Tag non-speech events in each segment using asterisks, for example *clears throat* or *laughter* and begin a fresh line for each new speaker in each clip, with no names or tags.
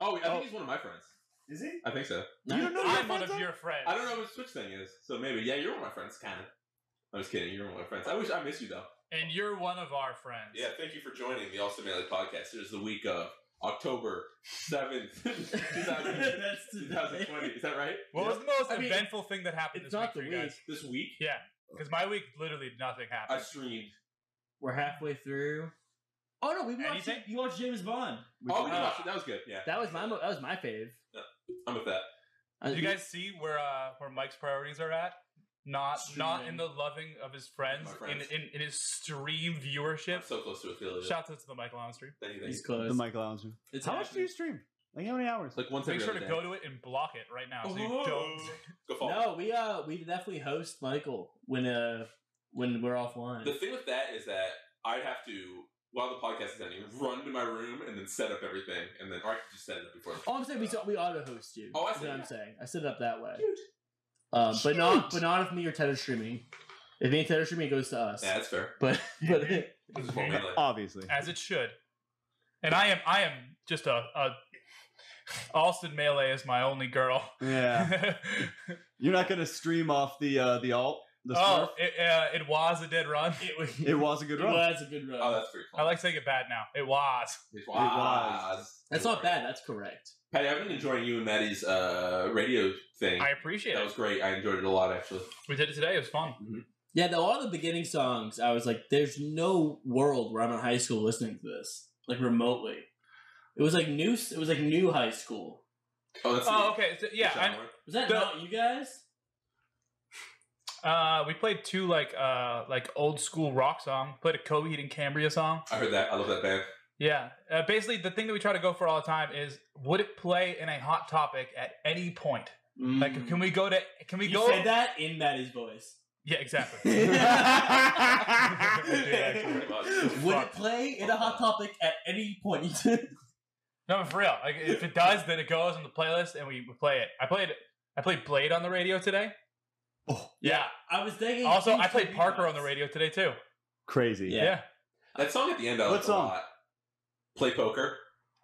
Oh, I think
Oh.
he's one of my friends.
Is he?
I think so.
You don't know who your
I'm one
friends
of
are?
your friends.
I don't know what Switch thing is, so maybe yeah, you're one of my friends, kind of. I'm just kidding. You're one of my friends. I wish I miss you though.
And you're one of our friends.
Yeah, thank you for joining the Austin Manly podcast. It is the week of October seventh, *laughs* 2020.
*laughs* That's today.
Is that right?
What was the most
I mean,
eventful thing that happened
It's
this
not
week
the
for you
week.
guys?
This week
Because my week literally nothing
I
happened.
streamed.
We're halfway through. Oh no, we watched.
Anything?
You watched James Bond.
Oh, we
Uh,
watched it. That was good. Yeah,
That was my mo- that was my fave.
I'm with that.
Uh,
Did you guys see where uh, where Mike's priorities are at? Not not in
Streaming.
the loving of his friends,
My friends.
In, in in his stream
I'm
viewership.
so close to affiliate.
Shout out to the Michael Allen stream.
Thank you, thank
He's
you.
close.
The Michael Allen Show.
It's
How much do you stream? Like how many hours?
It's like once
Make
every
sure
other
to
day.
go to it and block it right now, so you
Oh.
don't.
Go follow.
No, we uh we definitely host Michael when uh when we're offline.
The thing with that is that I'd have to, while the podcast is ending, run to my room and then set up everything, and then or I could just set it up before. the-
All Oh, I'm saying we we auto host you.
Oh, I
That's
see,
what I'm
yeah.
saying. I set it up that way. Um, but not but not if me or Ted are streaming. If me and Ted are streaming, it goes to us.
Yeah, that's fair.
But *laughs* but
This
*laughs*
is more manly.
Obviously.
as it should. And I am I am just a, a Austin Melee is my only girl.
Yeah.
*laughs* oh,
You're not gonna stream off the uh, the alt. The
Oh,
Smurf?
it, uh, it was a dead run.
it was
It was a good
it
run.
was a good run.
Oh, that's pretty cool.
I like saying it bad now. It was.
It
was.
that's not bad. That's correct.
Patty, I've been enjoying you and Maddie's uh, radio thing.
I appreciate
that
it.
was great. I enjoyed it a lot, actually.
we did it today. It was fun.
Yeah, the, all the beginning songs, I was like, there's no world where I'm in high school listening to this, like remotely. It was like new. It was like new high school.
Oh, that's
Oh, okay. So, yeah,
Good
I'm-
genre.
Was that
The-
not you guys?
Uh, we played two like uh like old school rock song. Played a Coheed and Cambria song.
I heard that. I love that band.
Yeah. Uh, basically, the thing that we try to go for all the time is would it play in a hot topic at any point? Like, can we go to? Can we
Mm. you
go?
said that in Maddie's
*laughs*
voice.
Yeah, exactly.
Would
pretty
Oh,
much.
it play in a hot topic at any point? *laughs*
no, for real. Like, if it does, then it goes on the playlist and we, we play it. I played I played Blade on the radio today.
Oh.
Yeah.
I was thinking.
Also, I played Parker on the radio today too.
*laughs* Crazy.
Yeah.
Yeah.
That song at the end, I
What
liked a
song?
lot. Play poker.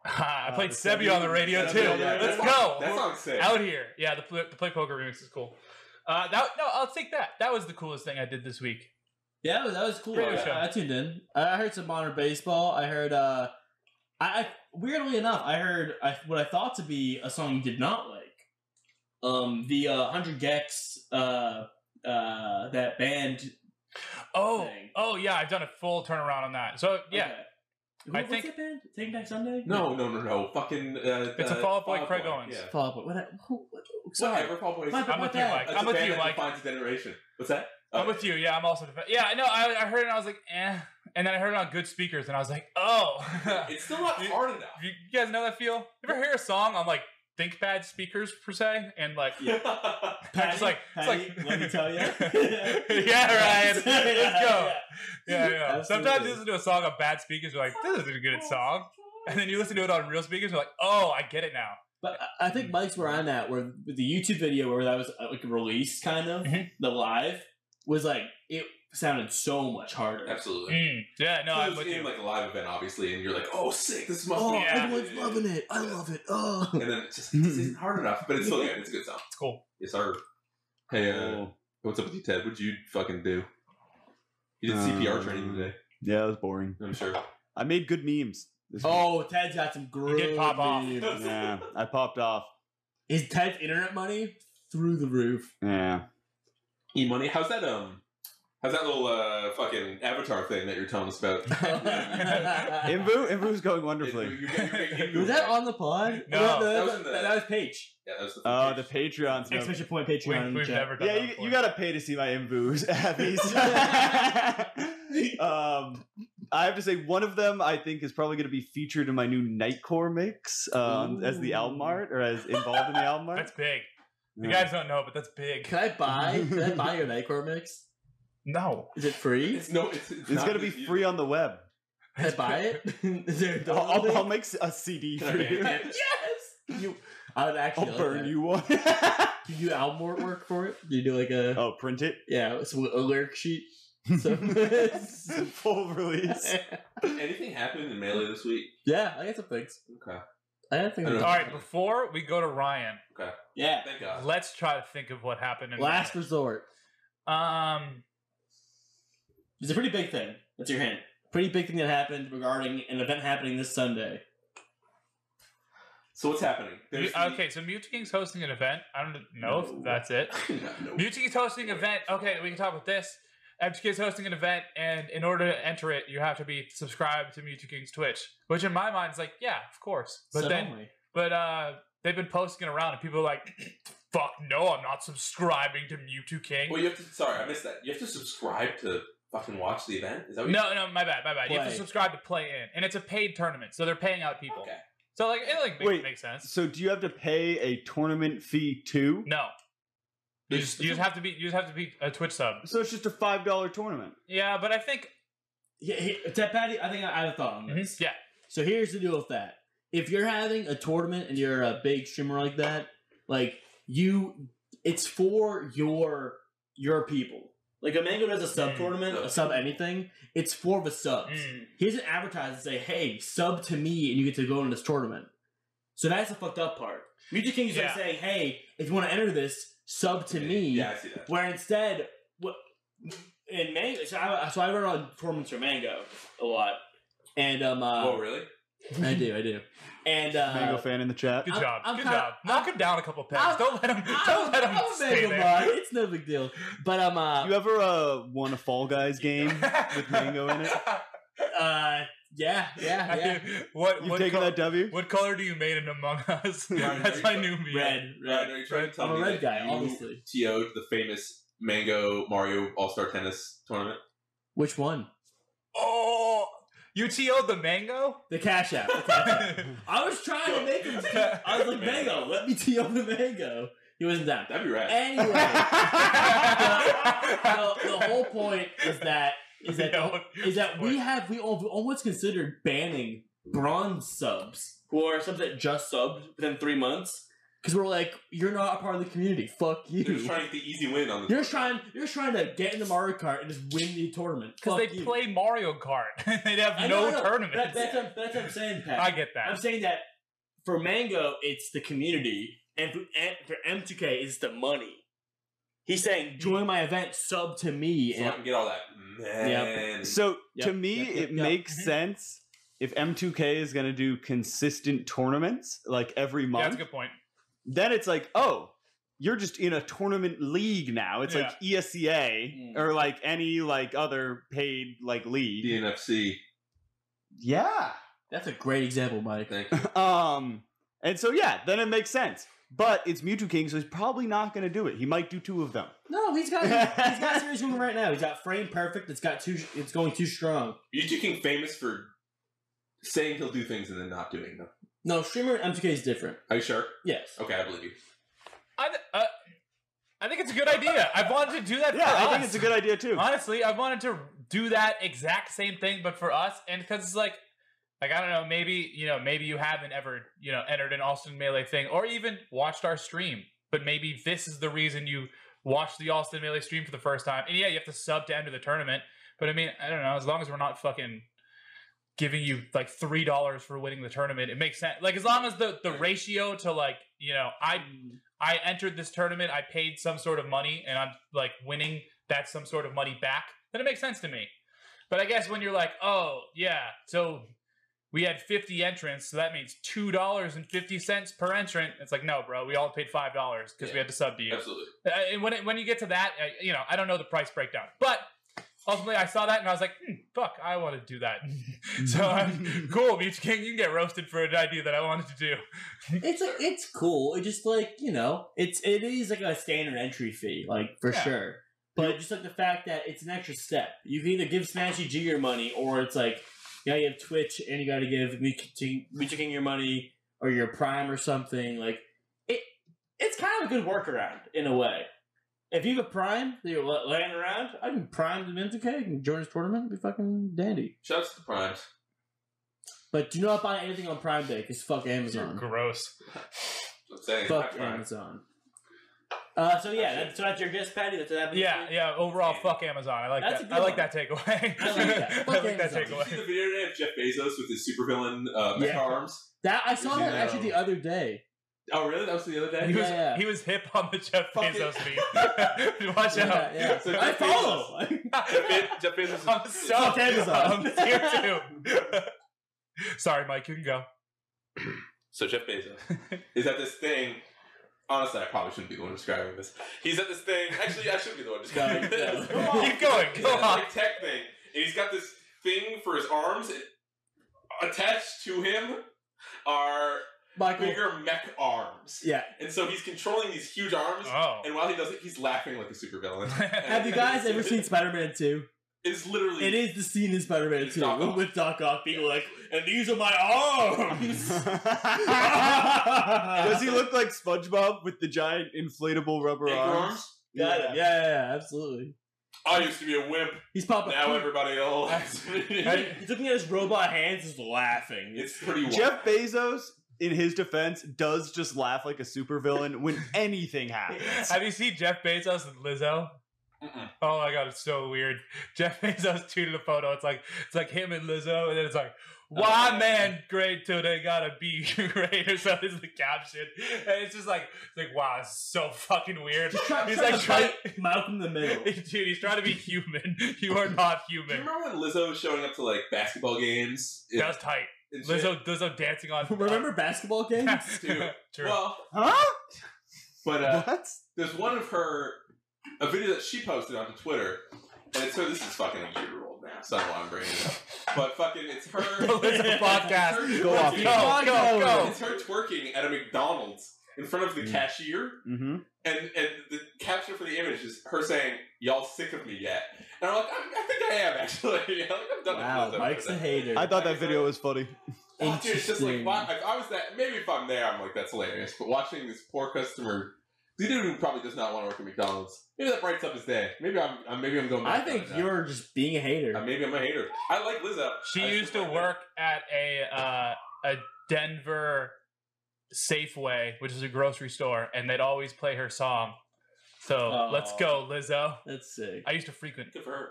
Ah, I
Uh,
played
the
Sebi
Sebi-
on the radio
Sebi
too.
on the radio.
Let's
That
go.
song- That song's sick.
out here. Yeah, the play, the play poker remix is cool. Uh, that no, I'll take that. That was the coolest thing I did this week.
Yeah, that was, that was cool.
Radio
I-
show.
I tuned in. I I heard some modern baseball. I heard. uh I, I weirdly enough, I heard I, what I thought to be a song you did not like. Um, the uh, Hundred Gex, uh, uh, that band.
Oh,
Dang.
oh yeah, I've done a full turnaround on that. So yeah,
Okay. Who,
I
what's
think-
that band? Take Back Sunday.
No, no, no, no. Fucking. Uh,
It's a
uh,
Fall Out Boy, Craig
Boy.
Owens.
Yeah.
Fall Out Boy. What? I- who- what- Sorry.
Whatever, Fall Out Boy.
My-
I'm
my
with you,
bad.
Mike.
That's
I'm
a
with
band
you,
that
Mike.
defines a generation. What's
*laughs*
that?
I'm with you. Yeah, I'm also. Def- yeah, I know. I, I heard it. and I was like, eh, and then I heard it on good speakers, and I was like, oh. *laughs*
It's still not
You-
hard enough.
you guys know that feel? You ever hear a song on like ThinkPad speakers per se, and like.
Patty,
it's like,
Patty,
it's like
let me tell you.
*laughs* yeah,
*laughs*
Ryan. Let's go.
Yeah,
Yeah, yeah. Sometimes
Absolutely.
you listen to a song on bad speakers, you're like, this isn't a good song. And then you listen to it on real speakers, you're like, oh, I get it now.
But I I think Mike's where I'm at, where the YouTube video where that was uh, like released, kind of
Mhm.
the live was like it sounded so much
*laughs*
harder.
Absolutely.
Mm, yeah, no,
it
I'm
was
with
in
you.
like a live event, obviously, and you're like, "Oh, sick! This must
Oh,
be."
Yeah.
everyone's loving it. I love it. Oh,
*laughs* And then it just
*laughs*
this isn't hard enough, but it's still good. It's a good song.
It's cool.
It's hard. Hey, uh,
Oh.
what's up with you, Ted? What'd you fucking do? You did
Um,
CPR training today,
Yeah, that was boring.
I'm sure.
I made good memes. this
oh, Ted's got some great.
did pop off.
week. Yeah. I popped off.
His Ted's internet money through
*laughs*
the roof. *laughs*
Yeah.
E money. How's that? Um, how's that little uh fucking avatar thing that you're telling us about?
Invu Invu's going
It-
wonderfully.
you got- you
*laughs*
got- you
was that on the pod?
No,
that was in the-
that was Paige.
Yeah, that was the.
Oh, the Patreon's no-
Expression point
We,
Patreon.
have
chat.
never done
Yeah,
that
you,
before.
you gotta pay to see my Invu's *laughs*
*laughs*
Abby's. um I have to say one of them I think is probably gonna be featured in my new Nightcore mix um, as the
Ooh.
album art or as involved in the album art.
That's big. You
Yeah.
guys don't know, but that's big.
Can I buy? Can I buy your Nightcore mix?
No.
Is it free?
It's, no, it's, it's,
It's
not
gonna be
you-
free on the web.
Can I buy it? *laughs* Is there a
I'll,
download
I'll,
link?
I'll make s- a CD for
Okay.
you.
yes. You, I would actually.
*laughs* I'll
like
burn
that.
you one.
Can you do album work- work for it? Do you do like a
oh, print it.
yeah, so a lyric sheet? So, *laughs*
Full release.
Anything happened in melee this week?
yeah, I got some things.
Okay.
I I don't think.
I don't
All
know.
right, before we go to Ryan,
Yeah.
Thank God.
let's try to think of what happened in
Last resort.
Ryan. Um,
It's a pretty big thing. That's your hint. Pretty big thing that happened regarding an event happening this Sunday.
So what's happening?
mu-
There's the-
okay, so Mute King's hosting an event. I don't know
No.
if that's it.
*laughs* no.
Mute King's hosting an event. Okay, we can talk about this. MTK is hosting an event, and in order to enter it, you have to be subscribed to Mewtwo King's Twitch, which in my mind is like, yeah, of course. But
So
then
only.
But uh, they've been posting it around, and people are like, "Fuck no, I'm not subscribing to Mewtwo King."
Well, you have to. Sorry, I missed that. You have to subscribe to fucking watch the event. Is that what you
no, no, my bad, my bad. You have to
Play.
subscribe to play in, and it's a paid tournament, so they're paying out people.
Okay.
So like, it like makes,
Wait.
makes sense.
So do you have to pay a tournament fee too?
No, you
It's-
just, you just have to be you just have to be a Twitch sub.
So it's just a five dollar tournament.
Yeah, but I think
Yeah, he, Ted Patty, I think I, I have a thought on this.
yeah,
So here's the deal with that. If you're having a tournament and you're a big streamer like that, like you, it's for your your people. Like a mango does a sub
Mm.
tournament, a sub anything. It's for the subs.
Mm.
He doesn't advertise and say, "Hey, sub to me, and you get to go in this tournament." So that's the fucked up part. Music King is like
Yeah.
saying, "Hey, if you want to enter this, sub to me."
Yeah, I see that.
Where instead, what in Mango, so I, so I run on tournaments for Mango a lot, and um, uh,
oh, really?
I do, I do, and uh,
Mango fan in the chat.
good
I'm-
job,
I'm
good
kinda-
job. Knock him down a couple pegs.
I'm-
Don't let him. Don't let him
I'm a
stay
Mango
there. *laughs*
mod. It's no big deal, but um, uh,
You ever uh, won a Fall Guys game with mango
*laughs*
in it?
uh, yeah, yeah,
I
yeah,
mean, what
You've
what
taken
col-
that W?
What color do you made in Among
*laughs*
Us?
Ryan,
That's
are
my
you-
new meme.
red,
Ryan,
red.
are you trying to tell
I'm a
me
red
that
guy,
you
obviously.
TO'd the famous Mango Mario All Star Tennis tournament?
Which one?
Oh, you TO'd the mango?
The Cash App. The Cash
*laughs*
App.
That'd
I was trying to
*laughs*
make him. I was like, Mango, let me tee on the Mango. He wasn't down.
That'd be
*laughs*
rad.
Anyway, the, the whole point is that *laughs* is
*laughs*
that is that we have we al- almost considered banning bronze subs who are subs that just subbed within three months because we're like you're not a part of the community. Fuck you.
They're just trying to get the easy win on the.
You're trying. You're trying to get in the Mario Kart and just win the tournament.
because
Fuck
they
you.
play Mario Kart *laughs* and they'd have
I
no
know, I know. That,
tournaments.
that's, what, that's what I'm saying, Pat.
I get
I'm
that.
saying that for Mango, it's the community, and for, and for M2K, it's the money. He's saying, join my event, sub to me.
So I
And,
can get all that. Man.
So
Yep,
to me,
yep, yep,
it
yep.
makes sense if M2K is going to do consistent tournaments like every
Yeah,
month.
that's a good point.
then it's like, oh, you're just in a tournament league now. It's like E ESEA
Mm.
or like any like other paid like
E
league.
DNFC.
Yeah.
that's a great example, Mike. *laughs*
Thank you.
Um, and so yeah, then it makes sense. But it's Mewtwo King, so he's probably not going to do it. He might do two of
*laughs*
them.
No, he's got he's got a series going right now. He's got frame perfect. It's got too. It's going too strong.
You two King famous for saying he'll do things and then not doing them.
No, streamer and M2K is different.
Are you sure?
Yes.
Okay, I believe you.
I, th- uh, I think it's a good idea. I've wanted to do that
Yeah,
for
I
us.
think it's a good idea too.
Honestly, I wanted to do that exact same thing, but for us, and because it's like, like I don't know, maybe you know, maybe you haven't ever you know entered an Austin Melee thing, or even watched our stream, but maybe this is the reason you watched the Austin Melee stream for the first time. And yeah, you have to sub to enter the tournament, but I mean, I don't know. As long as we're not fucking giving you like three dollars for winning the tournament, it makes sense. Like as long as the the ratio to like you know, I I entered this tournament, I paid some sort of money, and I'm like winning that some sort of money back, then it makes sense to me. But I guess when you're like, oh yeah, so we had 50 entrants, so that means two dollars and fifty cents per entrant. It's like, no, bro, we all paid five dollars because we
Yeah.
had to sub to you.
Absolutely.
Uh, and when it, when you get to that, uh, you know, I don't know the price breakdown, but ultimately, I saw that and I was like, hmm, fuck, I want to do that. *laughs* *laughs* so
*laughs*
I'm cool, Beach King. You can get roasted for an idea that I wanted to do.
It's a, it's cool. It's just like you know, it's it is like a standard entry fee, like for
Yeah.
sure. But just like the fact that it's an extra step, you can either give Smashy G your money, or it's like you gotta give Twitch and you gotta give Mucha King your money or your Prime or something. Like it, it's kind of a good workaround in a way. If you have a Prime that you're la- laying around, I can Prime the Men's okay, I can join his tournament, it'd be fucking dandy.
Shouts to the primes.
But do not buy anything on Prime Day because fuck
You're
Amazon,
gross.
I'm saying.
fuck
Hi, Prime.
Amazon. Uh, so yeah, that's, so that's your guess, Patty. That's what happened. this
Yeah,
week?
yeah. Overall,
Yeah.
fuck Amazon. I like
That's a
that.
good
I
one.
like that takeaway.
I like that.
*laughs* I
Fuck
like that
Did you see
takeaway.
the video today of Jeff Bezos with his supervillain uh, mech
Yeah.
arms?
That I saw
Yeah.
that actually the other day.
Oh, really? That was the other day.
*laughs* He was
yeah.
he was hip on the Jeff
Fuck it.
Bezos beat. *laughs* Watch
Yeah,
out.
*laughs*
yeah.
So
I
Jeff
follow.
Jeff Be- Jeff *laughs* Bezos.
I'm so
Fuck Amazon. *laughs*
I'm tier two. *laughs* Sorry, Mike. You can go.
So Jeff Bezos is at this thing. Honestly, I probably shouldn't be the one describing this. He's at this thing. Actually, I should be the one describing
No,
this. *laughs*
no.
Come on.
Keep going.
He's
Go
got this,
on.
like, tech thing, and he's got this thing for his arms. and attached to him are
*laughs* Michael.
bigger mech arms,
Yeah.
and so he's controlling these huge arms.
Oh.
*laughs*
*laughs*
And while he does it, he's laughing like a supervillain.
Have you guys ever seen Spider-Man Two?
It's literally
It is the scene in Spider-Man
It's
Two
Doc Ock.
with Doc Ock being like, "And these are my
*laughs*
*laughs*
arms." *laughs*
Does he look like SpongeBob with the giant inflatable rubber
Big
arms?
arms.
Got him. Yeah, yeah, yeah, absolutely.
I used to be a wimp.
He's popping.
Now everybody else.
*laughs*
*laughs*
he, he's looking at his robot hands, is laughing.
it's pretty wild.
Jeff Bezos, in his defense, does just laugh like a supervillain when anything happens.
Have you seen Jeff Bezos and Lizzo?
Mm-mm.
Oh my god, it's so weird. *laughs* Jeff Bezos tweeted a photo. It's like it's like him and Lizzo, and then it's like, "Why
Oh.
man great till they gotta be *laughs* great?" or something is the caption, and it's just like it's like wow, it's so fucking
*laughs*
weird. *laughs*
Just try-
He's
try
like
to
trying,
bite Malcolm in the middle.
dude, he's trying to be human. *laughs* You are not
Do you
human.
remember when Lizzo was showing up to like basketball games?
That was tight.
and shit?
Lizzo, Lizzo dancing on. *laughs*
Remember basketball
*laughs*
games?
Dude.
True.
Well,
Huh?
but uh,
what?
there's one of her, a video that she posted onto Twitter, and it's her. This is fucking a year old now, so I don't know why I'm bringing it up. But fucking, it's
*laughs* the
her. *laughs*
*laughs* Lizzo podcast.
Go off.
Go,
go, go.
It's her twerking at a McDonald's in front of the
Mm.
cashier.
Mm-hmm.
and and the caption for the image is her saying, "Y'all sick of me yet?" And I'm like, I'm, I think I am actually. *laughs* I'm like, I'm done
Wow,
with Lizzo
Mike's
for
a
that.
hater.
I thought that video was funny.
Oh, dude, it's just like
Interesting.
why, if I was that. Maybe if I'm there, I'm like, that's hilarious. But watching this poor customer, the dude who probably does not want to work at McDonald's, maybe that brightens up his day. Maybe I'm, I'm maybe I'm going.
I
back
think
on it now.
you're just being a hater.
Uh, maybe I'm a hater. I like Lizzo.
She
I
used to
like her.
work at a uh, a Denver Safeway, which is a grocery store, and they'd always play her song. So
Aw.
let's go, Lizzo.
That's sick.
I used to frequent.
Good for her.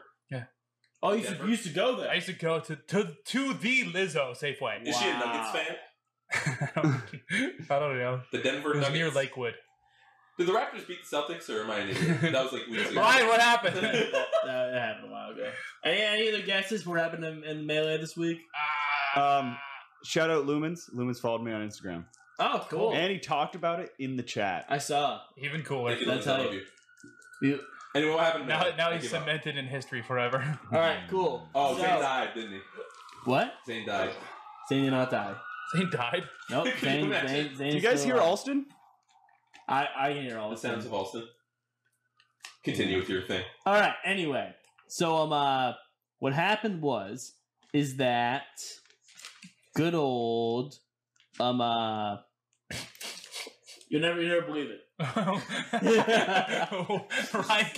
oh, you used,
Denver.
to, you used to go
I
there.
used to go to to, to the Lizzo
*laughs*
Safeway. *laughs*
Is she a
Wow.
Nuggets fan?
I don't- I don't know.
The Denver
It was
Nuggets. *laughs*
near Lakewood.
Did the Raptors beat the Celtics, or am I an
*laughs*
idiot? That was like weeks ago.
Ryan, what
that,
happened?
that,
*laughs*
that happened a while ago. Any, any other guesses for what happened in, in melee this week?
Ah.
Um, shout out Lumens. Lumens followed me on Instagram,
Oh, cool.
and he talked about it in the chat.
I saw.
even cooler.
Thank you,
That's
Lizzo. I
how
love
you-
you.
You-
Anyway, what happened?
Now,
man?
now
I
he's
give up.
cemented in history forever. *laughs*
All right, cool.
Oh,
So-
Zane died, didn't he?
What?
Zane died.
Zane did not die.
he
*laughs*
died. *laughs*
*laughs* Nope.
Could you
Zane,
imagine?
Zane, Zane
Do you guys hear Alston?
I, I can hear all
The
this.
sounds of Alston. Continue with your
*laughs*
thing.
All right. Anyway, so um, uh, what happened was is that good old um, uh, you never you never believe it.
Ryan can't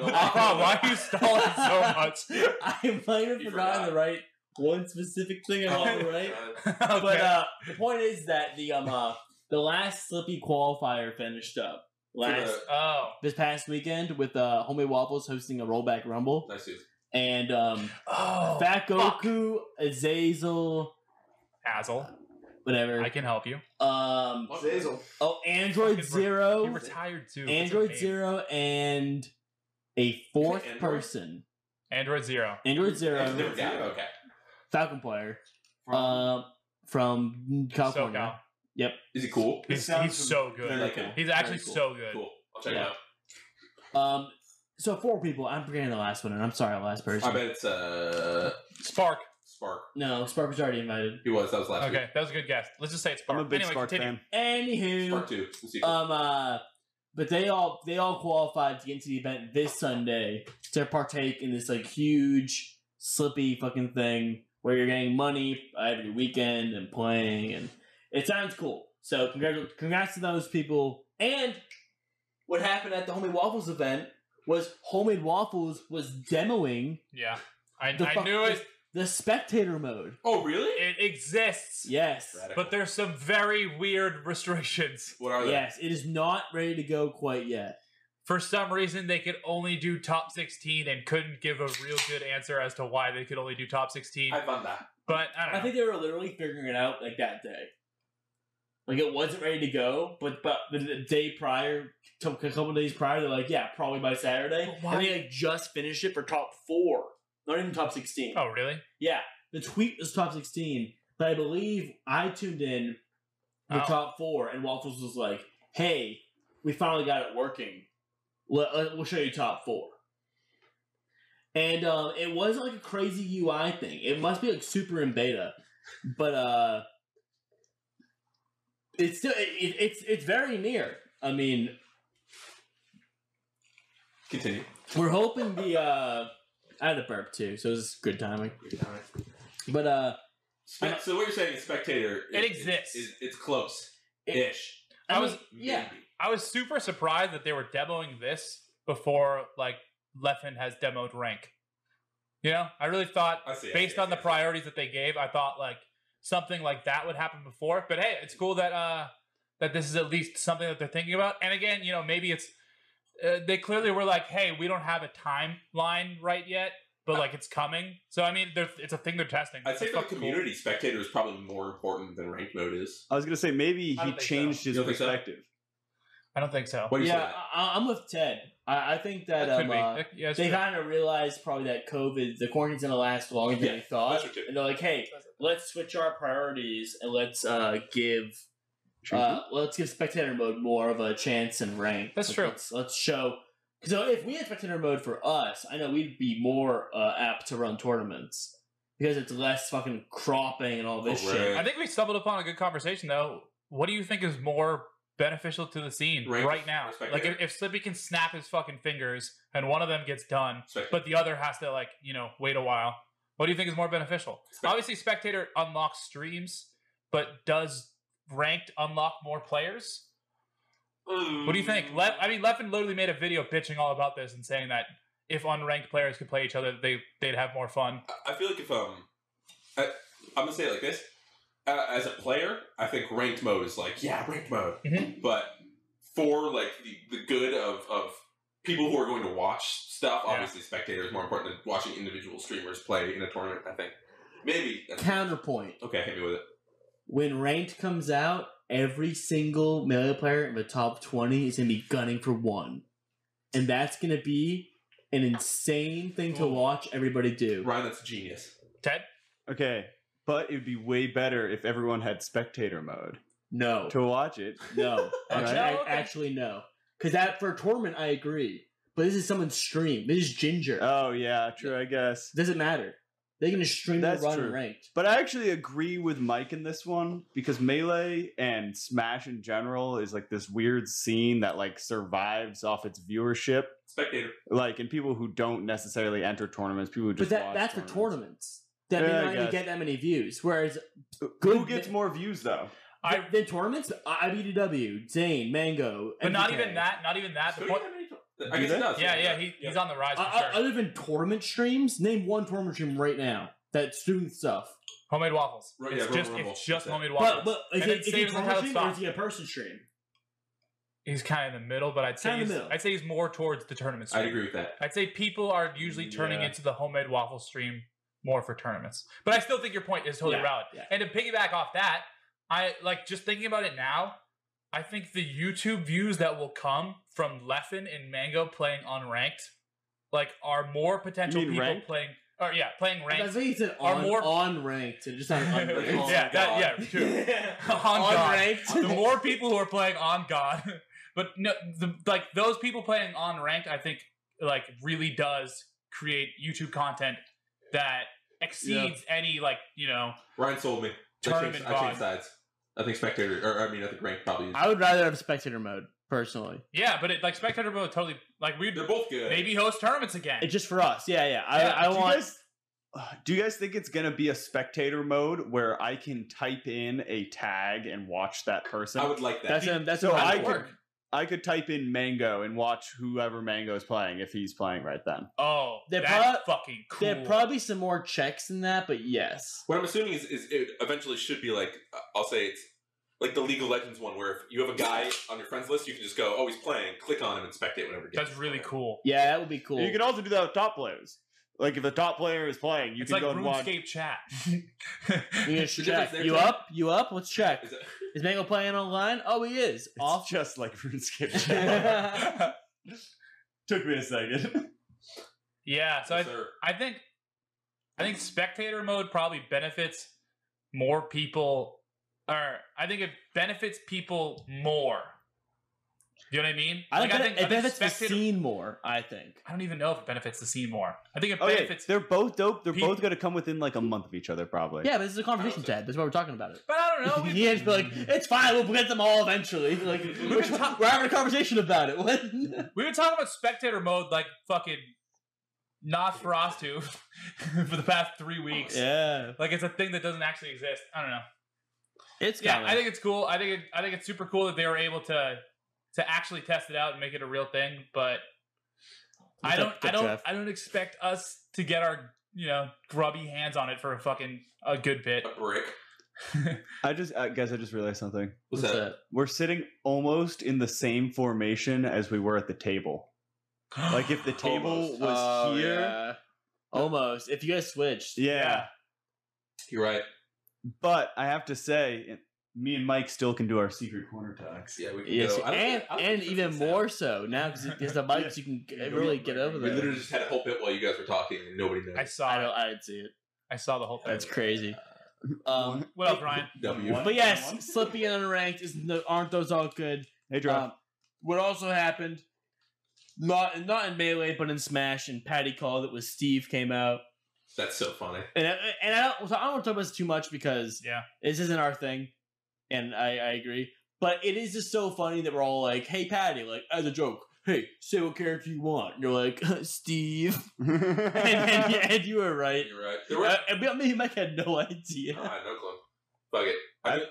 *laughs*
Wow, *laughs* why are you stalling so much?
Oh, I might have
You
forgotten
forgot.
the right one specific thing I
*laughs*
want to write.
Okay.
But uh, the point is that the um, uh, the last slippy qualifier finished up last
oh,
this past weekend with uh, Homemade Waffles hosting a Rollback Rumble
Nice dude.
and um,
oh,
Fat
fuck.
Goku, Azazel,
Hazel,
whatever.
I can help you.
Um,
Zazel.
oh, Android
Fucking re-
Zero,
You retired too. That's
Oh, Android
insane.
Zero, and a fourth
Android?
person,
Android zero.
Android Zero,
Different guy. Okay.
Falcon player, um, from California.
SoCal.
Is he cool?
He's,
sounds
he's so good.
I like him.
He's actually
Very cool.
so good.
Cool. I'll check
Yeah. Um, so four people. I'm forgetting the last one, and I'm sorry, last
it out. I
person.
bet it's uh
Spark.
Spark.
No, Spark was already invited.
He was. That was last
Okay, that was a good guess. Let's just say it's Spark.
I'm a big
anyway,
Spark
continue.
fan.
week. Spark
Anywho,
two. The sequel.
um, uh, but they all they all qualified to get into the event this Sunday to partake in this like huge slippy fucking thing where you're getting money every weekend and playing, and it sounds cool. So congrats, congrats to those people. And what happened at the Homemade Waffles event was Homemade Waffles was demoing
Yeah, I,
The
I
fuck-
knew it.
The spectator mode.
Oh, really?
It exists.
Yes.
Radical.
But there's some very weird restrictions.
What are they?
Yes, it is not ready to go quite yet.
For some reason, they could only do top 16 and couldn't give a real good answer as to why they could only do top 16.
I found that.
but I don't know.
I think they were literally figuring it out like that day. Like it wasn't ready to go, but but the, the day prior, t- a couple days prior, they're like, yeah, probably by Saturday.
But why-
And they like just finished it for top four, not even top sixteen.
oh, really?
Yeah, the tweet was top 16, but I believe I tuned in the
Oh.
top four, and Waffles was like, hey, we finally got it working. Let, let- we'll show you top four. And um, it wasn't like a crazy UI thing. It must be like super in beta, but uh, it's still it, it- it's it's very near. I mean,
Continue.
we're hoping the uh, I had a burp too, so it was good timing. But uh,
Spe- so what you're saying is spectator.
It
is-
exists.
Is, is, it's close.
It-
Ish.
I,
I
was
was-
yeah.
Maybe.
I was super surprised that they were demoing this before, like, Leffen has demoed rank. You know, I really thought,
I see. I
based
see, I
on the
see.
priorities that they gave, I thought, like, something like that would happen before. But hey, it's cool that, uh, that this is at least something that they're thinking about. And again, you know, maybe it's uh, they clearly were like, "Hey, we don't have a timeline right yet, but like it's coming." So I mean, they're, it's a thing they're testing.
I'd say
It's
for the
fucking
community, spectator is probably more important than ranked mode is.
I was gonna say maybe
I
he
don't think so.
changed his
You don't think so?
perspective.
cool. I don't think so.
What do you
Yeah,
say?
I, I'm with Ted. I, I think that,
That
um,
could be.
uh,
That- yeah, it's
they
true.
kind of realized probably that COVID, the quarantine's gonna last longer than
Yeah,
they
uh,
thought,
that's what it-
and they're like, "Hey, let's switch our priorities and let's uh, give uh, let's give spectator mode more of a chance and rank."
Mm-hmm. That's
Like,
true.
Let's, let's show. So if we had spectator mode for us, I know we'd be more uh, apt to run tournaments because it's less fucking cropping and all this shit.
Correct.
Oh, I think we stumbled upon a good conversation though. What do you think is more beneficial to the scene
Rank
right now?
or spectator?
Like if, if Slippy can snap his fucking fingers and one of them gets done,
Spectator.
but the other has to like you know wait a while. What do you think is more beneficial?
Spect-
Obviously, spectator unlocks streams, but does ranked unlock more players? What do you
Mm.
think? Lef- I mean, Leffen literally made a video bitching all about this and saying that if unranked players could play each other, they they'd have more fun.
I- I feel like if um, I, I'm gonna say it like this. Uh, as a player, I think ranked mode is like yeah, ranked mode.
Mhm.
But for like the, the good of of people who are going to watch stuff,
Yeah.
obviously spectators more important than watching individual streamers play in a tournament. I think maybe that's-
Counterpoint.
okay, hit me with it.
when ranked comes out, every single melee player in the top 20 is going to be gunning for one. And that's going to be an insane thing to
Oh.
Ooh.
watch everybody do.
Ryan, that's genius.
Ted,
Okay, but it'd be way better if everyone had spectator mode
No.
to watch it.
No.
*laughs*
actually,
Alright.
I- actually, no. Because that for tournament, I agree. But this is someone's stream. This is Ginger.
Oh yeah, true. I guess.
Doesn't matter. They can just stream the
That's
run
true.
ranked.
But I actually agree with Mike in this one because melee and Smash in general is like this weird scene that like survives off its viewership,
Spectator.
like and people who don't necessarily enter tournaments, people who
But
just
that,
watch
that's for tournaments. That may
Yeah, I
not even
guess.
get that many views. Whereas
Who
Good-
gets more views though?
I.
the, the tournaments, IBDW, Zane, Mango,
But not
MGK.
even that. Not even that. The
So
point,
you have any- I
Do
guess
they?
it does.
yeah, yeah, he, he's on the rise for
I, I,
sure.
other than tournament streams, name one tournament stream right now that's doing stuff.
homemade waffles.
Right, yeah,
it's
Royal
just
Rumble,
it's just
that's it.
homemade waffles.
But, but is
And
it,
it
is it
saves
tournament
how it's
stream or is
stopped.
he a person stream?
he's kind of in the middle, but I'd say
Kinda
he's,
middle.
I'd say he's more towards the tournament.
I
Stream.
agree Mm, with that.
I'd say people are usually turning
Yeah.
into the homemade waffle stream more for tournaments. But I still think your point is totally
Yeah,
valid.
yeah.
And to piggyback off that, I like just thinking about it now, I think the YouTube views that will come from Leffen and Mango playing unranked, like are more potential
mean
people
ranked?
playing or yeah, playing
I
ranked.
think he said
Are
on,
more-
on ranked and just not
*laughs*
unranked.
*laughs* yeah, that, yeah, true.
*laughs*
*laughs* Oh, On God. the
Unranked.
more people who are playing on God, *laughs* but no, the, like those people playing on ranked, I think like really does create YouTube content that exceeds any like you know
Ryan sold me.
Tournament
I changed, I
VOD.
changed sides. I think spectator, or I mean, I think ranked probably. Is.
I would rather have spectator mode personally.
yeah, but it like spectator mode totally like we
They're both good.
maybe host tournaments again.
It's just for us. Yeah, yeah. I,
Yeah,
I
do You
want.
guys, do you guys think it's gonna be a spectator mode where I can type in a tag and watch that person?
I would like that.
that's a, that's
so
what
I
I
could
work.
I could type in Mango and watch whoever Mango is playing if he's playing right then.
Oh,
They're
that's fucking cool.
There'd probably be some more checks than that, but yes.
What I'm assuming is, is it eventually should be like uh, I'll say it's like the League of Legends one, where if you have a guy on your friends list, you can just go, "Oh, he's playing." Click on him and spectate whatever. game
that's
he's
really
playing.
cool.
Yeah, that would be cool.
You can also do that with top players. Like if the top player is playing, you
it's
can
like
go and watch.
RuneScape chat. *laughs*
You just
The difference
check.
there,
You
Tom?
up? You up? Let's check.
Is that-
Is Mango playing online? Oh, he is.
It's
Off.
just like RuneScape.
yeah,
Took me a second.
*laughs* so I,
Yes, sir.
I think I think spectator mode probably benefits more people or I think it benefits people more. Do you know what I mean?
*laughs* I think,
*laughs* Like,
it- it benefits the
spectator-
scene more. I think.
I don't even know if it benefits the scene more. I think it
Oh,
Okay,
benefits
they're both dope. They're
People-
both gonna come within like a month of each other, probably.
Yeah, but this is a conversation, Ted. That's why we're talking about it.
But I
*laughs*
don't know.
you
we-
can't just be
*laughs*
like, it's fine. We'll get them all eventually. *laughs* Like we're,
talk-
we're having a conversation about it. *laughs* What?
We were talking about spectator mode like fucking Nosferatu *laughs* for the past three weeks.
yeah,
Like it's a thing that doesn't actually exist. I don't know.
it's
Yeah, I think it's cool. I think it, I think it's super cool that they were able to to actually test it out and make it a real thing. But I
Good-
don't I
good
don't
Jeff.
I don't expect us to get our you know grubby hands on it for a fucking a good
*gasps*
bit.
a brick.
I just, I guess I just realized something.
What's that?
We're sitting almost in the same formation as we were at the table. Like if the table
Almost.
was
Oh,
here,
yeah. Almost. If you guys switched.
yeah.
You're right.
But I have to say, it- me and Mike still can do our secret corner talks.
Yeah, we can
Yes,
go. I don't
and
think- I don't
and
think this
even
is
more
out.
so now
*laughs*
because the mics you can
Yeah,
really
we-
get over
We
there.
literally just had a whole bit while you guys were talking, and nobody knew.
*gasps* I
I
saw
don't.
it.
I didn't see it.
I saw the whole thing.
That's crazy. Um,
What up,
*laughs*
Ryan?
W.
What?
but
One?
yes, slipping and unranked is no, aren't those all good?
Hey, Drew.
Um, what also happened, not not in melee, but in Smash and Patty Call that was Steve came out,
That's so funny.
and I, and I don't so I don't want to talk about this too much because
Yeah.
this isn't our thing, and I, I agree. But it is just so funny that we're all like, "Hey, Patty," like as a joke. Hey, say what character you want. And you're like *laughs* Steve, *laughs*
Um, *laughs*
and, and, and you were right.
You're right. There were,
Uh, and me- me and Mike had no *laughs*
I
idea.
had no clue. Fuck it.
I-
I, think-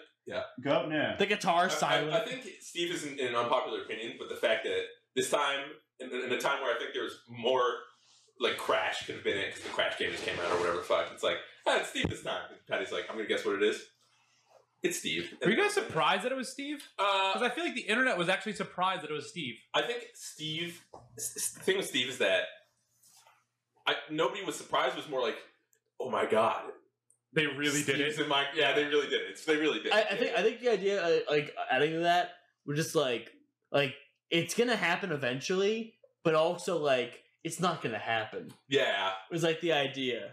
Go up now.
The guitar silent.
I, I, I think Steve is in, in an unpopular opinion, but the fact that this time, in, in a time where I think there's more, like Crash could have been it because the Crash game just came out or whatever the fuck. It's like, ah, it's Steve this time. And Patty's like, I'm gonna guess what it is. It's Steve.
Were you guys surprised that it was Steve?
Uh,
Because I feel like the internet was actually surprised that it was Steve.
I think Steve. s- s- The thing with Steve is that I, nobody was surprised. It Was more like, oh my god,
They really did
Steve's
it.
in my, yeah, they really did it. They really did.
I,
it.
I think I think the idea uh, like adding to that we're just like like it's gonna happen eventually, but also like it's not gonna happen.
yeah,
Was like the idea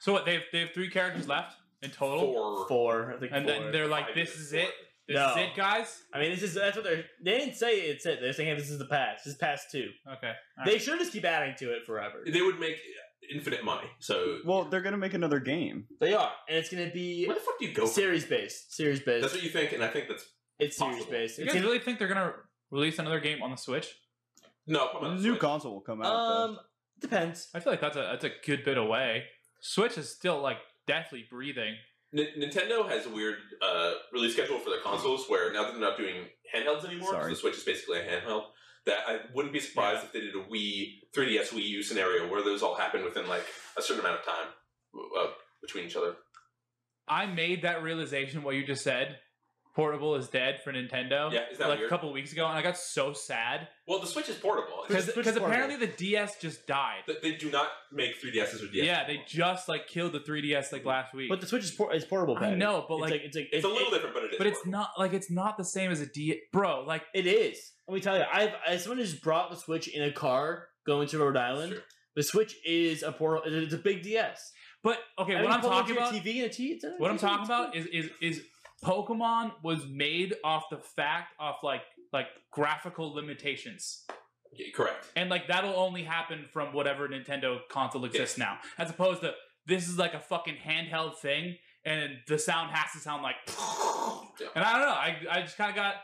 So what? They have they have three characters left in total,
four.
four. I think
and
four.
then they're like,
Five
"This
years
is it.
four.
This
No.
is it, guys."
I mean, this is that's what they're they didn't say it's it. They're saying hey, this is the past. This is past two.
Okay.
They should just keep adding to it forever.
They would make infinite money. So
Well, they're gonna make another game.
They are, and it's gonna be
where the fuck do you go? From?
series based. Series
That's
based.
what you think, and I think that's
It's series
possible.
based.
You
It's
guys
gonna,
really think they're gonna release another game on the Switch?
no.
The
Probably
new console will come out. though.
um, depends.
I feel like that's a that's a good bit away. Switch is still like deathly breathing.
N- Nintendo has a weird uh, release schedule for their consoles, where now that they're not doing handhelds anymore, 'cause
Sorry.
the Switch is basically a handheld. That I wouldn't be surprised if they did a Wii 3DS Wii U scenario where those all happen within like a certain amount of time uh, between each other.
I made that realization what you just said. Portable is dead for Nintendo.
Yeah, is that
like
weird?
a couple weeks ago, and I got so sad
Well, the Switch is portable.
because
Switch is portable.
apparently the DS just died.
They- They do not make 3DSs or DS.
yeah, they just like killed the 3DS like last week.
But the Switch is, por- is portable.
I
Patty.
know, but
It's
like,
like it's like
it's a little different, but it is.
but it's
portable.
not like it's not the same as a D. Bro, like
It is. Let me tell you, I've as someone who's brought the Switch in a car going to Rhode
That's
Island,
true.
the Switch is a portal. It's a big DS.
but okay,
I
what
mean,
I'm
pull it
talking
to your
about
TV and a T. It's on a
What I'm
TV,
talking
it's
about
cool.
is is is Pokemon was made off the fact of like like graphical limitations,
Yeah, correct.
and like that'll only happen from whatever Nintendo console exists now, as opposed to this is like a fucking handheld thing, and the sound has to sound like.
Yeah.
And I don't know. I I just kind of got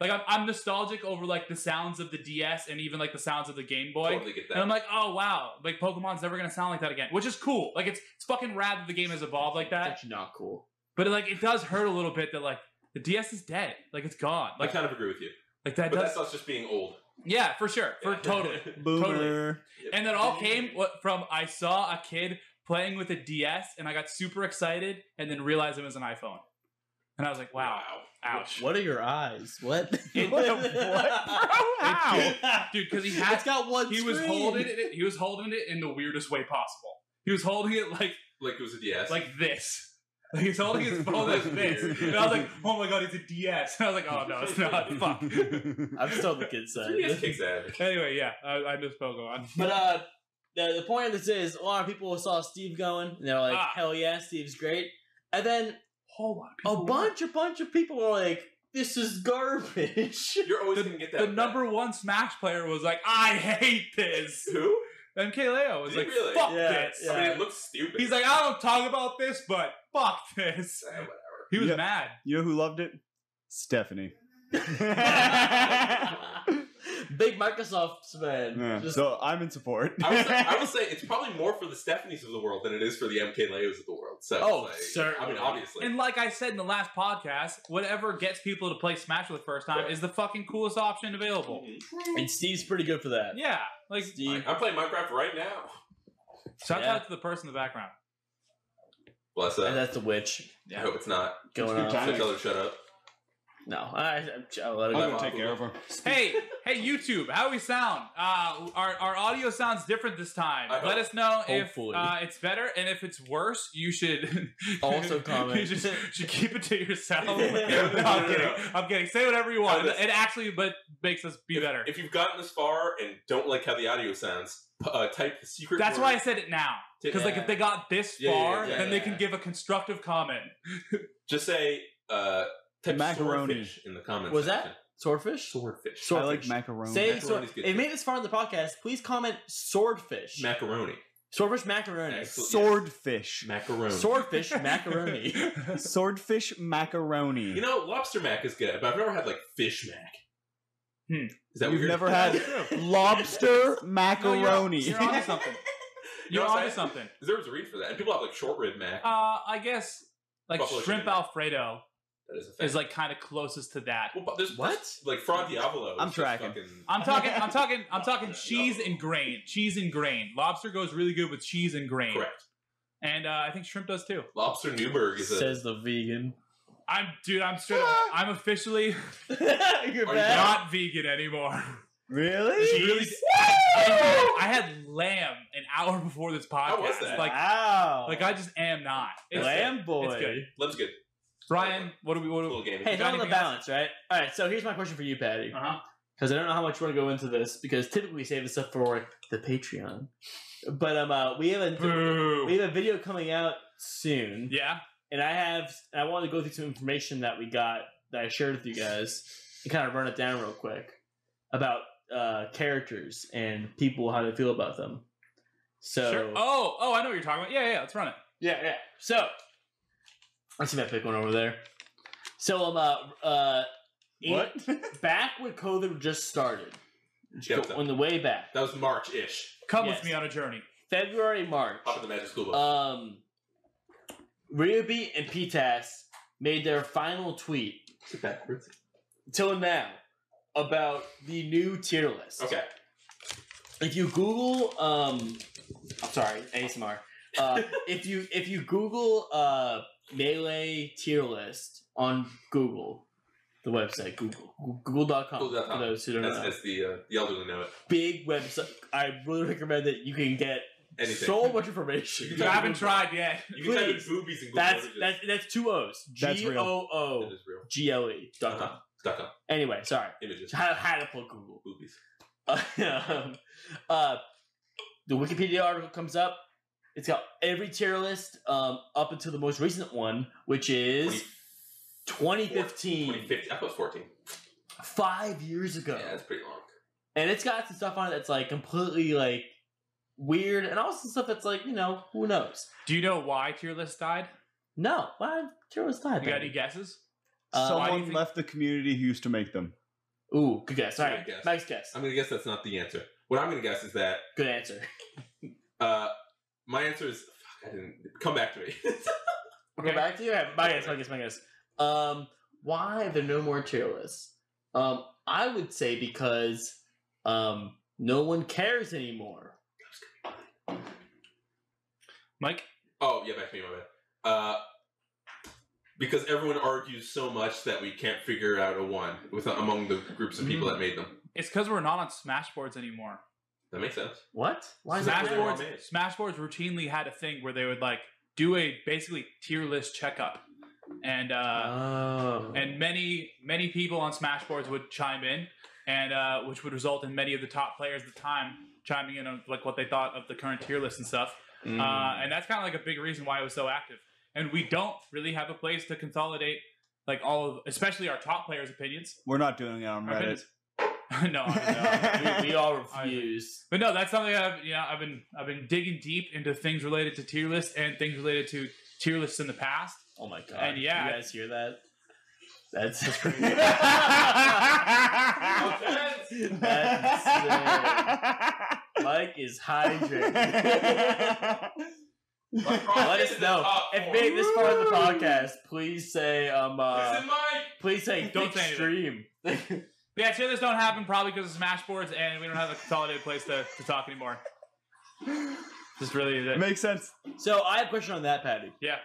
like I'm, I'm nostalgic over like the sounds of the DS and even like the sounds of the Game *laughs* Boy.
Totally get that.
And I'm like, oh wow, like Pokemon's never gonna sound like that again, which is cool. Like it's it's fucking rad that the game has evolved like
It's
that.
actually not cool.
But like, it does hurt a little bit that like the DS is dead. Like it's gone.
I
Like
kind of agree with you.
Like that
But
does.
that's us just being old.
yeah, for sure. For
Yeah.
totally.
*laughs*
Boomer.
And that all came what- from I saw a kid playing with a DS and I got super excited and then realized it was an iPhone. And I was
*laughs*
like, wow. Ouch.
What are your eyes? What?
*laughs* It- what, bro? Ow.
*laughs*
Dude, because he had
It's got one.
he was
screen.
holding it he was holding it in the weirdest way possible. He was holding it like
Like it was a DS.
like this. Like he's holding his phone like this. And I was like, oh my god, it's a DS. And I was like, oh no, it's
*laughs*
not. Fuck.
I'm still the kid side.
3DS kicks ass.
*laughs* Anyway, yeah, I, I miss Pokemon.
But uh, the, the point of this is a lot of people saw Steve going, and they're like,
Ah.
"Hell yeah, Steve's great." And then
Hold on.
a
people.
bunch, a bunch of people were like, "This is garbage." *laughs*
You're always gonna get that.
The number one Smash player was like, I hate this.
*laughs* Who?
MKLeo was
Did he
like,
really?
fuck
Yeah,
this.
I mean,
yeah.
it looks stupid.
He's like, "Oh." I don't talk about this, but fuck this.
*laughs* Eh, whatever.
He was
Yeah.
mad.
You know who loved it?
*laughs*
Stephanie.
Big Microsoft man.
Yeah,
Just-
so I'm in support.
I will, say,
*laughs*
I will say it's probably more for the Stephanies of the world than it is for the MKLeos of the world. So,
Oh,
like, I
certainly.
mean, obviously.
And like I said in the last podcast, whatever gets people to play Smash for the first time
Right.
is the fucking coolest option available.
Mhm.
and Steve's pretty good for that.
Yeah. Like,
Steve,
I'm playing Minecraft right now.
shout
Yeah.
out to the person in the background.
Bless
and
up.
that's the witch
I hope it's not.
going
good
on.
time.
So tell her to shut up.
No, I, I'll let it
I'll
go.
go take care of
her.
Hey,
*laughs*
hey, YouTube, how we sound? Uh, our, our audio sounds different this time.
I hope.
Let us know
Hopefully.
if uh, it's better, and if it's worse, you should *laughs*
Also comment.
you should, should keep it to
*laughs*
yourself. no,
No, no,
no, no,
I'm
no.
kidding. I'm kidding. Say whatever you want.
No, this-
It actually, but makes us be better.
If you've gotten this far and don't like how the audio sounds, p- uh, type the secret.
That's
word
why I said it now.
to-
Because like if they got this
Yeah, yeah, yeah,
far,
yeah,
then they
yeah.
can give a constructive comment.
*laughs* just say uh, type
Macaroni.
swordfish in the comments.
Was that
section.
Swordfish?
swordfish?
I like
Swordfish.
macaroni.
Say
Macaroni's
sword.
good
If
too.
you made this far in the podcast, please comment swordfish.
macaroni.
swordfish macaroni.
Excellent.
Swordfish.
Macaroni.
Swordfish macaroni.
Swordfish macaroni.
You know, lobster mac is good, but I've never had like fish mac.
Hmm.
Is that
You've
weird?
never
*laughs*
had lobster
No, you're-
macaroni.
You're, onto
*laughs*
something. You're
know what I'm
onto
saying?
something.
There was a read for that, and people have like short rib mac.
Uh, I guess like
Buffalo
shrimp
chicken.
Alfredo
that is a thing.
is like kind of closest to that.
well, but there's
what?
like Fra Diavolo. is
I'm
just
tracking.
fucking-
I'm talking. I'm talking. I'm
*laughs*
talking
No.
cheese and grain. Cheese and grain. Lobster goes really good with cheese and grain.
correct.
And uh, I think shrimp does too.
Lobster Newberg is a.
*laughs* Says the vegan. *laughs*
I'm dude. I'm straight. up,
Ah! *laughs*
I'm officially
You're
Are you
back.
not
*laughs*
vegan anymore.
*laughs* Really?
She really- I, I had lamb an hour before this podcast.
How was that?
Like,
wow.
like I just am not. It's
Lamb boy.
It's good.
Love's good.
Brian, what do we? What do
Little game.
Hey, not
got
on the
anything else?
balance, right? All right. So here's my question for you, Patty,
we? Uh-huh.
because I don't know how much you want to go into this, because typically we save this stuff for the Patreon. But um, uh, we have a we have a video coming out soon.
Yeah.
and I have I wanted to go through some information that we got that I shared with you guys and kind of run it down real quick about uh, characters and people how they feel about them. So
Sure. Oh, oh, I know what you're talking about. Yeah, yeah. yeah, Let's run it.
yeah, yeah. So I see my pick one over there. So um uh, uh
what?
in- back when COVID just started
Yeah, what's up?
on the way back
that was March ish.
Come
Yes.
with me on a journey.
February March
Pop in the Magic School Bus.
um Ryubi and Pitas made their final tweet
Is it backwards?
till now about the new tier list.
Okay.
If you Google, um, I'm sorry, ASMR.
*laughs*
Uh, if you if you Google uh, melee tier list on Google, the website Google Google.com,
Google.com.
for those who don't
As,
know,
as the uh, the elderly know it.
big website. I really recommend that you can get
Anything.
so much information.
You
You haven't tried yet. *laughs*
you can type in
please.
boobies and Google
That's
images.
that's that's two O's.
That's
G
real.
O
That
O
is real.
G L E dot com.
Uh-huh. Dot com.
Anyway, sorry.
Images.
How, how to plug Google. *laughs*
Boobies.
um, uh, the Wikipedia article comes up. It's got every tier list um, up until the most recent one, which is 2015,
2015. I thought it was 14.
five years ago.
Yeah, that's pretty long.
And it's got some stuff on it that's like completely like weird, and also stuff that's like you know who knows.
Do you know why tier list died?
No, why tier list died?
You got
baby.
any guesses?
Uh,
why do you
Someone
think-
left the community who used to make them.
Ooh, good guess. All right,
Good guess.
Mike's guess.
I'm going to guess that's not the answer. What I'm going to guess is that
Good answer.
uh, my answer is. Fuck, I didn't. Come back to me. *laughs*
We'll Go
*laughs* Okay.
back to you. All right, My guess. My guess. My guess. Um, why are there no more tier lists? Um, I would say because um, no one cares anymore.
Mike?
Oh yeah, back to me, my bad. Uh, because everyone argues so much that we can't figure out a one with among the groups of
Mm.
people that made them.
It's because we're not on Smashboards anymore.
That makes sense.
What? Why is that
Smash
weird?
Boards-
Smashboards,
made?
Smashboards routinely had a thing where they would like do a basically tier list checkup, and uh,
Oh.
and many many people on Smashboards would chime in, and uh, which would result in many of the top players at the time chiming in on like what they thought of the current tier list and stuff. Uh, and that's kind of like a big reason why it was so active. And we don't really have a place to consolidate like all of, especially our top players' opinions.
We're not doing it on
I've been-
Reddit.
*laughs* no, I mean, no,
*laughs*
we-
we, we all
*laughs*
refuse.
but no, that's something I've you know I've been I've been digging deep into things related to tier lists and things related to tier lists in the past.
Oh my god!
And yeah.
you guys hear that?
*laughs*
That's *laughs* just crazy. Mike is hydrated.
*laughs*
Let us know if you made it this part of the podcast. Please say um. Uh,
Listen, Mike.
please say
Don't say
extreme.
But yeah, tier lists don't happen probably because of Smash boards and we don't have a consolidated place to, to talk anymore. Just really is it.
Makes sense.
so I have a question on that, Patty.
Yeah.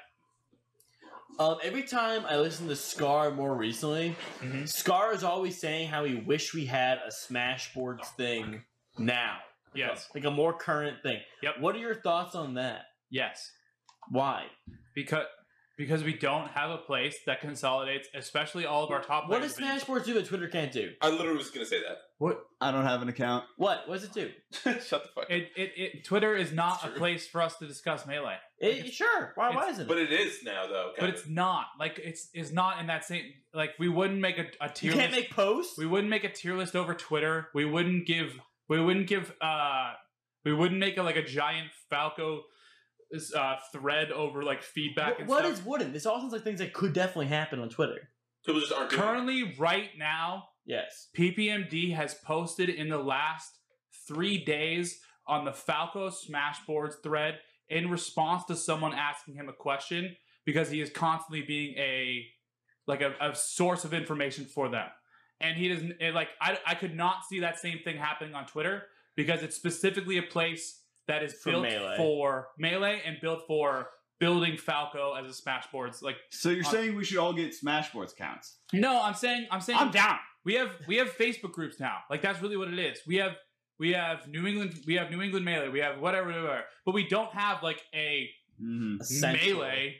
Um, every time I listen to Scar more recently,
Mhm.
Scar is always saying how he wish we had a Smashboards thing now.
Yes.
Like a more current thing.
Yep.
What are your thoughts on that?
Yes.
Why?
Because because we don't have a place that consolidates, especially all of our top
What
players.
does Smashboards do that Twitter can't do?
I literally was gonna say that. *laughs*
I don't have an account.
What? What does it do?
Shut the fuck. up.
It, it, it, Twitter is not
It's
a
true.
place for us to discuss melee.
It, sure. Why, why isn't it?
But it is now though.
But
kind
it's
of.
not like it's is not in that same like we wouldn't make a, a tier
you can't
list.
make posts?
we wouldn't make a tier list over Twitter. We wouldn't give we wouldn't give uh we wouldn't make a, like a giant Falco uh, thread over like feedback.
Wh-
and
what
stuff.
is wouldn't? This all sounds like things that could definitely happen on Twitter.
people just aren't doing it.
currently right now?
Yes.
PPMD has posted in the last three days on the Falco Smashboards thread in response to someone asking him a question because he is constantly being a like a, a source of information for them. And he doesn't it, like I, I could not see that same thing happening on Twitter because it's specifically a place that is
For
built
Melee.
for melee and built for building Falco as a Smashboards. Like
So you're
On-
saying we should all get Smashboards accounts?
no, I'm saying I'm saying
I'm down.
we have we have Facebook groups now. Like that's really what it is. We have we have New England we have New England melee. We have whatever whatever. But we don't have like a
Mhm.
Essentially.
melee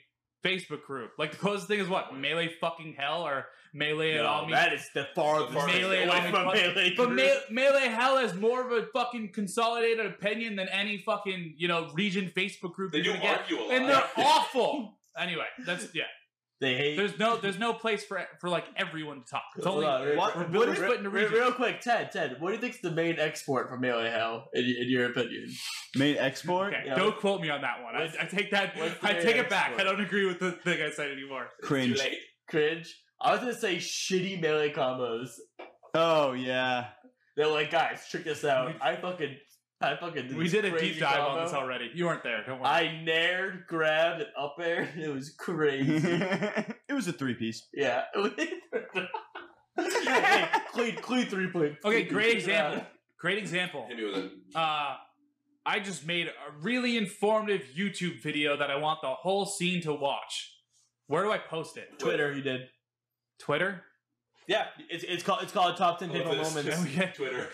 Facebook group. Like the closest thing is what melee fucking hell or melee at all.
No, that is the farthest
Farthest
melee
away
away from
from-
melee.
but
group.
me- melee hell has more of a fucking consolidated opinion than any fucking you know region Facebook group
They
you
do
can get,
argue a lot.
and they're awful. Anyway, that's yeah.
they hate.
There's no there's no place for for like everyone to talk. It's
Hold
only
on, re-
what-
re-
we're
re-
just putting a
re-
region.
real quick, Ted. Ted, what do you think's the main export for melee hell in, in your opinion?
Main export
Okay,
Yeah.
don't quote me on that one. I,
What's-
I take that.
what's the
I take
next
it back.
one?
I don't agree with the thing I said anymore.
*laughs* Too
cringe.
late.
Cringe. I was gonna say shitty melee combos.
Oh yeah.
They're like, guys, check this out. I fucking, I fucking. did
We
this
did a
crazy
deep dive
combo.
on this already. You weren't there. Don't worry.
I nared, grabbed, and up air. *laughs* It was
*laughs*
*laughs*
crazy.
it was a three piece.
yeah. *laughs* hey, clean, clean three point.
Okay,
*laughs*
great example. Great example.
Hit me with it.
*laughs* Uh, I just made a really informative YouTube video that I want the whole scene to watch. Where do I post it?
Twitter, you did.
Twitter.
Yeah, it's it's called it's called top ten
Oh,
favorite
this-
moments.
And we
*laughs*
get
Twitter.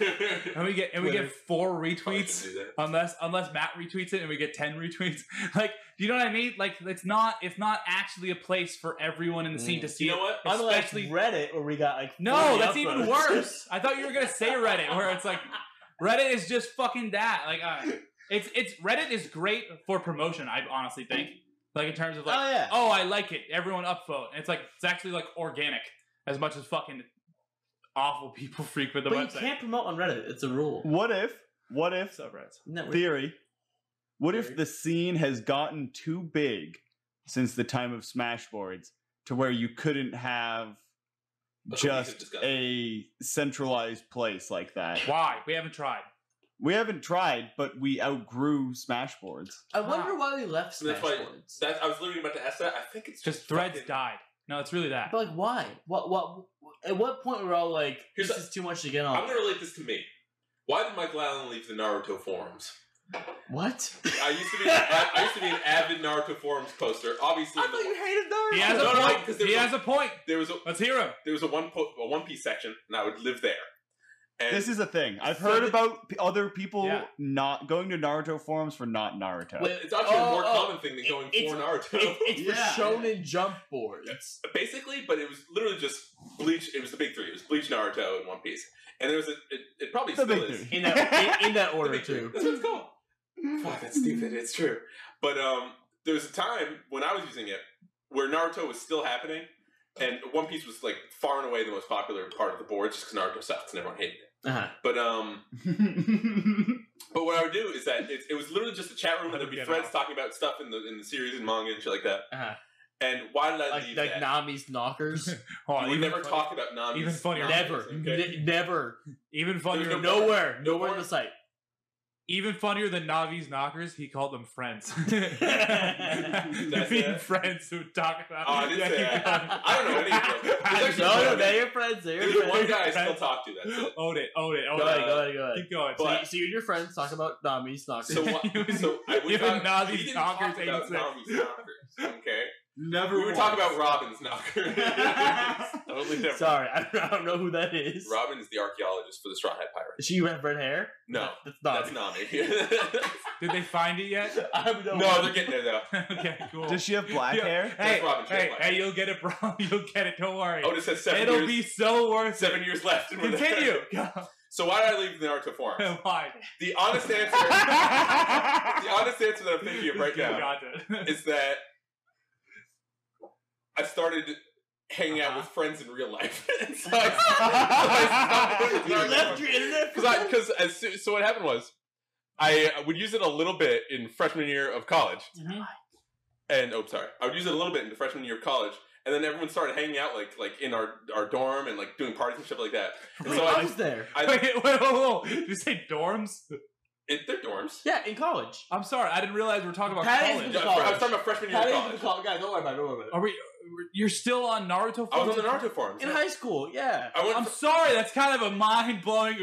and we get and we
Twitter.
get four
Probably
retweets.
shouldn't do that.
unless unless Matt retweets it and we get 10 retweets. *laughs* Like, do you know what I mean? Like it's not it's not actually a place for everyone in the
Mm.
scene to see
You know
it.
what?
Unlike
Especially
Reddit, where we got like
No,
40
that's even
*laughs*
upvotes. *laughs*
worse. I thought you were going to say Reddit where it's like Reddit is just fucking that. Like uh, it's it's Reddit is great for promotion, I honestly think. Like in terms of like,
oh yeah,
oh, I like it. Everyone upvote. And it's like it's actually like organic as much as fucking awful people *laughs* frequent the
but you
website.
can't promote on Reddit. It's a rule.
What if? What if?
Subreddits.
Isn't that weird?
Theory. What if
Theory.
the scene has gotten too big since the time of Smashboards to where you couldn't have
A cohesive
just
discussion.
a centralized place like that?
Why? We haven't tried.
We haven't tried, but we outgrew Smashboards.
I wonder why we left
That's why-
Smashboards.
That, I was literally about to ask that. I think it's
Just threads
fucking-
died. No, it's really that.
But like, why? What? What? At what point were all like,
Here's
"This
the-
is too much to get on"?
I'm gonna relate this to me. Why did Michael Allen leave the Naruto forums? *laughs*
What? *laughs*
I used to be an, av- I used to be an avid Naruto forums poster. Obviously,
hated Naruto.
He has
No,
a
no,
point.
because there
He
was-
has a point.
there was a
Let's hear him.
there was a one po- a One Piece section, and I would live there. And
This is a thing. I've
So
heard
the-
about p- other people
Yeah.
not going to Naruto forums for not Naruto.
Wait,
it's actually a
Oh,
more
oh,
common thing than
it-
going
it's-
for Naruto.
It's, it's
Yeah.
for Shonen Jump boards.
basically, but it was literally just Bleach. It was the big three. It was Bleach, Naruto, and One Piece. And there was a, it, it probably
The
still
big
is.
three. *laughs*
In that in, in
*laughs*
that
The
order
big three.
too.
That's what it's called. Fuck, that's stupid. It's true. But um, there was a time when I was using it where Naruto was still happening, and One Piece was like far and away the most popular part of the board, just because Naruto sucks and everyone hated it.
Uh-huh.
But um, but what I would do is that it, it was literally just a chat room, and there'd be
Get
threads
out.
talking about stuff in the in the series and manga and shit like that.
Uh-huh.
And why did I
Like
leave
like
that? *laughs*
Nami's knockers.
Hold on,
we
Oh, even
never
funny-
talk about Nami.
even funnier.
Never,
Okay.
Ne- never,
Even funnier.
There's no-
nowhere,
No
nowhere
more-
in the sight.
even funnier than Navi's knockers. He called them
*laughs*
friends. *laughs* Being
it?
friends who talk about.
Oh, I didn't say that. I don't know any of them. There's
*laughs* I
actually
No, no,
one-
they're your friends. They're
There's
your
one
friends.
guy I still talk to. That's
*laughs*
it.
Own it, own it,
*laughs*
own
Go
it.
ahead, go ahead, go ahead.
Keep going.
So,
But-
you- so you and your friends talk about Nami's knockers.
*laughs*
So what? So I would
Even
not.
Nazi
we didn't
knockers
talk about
86.
Nazi knockers.
*laughs*
Okay.
Never.
We were talking about Robin's knocker. totally different.
Sorry, *laughs* I don't, I don't know who that is.
Robin is the archaeologist for the Straw Hat Pirate.
Does she have red hair?
No,
that's not.
that's Nami.
Did they find it yet? *laughs*
*laughs* I have
*laughs*
no.
no, they're getting there though.
okay, cool.
*laughs*
Does she have black
Yeah.
hair?
Hey,
That's Robin
hey,
Schulman.
hey, you'll get it, bro. *laughs* You'll get it. Don't worry.
Otis has Oh, seven
It'll
years.
be so worth
seven years left.
it.
and we're there.
Continue.
*laughs* So why did I leave the Naruto
*laughs*
forum?
Why?
The honest answer. the honest answer that I'm thinking of right now *laughs* is that I started hanging out
Uh-huh.
with friends in real life. *laughs* so
*laughs*
*laughs*
I,
You
*laughs*
left your internet.
because I because as soo- so what happened was I would use it a little bit in freshman year of college,
Mhm.
and oh sorry, I would use it a little bit in the freshman year of college, and then everyone started hanging out like like in our our dorm and like doing parties and stuff like that. And
Wait,
so
I
I,
was there.
I
Wait, *laughs* wait, whoa, whoa. Did you say dorms?
it, they're dorms.
Yeah, in college.
I'm sorry, I didn't realize we're talking about
That is-
college.
Yeah, I was talking about freshman year
How
of
did you
college.
call? Guys, don't worry about it. Don't worry about
Are we? You're still on Naruto?
I was
forums?
on the Naruto forums. *laughs*
it. In high school, yeah.
I went.
I'm
fr-
sorry, that's kind of a mind blowing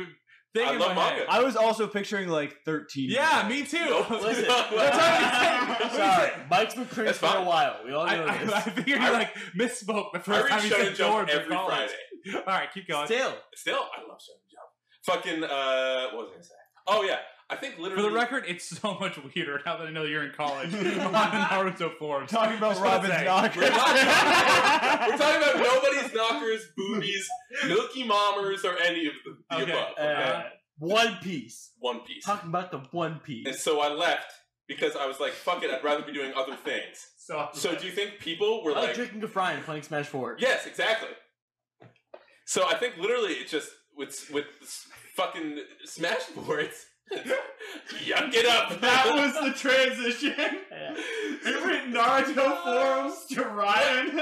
thing.
I
in
love
my head.
manga.
I was also picturing like thirteen.
Yeah, me too.
Nope.
Listen. *laughs*
That's what I'm saying.
Sorry, Mike's been cringe
That's
for a
fine.
while. We all
*laughs* I,
know
I, I
this.
figured
I-
you like misspoke the
I
first time
read
you said
Shonen Jump
dorms in
every
college.
Friday.
All right, keep going.
Still,
Still, I love Shonen Jump. Fucking uh, what was I gonna say? Oh yeah, I think
For
literally
the record, it's so much weirder now that I know you're in college. on the Naruto forums.
talking
*laughs*
about
Just wanna
Robin's
say.
knocker.
We're not
*laughs*
We're talking about nobody's knockers, boobies, Milky Mommers, or any of the, the
Okay,
above.
uh,
okay?
One Piece.
One Piece.
Talking about the One Piece.
And so I left because I was like, "Fuck it, I'd rather be doing other things."
So,
So do you think people were
Oh,
like,
like,
drinking to fry and playing Smash Four.
"Yes, exactly." So I think literally it just with with s- fucking smash boards. *laughs* Yuck it
*laughs*
up.
was the transition.
Yeah.
He went Naruto forums
*laughs*
to Ryan.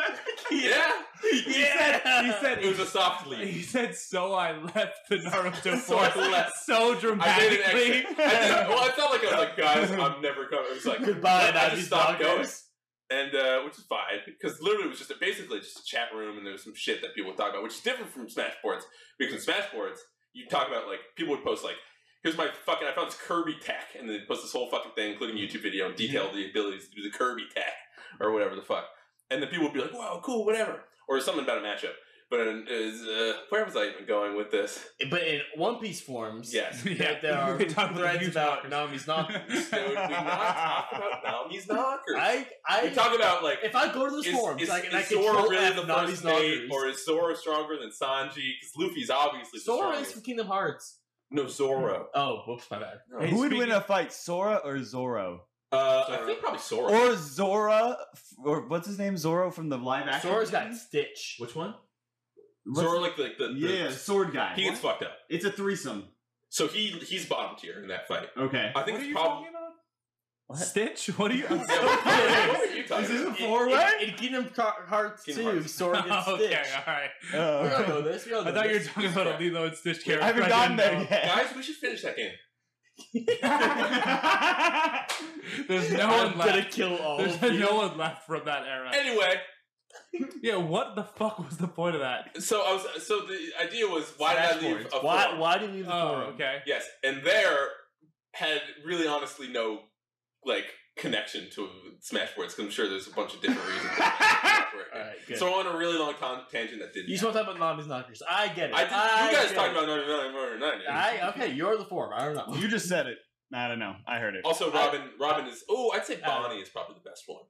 yeah.
*laughs* he said
It was a soft lead.
He said, "So I left the Naruto
So I
forums
left.
*laughs* so
I did an
dramatically."
extra. I
*laughs*
did- well, I felt like I was like, guys, I'm never coming. It was like,
Goodbye,
I
Nazi
just stopped going.
stalkers.
and uh, which is fine because literally it was just a, basically just a chat room and there was some shit that people would talk about, which is different from Smash boards because in Smash boards you talk about like people would post like, "Here's my fucking I found this Kirby tech," and they'd post this whole fucking thing, including a YouTube video, and detail the abilities to do the Kirby tech or whatever the fuck, and then people would be like, "Wow, cool, whatever," or something about a matchup. But it was, uh, where was I even going with this?
But in One Piece forms,
Yes.
there, there are
*laughs* We talked about
threads
huge
about Nami's
knockers. *laughs*
knockers.
So did we not talk about Naomi's knockers?
I, I,
we talk about like
if I go to those
is,
forums,
is,
I can, I
is
can
Zoro
control
really
F
the
Nami's
first mate,
knockers.
or is Zoro stronger than Sanji? Because Luffy's obviously
Sora
the
is from
strongest.
Kingdom Hearts.
No, Zoro.
Oh, whoops, my bad.
No.
Hey,
Who would win
speaking-
a fight, Sora or Zoro?
Uh, I
Zoro.
think probably Zoro.
Or Zora, f- or what's his name? Zoro from the live action.
Sora's got
movie?
Stitch.
Which one?
What's-
Zoro, like the, the, the
yeah, sword guy.
he gets fucked up.
it's a threesome.
So he he's bottom tier in that fight.
Okay.
I think
What are
it's
you
probably.
talking about? Stitch? What are you? I'm
Yeah,
so
what,
confused.
what are you talking
Is this
about?
a
*laughs* In-
four-way?
In, in Kingdom Car- Hearts
Kingdom
2,
Hearts. *laughs*
Sora gets Stitch.
*laughs* okay, all right.
*laughs* Oh.
We all know this. We all know
I thought you were
this.
talking about a Lilo and Stitch character.
I haven't
I
gotten there
didn't
yet.
Guys, we should finish that game.
know. There's no
I'm
one
gonna
left.
kill all *laughs*
*laughs* There's
of you.
no one left from that era.
Anyway,
Yeah, what the fuck was the point of that?
So I was. So the idea was, why did I leave?
Dashboards.
A
Why?
forum?
Why did you leave the
Oh,
forum?
okay.
Yes, and there had really honestly no like connection to Smashwords because I'm sure there's a bunch of different reasons. why Smashwords.
*laughs* All right, good.
So on a really long ton- tangent that didn't.
you just want to talk about Nami's knockers. I get it.
I did,
I
you guys
get
talked
it.
about 99 murder 90.
I okay. You're the form. I don't know.
*laughs* You just said it. I don't know. I heard it.
also, Robin. Robin is. Oh, I'd say
Uh,
Bonnie is probably the best one.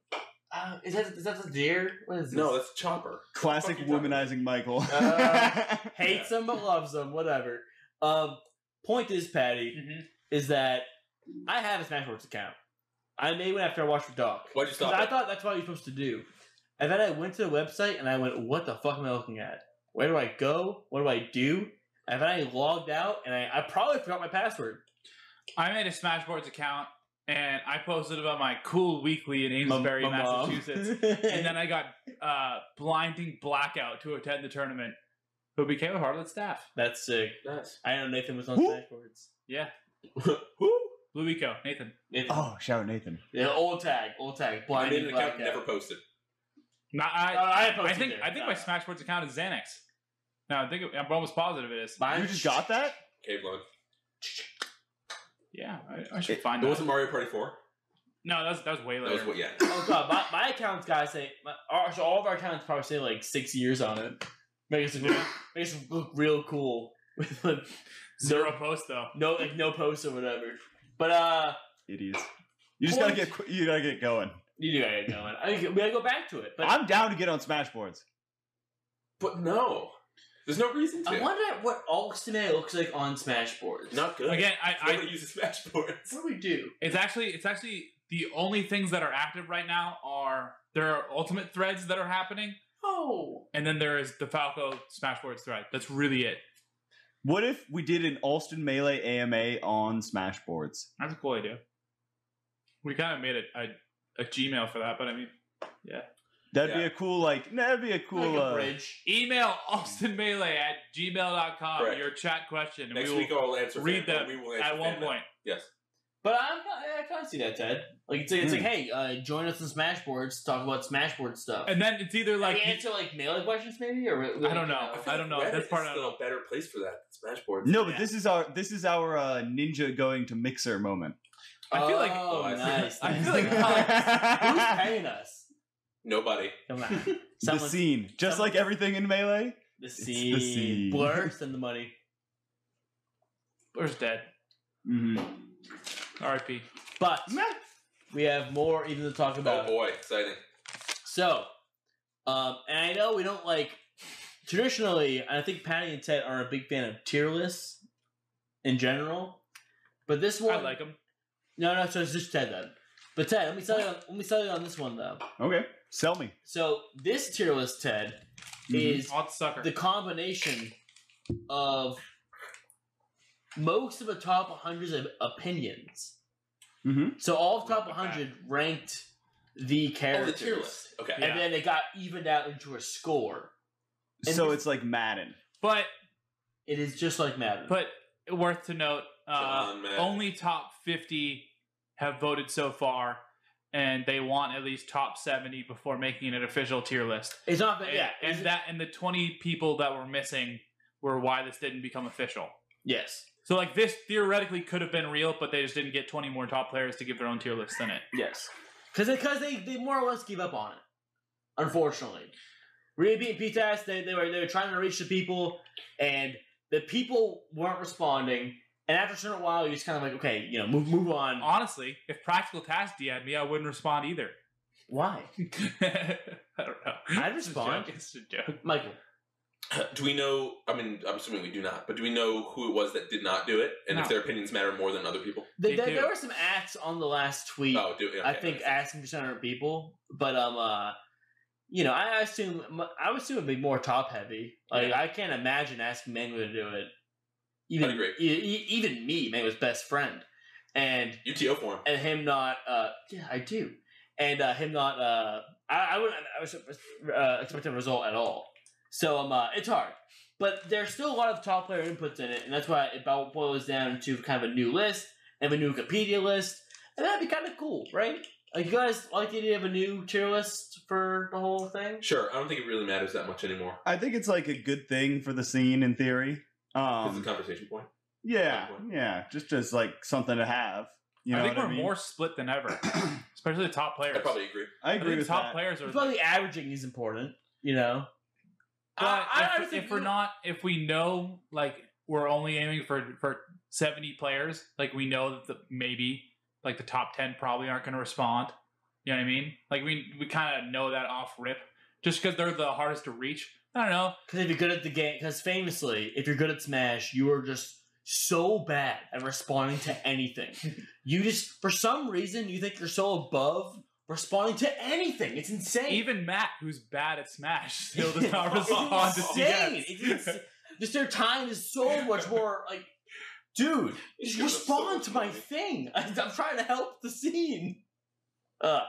Uh, is that is that the deer? What is this?
No, that's Chopper.
Classic
What the fuck you
womanizing Michael. *laughs*
Uh, *laughs* hates them but loves them. Whatever. Um, point is, Patty, is that I have a Smashwords account. I made one after I watched your dog.
Why'd you
Because
stop?
I
it?
thought that's what you're supposed to do. And then I went to the website and I went, what the fuck am I looking at? Where do I go? What do I do? And then I logged out and I, I probably forgot my password.
I made a Smashboards account and I posted about my cool weekly in Amesbury,
my mom.
*laughs*
Massachusetts. and then I got uh, blinding blackout to attend the tournament, who became a Heartland staff.
That's sick.
Nice.
I know Nathan was on
Who?
Smashwords.
Yeah,
Who?
Luico, Nathan.
Nathan.
oh, shout out Nathan.
Yeah, old tag, old tag.
I
Blind
made an account
blackout.
and never posted.
No,
Uh,
I,
I,
I
posted
think
there.
I think
No,
my
no.
Smashboards account is Xanax. No, I think it, I'm almost positive it is.
Mine-
You just got that?
Cave Line.
Yeah, I, I should
It-
find
It
it.
wasn't Mario Party 4.
No, that was, that was way
That
later.
was what, yeah.
Oh god, my, my account's gotta say my, our, so all of our accounts probably say like six years on it. Make us look, make us look real cool with like,
Zero post though.
no like no posts or whatever. But uh,
Idiots. You just gotta
Point.
get qu- you gotta get going.
you do gotta get going. I think we gotta go back to it. But
I'm down to get on Smashboards.
But no. There's no reason to.
I wonder what Ultimate looks like on Smashboards.
Not good.
Again, I, I
Nobody uses Smashboards.
what do we do?
It's actually it's actually the only things that are active right now are there are ultimate threads that are happening,
Oh,
and then there is the Falco Smashboards thread. That's really it.
What if we did an Alston Melee AMA on Smashboards?
That's a cool idea. We kind of made a, a a Gmail for that, but I mean,
That'd be
Yeah.
a cool like. nah, That'd be a cool.
like a
uh,
bridge.
email Austin Melee at gmail.com
Correct.
your chat question, and
Next
we will
week I'll answer.
read
fan mail.
them
We will answer
at one
fan mail.
point.
Yes.
But I'm not, I kind of see that, Ted. Like it's like, it's like
Hmm.
hey, uh, join us on Smashboards. Talk about Smashboard stuff.
And then it's either like
we answer like mailing questions maybe, or
I don't know.
feel like
I don't know. That's part
is
I don't
still a better place for that. than Smashboards.
No, but
Yeah.
this is our this is our uh, ninja going to mixer moment.
I feel like-
oh,
I see.
nice.
I
nice,
feel like-
nice. *laughs*
*laughs*
who's paying us?
Nobody.
Come on,
the
Someone's-
scene, just
someone-
like everything in melee.
The
the
scene.
scene.
Blur, send the money.
Blur's dead.
Mm-hmm.
R.I.P.
But we have more even to talk
Oh
about.
boy, exciting.
oh.
So, um, and I know we don't like traditionally. I think Patty and Ted are a big fan of tier lists in general, but this one,
I like him.
no, no, so it's just Ted then. But Ted, let me tell you, let me tell you on this one though.
Okay, sell me.
So this tier list, Ted,
Mm-hmm.
Mhm.
is
Hot sucker.
the combination of most of the top 100's of opinions.
Mm-hmm.
Mhm.
So all of
Love
top
that.
100 ranked the
Oh, the
characters,
tier list. Okay.
Yeah.
and then it got evened out into a score. And
So
this-
it's like Madden.
But
It is just like Madden.
but worth to note, uh,
Come on, man.
only top fifty have voted so far, and they want at least top seventy before making an official tier list.
it's not that.
And,
Yeah,
and
is it-
that and the twenty people that were missing were why this didn't become official.
Yes.
So like this theoretically could have been real, but they just didn't get 20 more top players to give their own tier list in it.
Yes. Because because they, they more or less gave up on it. Unfortunately, Ruby and PTAS they, they were they were trying to reach the people, and the people weren't responding. And after a certain while, you're just kind of like, okay, you know, move move on.
Honestly, if Practical Task DM'd me, I wouldn't respond either. *laughs*
Why,
I don't know.
I'd
It's a
respond.
joke, It's a joke.
Michael?
Do we know? I mean, I'm assuming we do not, but do we know who it was that did not do it, and
No.
if their opinions matter more than other people?
Th-
They
th-
do.
there were some acts on the last tweet.
Oh, do okay,
I think asking for 700 people, but um, uh, you know, I assume I would assume it'd be more top heavy. Like I can't imagine asking Mango to do it. Even
I'd agree.
e- e- even me, Mango's best friend, and
UTO form.
and him not. Uh, yeah, I do, and uh, him not. Uh, I, I wouldn't. I was uh, expecting a result at all. So um, uh, it's hard. But there's still a lot of top player inputs in it, and that's why it bo- boils down to kind of a new list and a new Wikipedia list, and that'd be kind of cool, right? Like, you guys like the idea of a new tier list for the whole thing?
Sure, I don't think it really matters that much anymore.
I think it's like a good thing for the scene in theory.
It's
Um,
a conversation point.
yeah, yeah, just as like something to have. You know
I think
what
we're
I mean?
more split than
*clears throat*
ever, especially the top players.
I probably agree.
I
I
agree
think the
with
top
that.
players are.
I feel like averaging is important, you know?
But
I- I
if-
honestly
if, we're
do-
not, if we know like we're only aiming for for seventy players, like we know that the, maybe like the top ten probably aren't going to respond. You know what I mean? Like we we kind of know that off rip, just because they're the hardest to reach. I don't know.
Because if you're good at the game, because famously, if you're good at Smash, you are just so bad at responding to *laughs* anything. you just, for some reason, you think you're so above responding to anything. It's insane.
Even Matt, who's bad
*laughs*
at Smash, still does not
It's
respond to
insane.
*laughs* CS.
It's ins- just their time is so much more like, dude,
It's
just
gonna
respond
so
to my
annoying.
thing. *laughs* I, am trying to help the scene. Uh,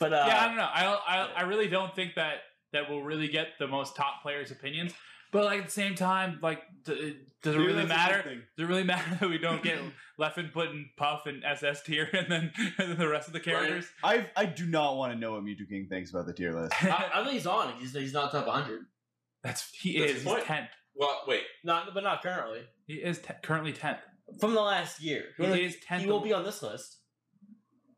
but uh,
yeah, I don't know. I, don't- I I really don't think that that will really get the most top players' opinions. But like at the same time, like d- does it
Maybe that's
really
a good
matter?
thing.
Does it really matter *laughs* that we don't get Leffen put in Puff and SS tier, and then *laughs* and then the rest of
*laughs*
the characters?
I I do not want to know what Mewtwo King thinks about the tier list.
I, I think he's on. it. He's, he's not top 100.
*laughs* That's he
Ah, That's
is
the point.
he's tenth.
Well, wait.
Not, but not currently.
He is te- currently tenth.
From the last year.
He is tenth.
he will be on this list.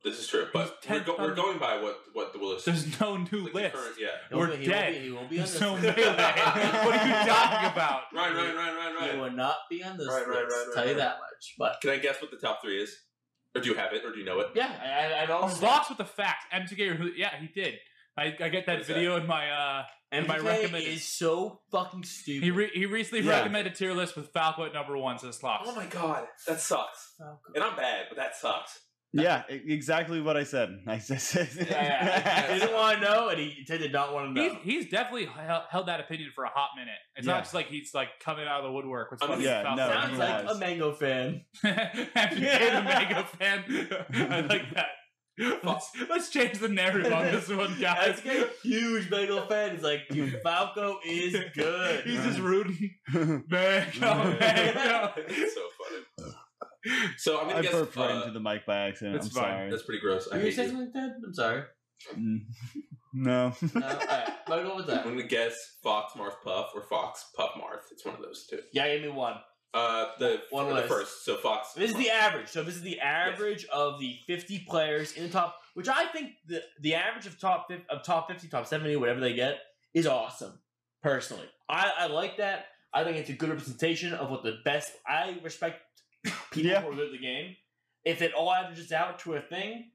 This is true, but
He's
we're,
tenth
go- we're
on-
going by what what the Willis.
There's no new
like the
list.
current- yeah.
He'll
We're
be, he
dead.
Will be, he will be on
There's
this
no
list.
melee. what
*laughs*
are you talking about?
Ryan, Ryan, Ryan, Ryan,
He
Ryan.
will not be on this
Right,
list.
right, right, right,
tell you
right.
that much. But
Can I guess what the top three is? Or do you have it? Or do you know it?
yeah, I, I, I don't.
I was lost with the facts. MTK, who- yeah, he did. I, I get
What
that
is that?
video in my uh.
And
my
my
recommended-
is so fucking stupid.
He re- he recently
Yeah.
recommended tier list with Falco at number one. Says Slops.
Oh my god, that sucks.
Oh,
*laughs*
God.
And I'm bad, but that sucks. *laughs*
Yeah, e- exactly what I said. *laughs* I said.
Yeah, he *laughs* didn't want to know, and he did not want to know.
He's, he's definitely hel- held that opinion for a hot minute. It's
Yeah.
not just like he's like coming out of the woodwork. With
I'm
fucking
yeah,
Falco.
no, he
*laughs* Sounds like
has.
a mango
*laughs*
fan.
After you became a mega fan, I like that. Let's, let's change the narrative on this
*laughs*
one,
That's
guys.
a huge mango fan. He's like, dude, Falco
*laughs*
is good.
He's just rooting. Mega,
*laughs*
mega.
it's so funny. So I'm gonna
*laughs* I
guess
burped right
uh,
into the mic by accident.
it's
I'm
fine.
sorry.
that's pretty gross. I
Were you
hate
saying
you.
something like that? I'm sorry. Uh,
Mm. *laughs* no.
No, alright. But what was
I'm
that?
gonna guess Fox Marth Puff or Fox Puff Marth. It's one of those two.
Yeah, give me one.
Uh, the
One
the
list.
first. So Fox.
This is the average. So this is the average of the 50 players in the top, which I think the, the average of top fif- of top 50, top 70, whatever they get, is awesome. Personally, I, I like that. I think it's a good representation of what the best. I respect people
Yeah.
who are good at the game. If it all averages out to a thing,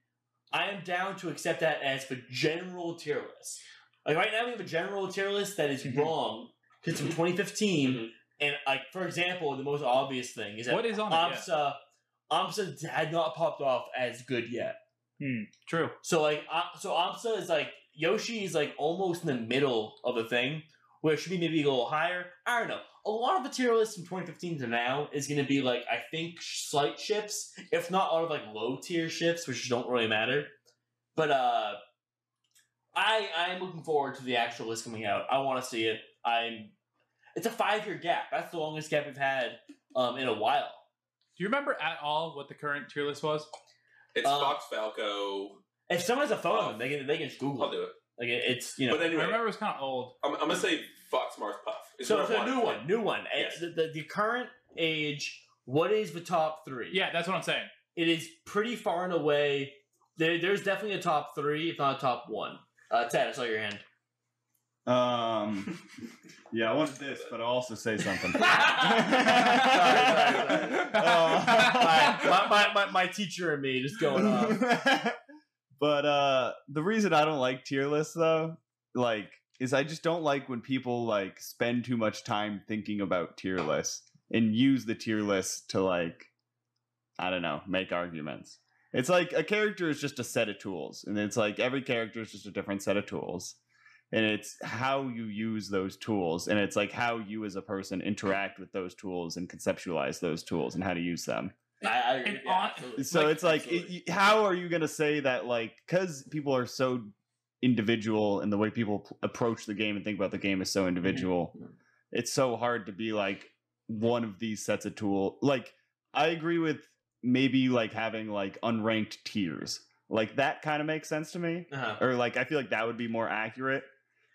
I am down to accept that as the general tier list. Like right now, we have a general tier list that is
Mhm.
wrong. 'cause It's from 2015,
Mhm.
and like for example, the most obvious thing is that
What is on it? Yeah.
Amsa, Amsa had not popped off as good yet.
True.
So like, uh, so Amsa is like Yoshi is like almost in the middle of the thing, where it should be maybe a little higher. I don't know. A lot of the tier lists from 2015 to now is going to be like I think slight ships, if not all of like low tier ships, which don't really matter. But uh, I I'm looking forward to the actual list coming out. I want to see it. I'm. It's a five year gap. That's the longest gap we've had um, in a while.
Do you remember at all what the current tier list was?
It's
uh,
Fox Falco.
If someone has a phone, they can they can just Google
I'll
it.
do it.
Like it- it's you know.
But
I
anyway,
remember it was kind of old.
I'm, I'm gonna say Fox Marth Puff. is
so
what I
it's a
wanted.
new one, new one.
Yes.
It's The, the, the current age. What is the top three?
Yeah, that's what I'm saying.
it is pretty far and away. There, there's definitely a top three, if not a top one. Uh, Ted, I saw your *laughs* hand.
Um. Yeah, I wanted this, but I'll also
*laughs*
say something. *laughs* Oh.
My, my, my, my, my teacher and me just going on.
*laughs* but uh the reason I don't like tier lists though, like, is I just don't like when people like spend too much time thinking about tier lists and use the tier list to like I don't know, make arguments. It's like a character is just a set of tools, and it's like every character is just a different set of tools. And it's how you use those tools, and it's like how you as a person interact with those tools and conceptualize those tools and how to use them
*laughs* I, I agree.
And
Yeah,
on-
absolutely.
so
Like,
it's like it,
absolutely.
you- how are you going to say that like because people are so individual and the way people p- approach the game and think about the game is so
Mm-hmm.
individual
Mhm.
it's so hard to be like one of these sets of tool like i agree with maybe like having like unranked tiers Like that kind of makes sense to me.
Uh-huh.
Or like I feel like that would be more accurate.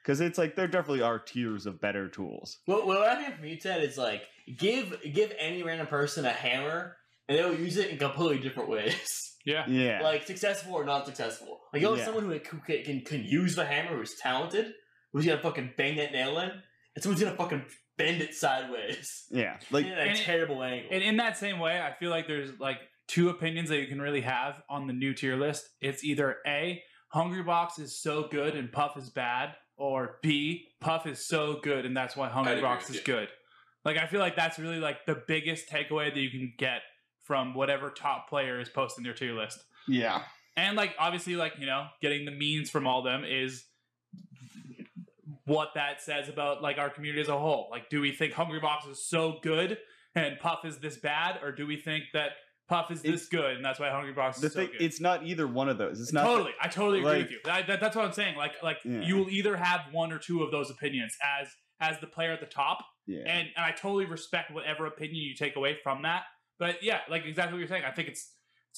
Cause it's like there definitely are tiers of better tools.
What, what I hear from you, Ted, is like give give any random person a hammer, and they'll use it in completely different ways, *laughs*
Yeah.
Yeah.
like successful or not successful. Like you'll have
Yeah.
someone who can, who can can use the hammer, who's talented, who's gonna fucking bang that nail in, and someone's gonna fucking bend it sideways,
yeah. Like
*laughs* in a
and-
terrible angle.
And in that same way, I feel like there's like two opinions that you can really have on the new tier list. It's either A, Hungry Box is so good and Puff is bad, or B, Puff is so good and that's why
I'd
Hungry
agree
Box
with
is
you.
good. Like I feel like that's really like the biggest takeaway that you can get from whatever top player is posting their tier list.
Yeah.
And like obviously like, you know, getting the means from all them is what that says about like our community as a whole. Like do we think Hungry Box is so good and Puff is this bad or do we think that Puff is this
It's-
good and that's why Hungry Box
The
is
thing
so good?
it's not either one of those. It's not
totally. I totally agree
like-
with you. That, that- that's what I'm saying. Like like
Yeah.
you will either have one or two of those opinions as as the player at the top
yeah.
and, and I totally respect whatever opinion you take away from that. But yeah, like exactly what you're saying. I think it's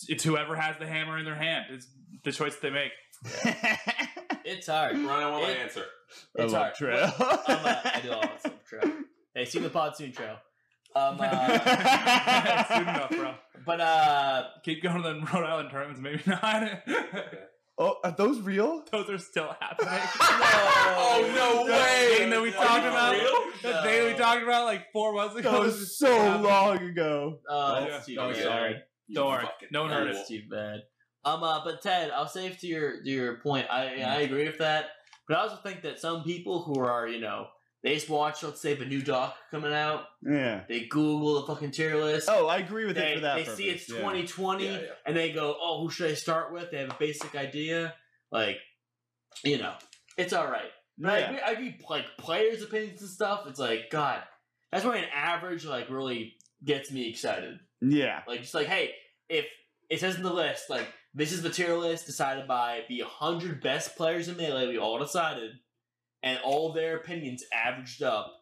it's whoever has the hammer in their hand is the choice they make. *laughs*
it's hard.
Ron, I want my
It-
answer.
I
It's
love
hard.
trail.
I'm a, I do all that stuff, Trell. Hey, see you in the pod soon, Trell. Um,
*laughs*
uh,
That's good
*laughs*
enough, bro.
but uh,
Keep going to the Rhode Island tournaments, maybe not. *laughs*
Oh, are those real?
Those are still happening.
*laughs* Oh no
The
way!
thing that we
Are
talked
you
about.
real?
The thing we talked about like four months
That
ago
was
is
so
still happening.
long ago.
Oh,
Yeah.
that's too
Oh,
*laughs*
bad.
sorry.
Don't worry,
Fucking
no one heard
fool.
it.
That's too bad. Um, uh, but Ted, I'll save to your to your point. I I agree with that, but I also think that some people who are you know they just watch let's say the new doc coming out,
Yeah.
they Google the fucking tier list.
Oh, I agree with
they,
it for that.
they
purpose.
see it's
yeah.
2020
Yeah, yeah.
and they go, oh, who should I start with? They have a basic idea, like you know, it's all right. But I,
Yeah.
agree, I agree, like players' opinions and stuff. It's like God, that's why an average like really gets me excited.
Yeah.
Like just like, hey, if it says in the list, like this is the tier list decided by the hundred best players in melee, we all decided, and all their opinions averaged up.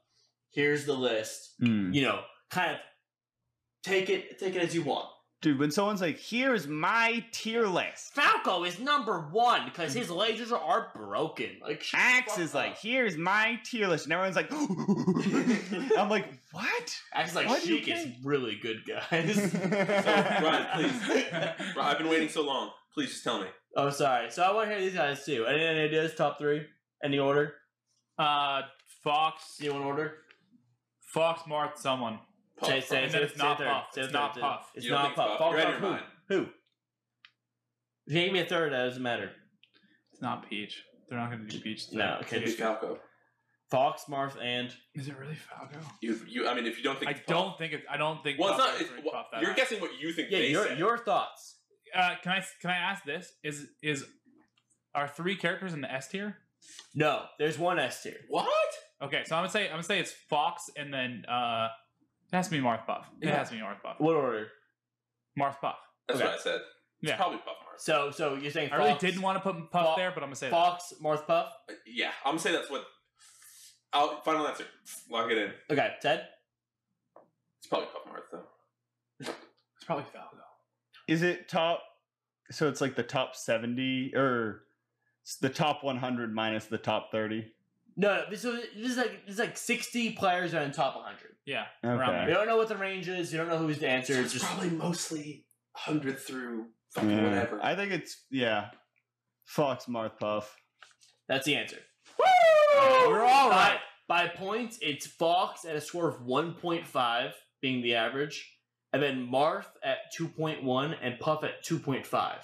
Here's the list.
Mm.
You know, kind of take it take it as you want.
Dude, when someone's like, here's my tier list.
Falco is number one because his lasers are broken. Like shut
Axe
the
is
fuck
like,
up.
here's my tier list. And everyone's like, *laughs* I'm like, *laughs* what?
Axe is like
why do you
Sheik is
think-
really good, guys.
*laughs*
Ryan,
*laughs*
please. Bro, I've been waiting so long. Please just tell me.
oh, sorry. So I want to hear these guys too. Any, any ideas? Top three? Any order?
*laughs* Uh, Fox,
You want order?
Fox, Marth, someone.
Puff,
say,
Puff.
say,
And
say,
then it's
say
not
third.
Puff.
Say
It's
third,
not
dude.
Puff.
It's
You don't
not
think
Puff.
Puff?
Fall
You're out
Puff
of
who?
your mind.
Who? If you give me a third, that doesn't matter.
It's not Peach. They're not going to do Peach. It's
No,
not
okay,
Peach.
It's Falco.
Fox, Marth, and
Is it really Falco?
You, you. I mean, if you don't think
I
it's Puff-
don't think it's. I don't think.
Well, it's
Puff
not.
is
It's,
really
well,
Puff that
you're
high.
guessing what you think.
yeah,
they
your
said.
your thoughts.
Uh, can I can I ask this? Is is are three characters in the S tier?
No, there's one S tier.
what?
Okay, so I'm gonna say I'm gonna say it's Fox and then uh, it has to be Marth Buff. It
Yeah.
has to be Marth Buff.
What order?
Marth Buff.
That's
Okay.
what I said. It's
Yeah.
probably Puff Mars.
So, so you're saying
I
Fox,
really didn't want to put Puff
Fo-
there, but I'm gonna say that.
Fox, Marth, Puff.
Uh, Yeah, I'm gonna say that's what. I'll, final answer. Log it in.
Okay, Ted.
It's probably Puff Mars though.
*laughs* it's probably Falco.
Is it top? So it's like the top 70 or it's the top 100 minus the top 30?
No, no this, is, this is like this is like 60 players are in top 100.
Yeah,
Okay.
around
You
there.
don't know what the range is. You don't know who's the answer. It's just
mostly hundred through
Yeah. I think it's, yeah. Fox, Marth, Puff.
that's the answer.
We're all right.
By, by points, it's Fox at a score of 1.5 being the average, and then Marth at 2.1 and Puff at 2.5.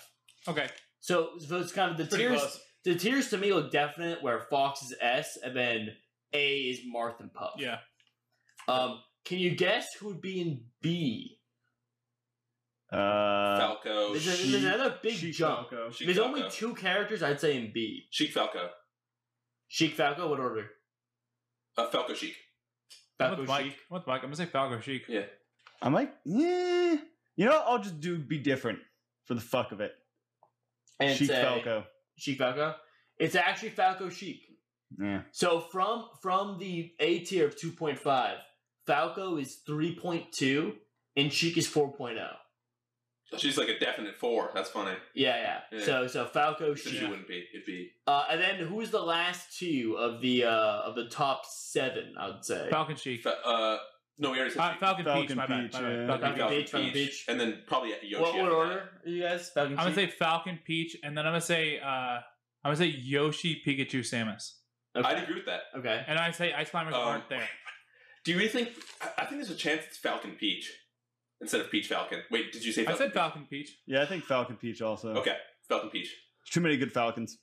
Okay,
So, so it's kind of the
pretty
tiers.
close.
The tiers to me look definite, where Fox is S, and then A is Marth and Puff.
Yeah,
Um, can you guess who would be in B?
Uh,
Falco.
There's, a- there's
she-
another big
Sheik
jump.
Falco.
Oh, Sheik
There's
Falco.
only two characters I'd say in B.
Sheik Falco.
Sheik Falco, what order?
Uh, Falco Sheik.
I'm
Falco
with Mike.
Sheik.
I'm with Mike. I'm gonna say Falco Sheik.
Yeah.
I'm like, yeah. You know, what? I'll just do be different for the fuck of it.
And
Sheik
say-
Falco.
Sheik Falco. It's actually Falco Sheik.
Yeah.
So from from the A tier of oh. 2.5, Falco is 3.2 and Sheik is 4.0.
She's like a definite four. That's funny.
Yeah, yeah.
Yeah.
So so Falco,
She
Sheik.
wouldn't be. It'd be.
Uh, and then who's the last two of the uh of the top seven? I'd say.
Falcon Sheik.
Uh, no, we already said.
Uh, Falcon,
Falcon
Peach, my bad.
Peach,
My bad.
yeah.
Falcon
Falcon
Peach.
Peach, Falcon Peach.
and then probably Yoshi.
what, what
after
order are you guys? Falcon.
I'm gonna say
Sheik?
Falcon Peach, and then I'm gonna say uh, I'm gonna say Yoshi, Pikachu, Samus,
that.
Okay.
I'd agree with that.
okay.
and I say Ice Climbers
Um,
aren't there.
Do you really think? I, I think there's a chance it's Falcon Peach instead of Peach Falcon. Wait, did you say?
I
Falcon
said Falcon Peach.
Yeah, I think Falcon Peach also.
Okay, Falcon Peach.
Too many good Falcons.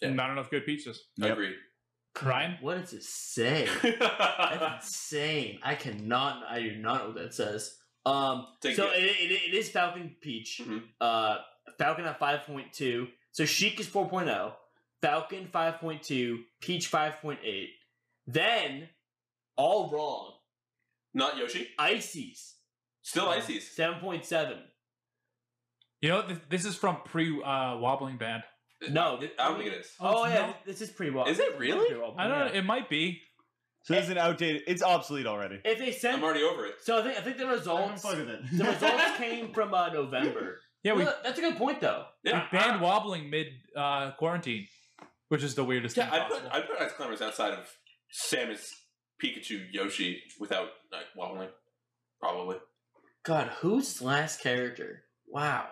Yeah. Mm-hmm.
Not enough good peaches.
I
Yep.
agree. *laughs*
Ryan?
What does it say? That's insane. I cannot. I do not know what that says. Um.
Take
so
it.
it, it, it is Falcon Peach.
Mhm.
Uh, Falcon at five point two. So Sheik is 4.0. Falcon 5.2. Peach 5.8. Then all wrong.
Not Yoshi.
Ices
Still Ices.
7.7.
You know, th- this is from pre uh, Wobbling Band.
No.
I don't think it is.
Oh,
it's
yeah,
not-
this is pretty well.
Is it really?
Pretty well,
I don't know.
yeah.
It might be.
So this is an outdated. It's obsolete already.
If they
I'm
sent,
already over it.
so I think I think the results
Fuck
the
with it.
*laughs*
*laughs*
results came from uh, November.
Yeah, we,
Well, that's a good point though.
we
Yeah,
banned wobbling mid uh, quarantine, which is the weirdest
yeah.
thing
I put
possible.
I put Ice Climbers outside of Samus, Pikachu, Yoshi without like, wobbling. Probably.
God, who's his last character? Wow.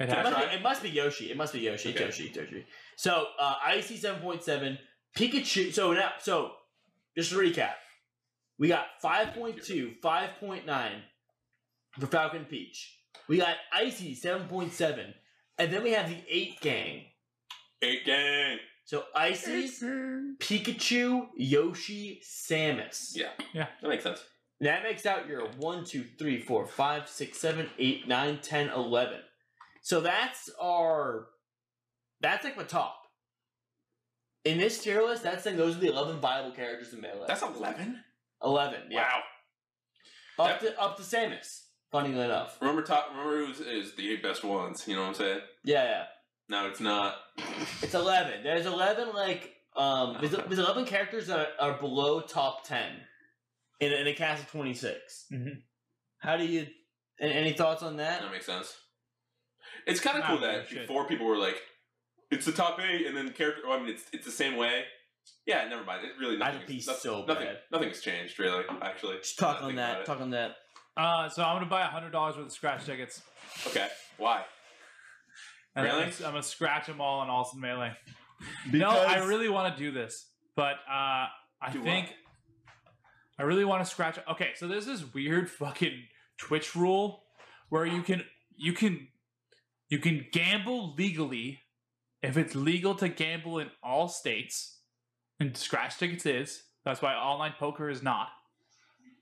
It
It
That's
must,
has-
be,
right.
it must be Yoshi. It must be Yoshi. It's
Okay.
Yoshi. It's Yoshi. So uh, Icy seven point seven. Pikachu. So now, so just to recap, we got 5.2, 5.9 for Falcon Peach. We got Icy seven point seven, and then we have the Eight Gang.
Eight gang.
So Icy's Pikachu, Yoshi, Samus.
Yeah.
Yeah.
That makes sense.
That makes out your 1, 2, 3, 4, 5, 6, 7, 8, 9, 10, 11. So that's our. That's like the top. In this tier list, that's saying those are the 11 viable characters in Melee.
That's eleven.
11, yeah.
Wow.
Up, to, up to Samus, funnily enough.
Remember top. Remember it was, it was the eight best ones. You know what I'm saying?
Yeah, yeah.
No, it's not.
It's 11. There's 11, like. um, There's, there's 11 characters that are, are below top 10 in, a- in a cast of 26.
Mm-hmm.
Mhm.
How do you. a- Any thoughts on that?
That makes sense. It's kind of
Nah,
cool that
shit.
before people were like, "It's the top eight, and then character. Oh, I mean, it's it's the same way. Yeah, never mind. It really
I'd
nothing.
be
nothing,
so
nothing,
bad.
nothing's changed really. Actually,
Just talk
Nothing
on
about
that.
it.
Talk on that.
uh, so I'm gonna buy hundred dollars worth of scratch tickets.
Okay, why?
And
Really?
I'm, gonna, I'm gonna scratch them all in Alston Melee.
Because
No, I really want to do this, but uh, I
Do what?
think I really want to scratch. Okay, so there's this weird fucking Twitch rule where you can you can you can gamble legally if it's legal to gamble in all states, and scratch tickets is. That's why online poker is not.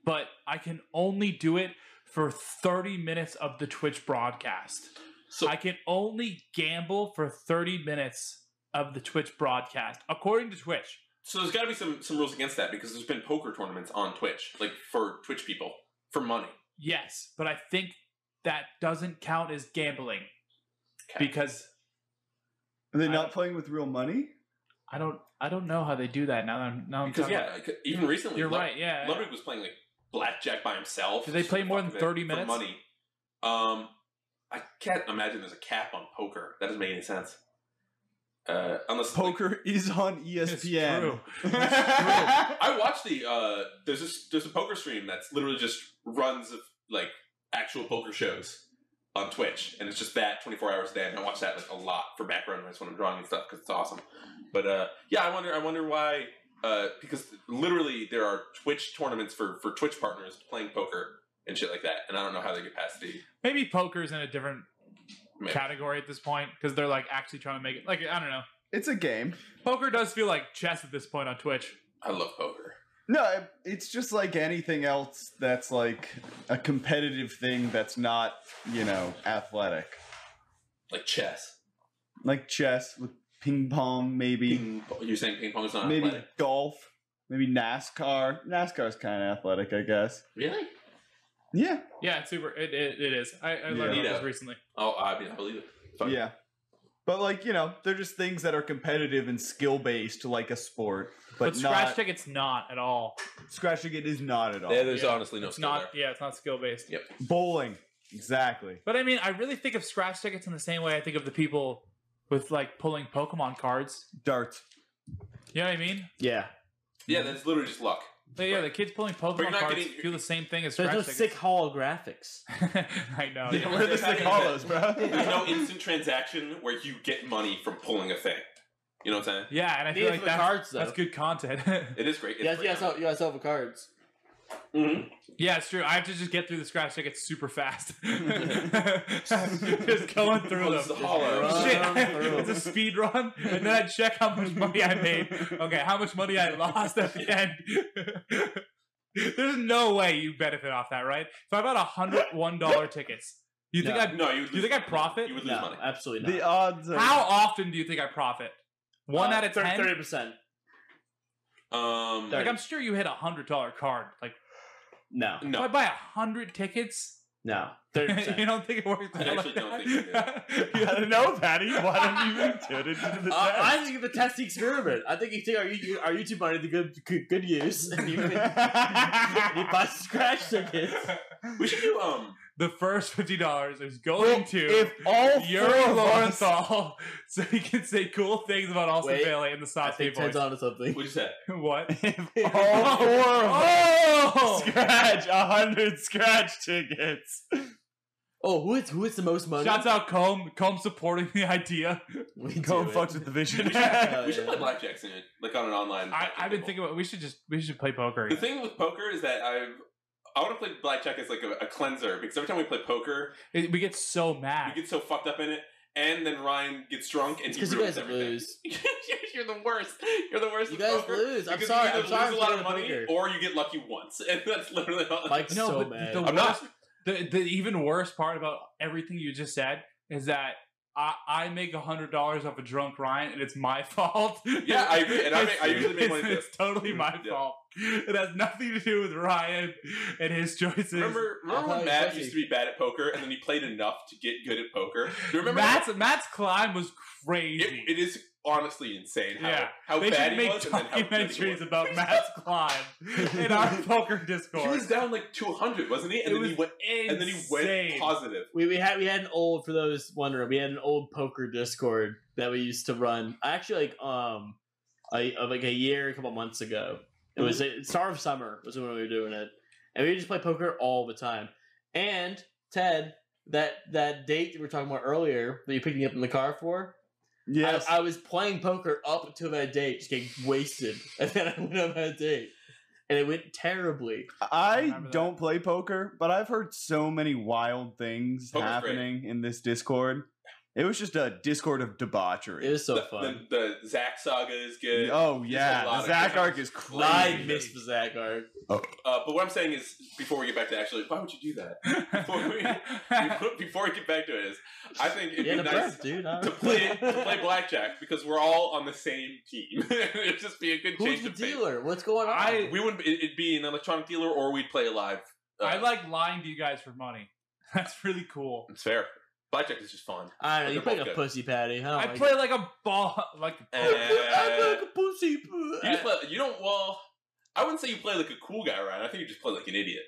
But I can only do it for 30 minutes of the Twitch broadcast.
So
I can only gamble for 30 minutes of the Twitch broadcast, according to Twitch.
so there's got to be some some rules against that because there's been poker tournaments on Twitch, like for Twitch people for money.
Yes, but I think that doesn't count as gambling
Okay.
because
Are they
I-
not playing with real money?
I don't I don't know how they do that now. that I'm now I'm
Because
talking
yeah,
about-
like, even recently,
you're
Lud-
right. Yeah,
*laughs*
Ludwig was playing like blackjack by himself.
Do they
just
play
for the
more
fuck
than
of it,
30
for
minutes?
Money. Um, I can't imagine there's a cap on poker. That doesn't make any sense. Uh, unless
Poker is on E
It's
ESPN. *laughs*
true.
I watched the uh, there's this there's a poker stream that's literally just runs of like actual poker shows on Twitch, and it's just that 24 hours a day. And I watch that like a lot for background noise when I'm drawing and stuff because it's awesome. But uh, yeah, I wonder I wonder why uh, because literally there are Twitch tournaments for for Twitch partners playing poker and shit like that, and I don't know how they get past the
Maybe poker's in a different
Maybe.
category at this point because they're like actually trying to make it like I don't know.
It's a game.
Poker does feel like chess at this point on Twitch.
I love poker.
No, it- it's just like anything else that's like a competitive thing that's not, you know, athletic.
Like chess.
Like chess with ping pong, maybe.
Ping pong. You're saying ping pong's not
Maybe
athletic?
golf. Maybe NASCAR. NASCAR's kind of athletic, I guess.
Really?
Yeah.
Yeah, it's super. It, it, it is. I, I learned
Yeah.
about
Neato.
this recently.
Oh, I mean, I believe it. Fuck.
Yeah. But like, you know, they're just things that are competitive and skill based like a sport. But,
But, scratch
not
tickets not at all.
scratching it is not at all.
There- There's
Yeah.
honestly no
It's
skill
not.
there.
Yeah, it's not skill based.
Yeah.
Bowling. Exactly.
But I mean, I really think of scratch tickets in the same way I think of the people with like pulling Pokemon cards.
Darts.
You know what I mean?
Yeah.
Yeah, that's literally just luck.
But yeah, the kids pulling
you're
Pokemon
not
cards
getting-
feel the same thing as
There's
scratch
no
tickets.
sick holographics.
*laughs* I know.
They don't
*laughs* Where are the
It's not
sick
even
hollows, bro?
*laughs* There's no instant transaction where you get money from pulling a thing. You know what I'm saying?
Yeah, and I feel
Neither
like
for the
that's,
cards though.
that's good content. *laughs*
It is great. It's
Yes,
great.
yes, oh, you gotta sell the cards.
Mhm.
yeah, it's true. I have to just get through the scratch tickets
*laughs*
super fast. *laughs* just going through
Oh, this is a
them.
hollow.
Run
Shit,
through.
*laughs* it's a speed run, and then I check how much money I made. Okay, how much money I lost at the end. *laughs* There's no way you benefit off that, right? So I bought a hundred one dollar tickets. You think
No.
I?
No, you. Would
You
lose
think I
money.
profit?
You would lose
No,
money.
*laughs*
absolutely
the uh,
not.
odds are
How often do you think I profit? One out of ten.
Uh, Thirty percent.
Um,
Like I'm sure you hit a hundred dollar card. Like
No,
if I
no.
buy a hundred tickets, *laughs*
no, thirty
you
percent.
don't think it works?
I
out
actually
like
don't
that?
I don't know, Patty. Why don't you even put it to the
Uh, I think it's a test experiment. I think you take our YouTube, our YouTube money to good good, good use, *laughs* and you,
*laughs*
and you buy scratch tickets.
We should do um.
*laughs* the first fifty dollars is going to
if all
Yuri
four of *laughs* us-
Lorenthal, *laughs* so he can say cool things about Austin
Wait,
Bailey and the
I
Sasuke
think Ted's
boys.
onto something.
What you said?
*laughs* What?
if all four of us
Oh!
scratch a *laughs* hundred scratch tickets.
Oh, who is who is the most money?
Shouts out Combe. Combe supporting the idea.
We
Go and
do it. *laughs* Oh,
*laughs*
fuck with the vision.
Yeah,
we should
yeah.
play blackjack soon, like on an online.
I,
blackjack
I've been
table.
thinking about we should just we should play poker.
The thing with poker is that I've. I want to play blackjack as like a, a cleanser because every time we play poker,
It- we get so mad.
you get so fucked up in it, and then Ryan gets drunk and
Ah. It's
he
because
ruins
you guys
everything.
lose.
*laughs* You're the worst. You're the worst.
You
at
guys
poker.
lose. I'm
Because
sorry.
You either
I'm sorry.
lose
for
a lot
playing
of money,
poker.
or you get lucky once, *laughs* and that's literally all.
Mike's
No,
so
but
mad.
the
I'm not.
the, the even worse part about everything you just said is that I, I make hundred dollars off a drunk Ryan, and it's my *laughs* fault.
Yeah, I agree, and I make- I usually make
It's-
money too.
It's, totally my
Yeah.
fault. It has nothing to do with Ryan and his choices.
Remember,
I
remember
thought
when
he
Matt
was
used to be bad at poker, and then he played enough to get good at poker. Do you remember?
Matt's Matt's climb was
It,
crazy.
it is honestly insane how,
Yeah.
how
they
bad
should
he
make
was, and then how good he
documentaries
was. *laughs*
about Matt's climb in our
*laughs*
poker
He
Discord.
was down like 200, wasn't he? And
It
then he
was
went.
insane.
And then he went positive.
We, we had we had an old for those wondering we had an old poker Discord that we used to run actually like um a, of, like a year a couple months ago it was it, star of summer was when we were doing it and we just play poker all the time and Ted that that date that we were talking about earlier that you picked me up in the car for
yes.
I, I was playing poker up until that date just getting wasted *laughs* and then I went on that date and it went terribly
I
remember that.
don't play poker, but I've heard so many wild things
Poker's
happening in this Discord. It was just a Discord of
it
debauchery.
was so
the,
fun
The, the Zach saga is good.
oh
a lot
yeah,
of
Zach
good-
Ark is crazy.
I missed the Zachar.
Uh, but what I'm saying is, before we get back to actually, why would you do
*laughs*
that? Before
positive.
Before- before we get back to it, is I think it'd
Yeah,
be
the
nice
birth, dude.
to
*laughs*
play to play blackjack because we're all on the same team. *laughs* It'd just be a good
Who's
change
the
of pace.
dealer? What's going on?
I-
We wouldn't. it- It'd be an electronic dealer, or we'd play a live. Uh,
I like lying to you guys for money. *laughs* That's really cool.
It's fair. Blackjack is just fun.
I don't know.
They're
You play
both
like a
good.
pussy patty. huh?
I play like a ball, *laughs* like
Eh. I play
And
like a pussy.
you just play. You don't. Well, I wouldn't say you play like a cool guy, Ryan. I think you just play like an idiot.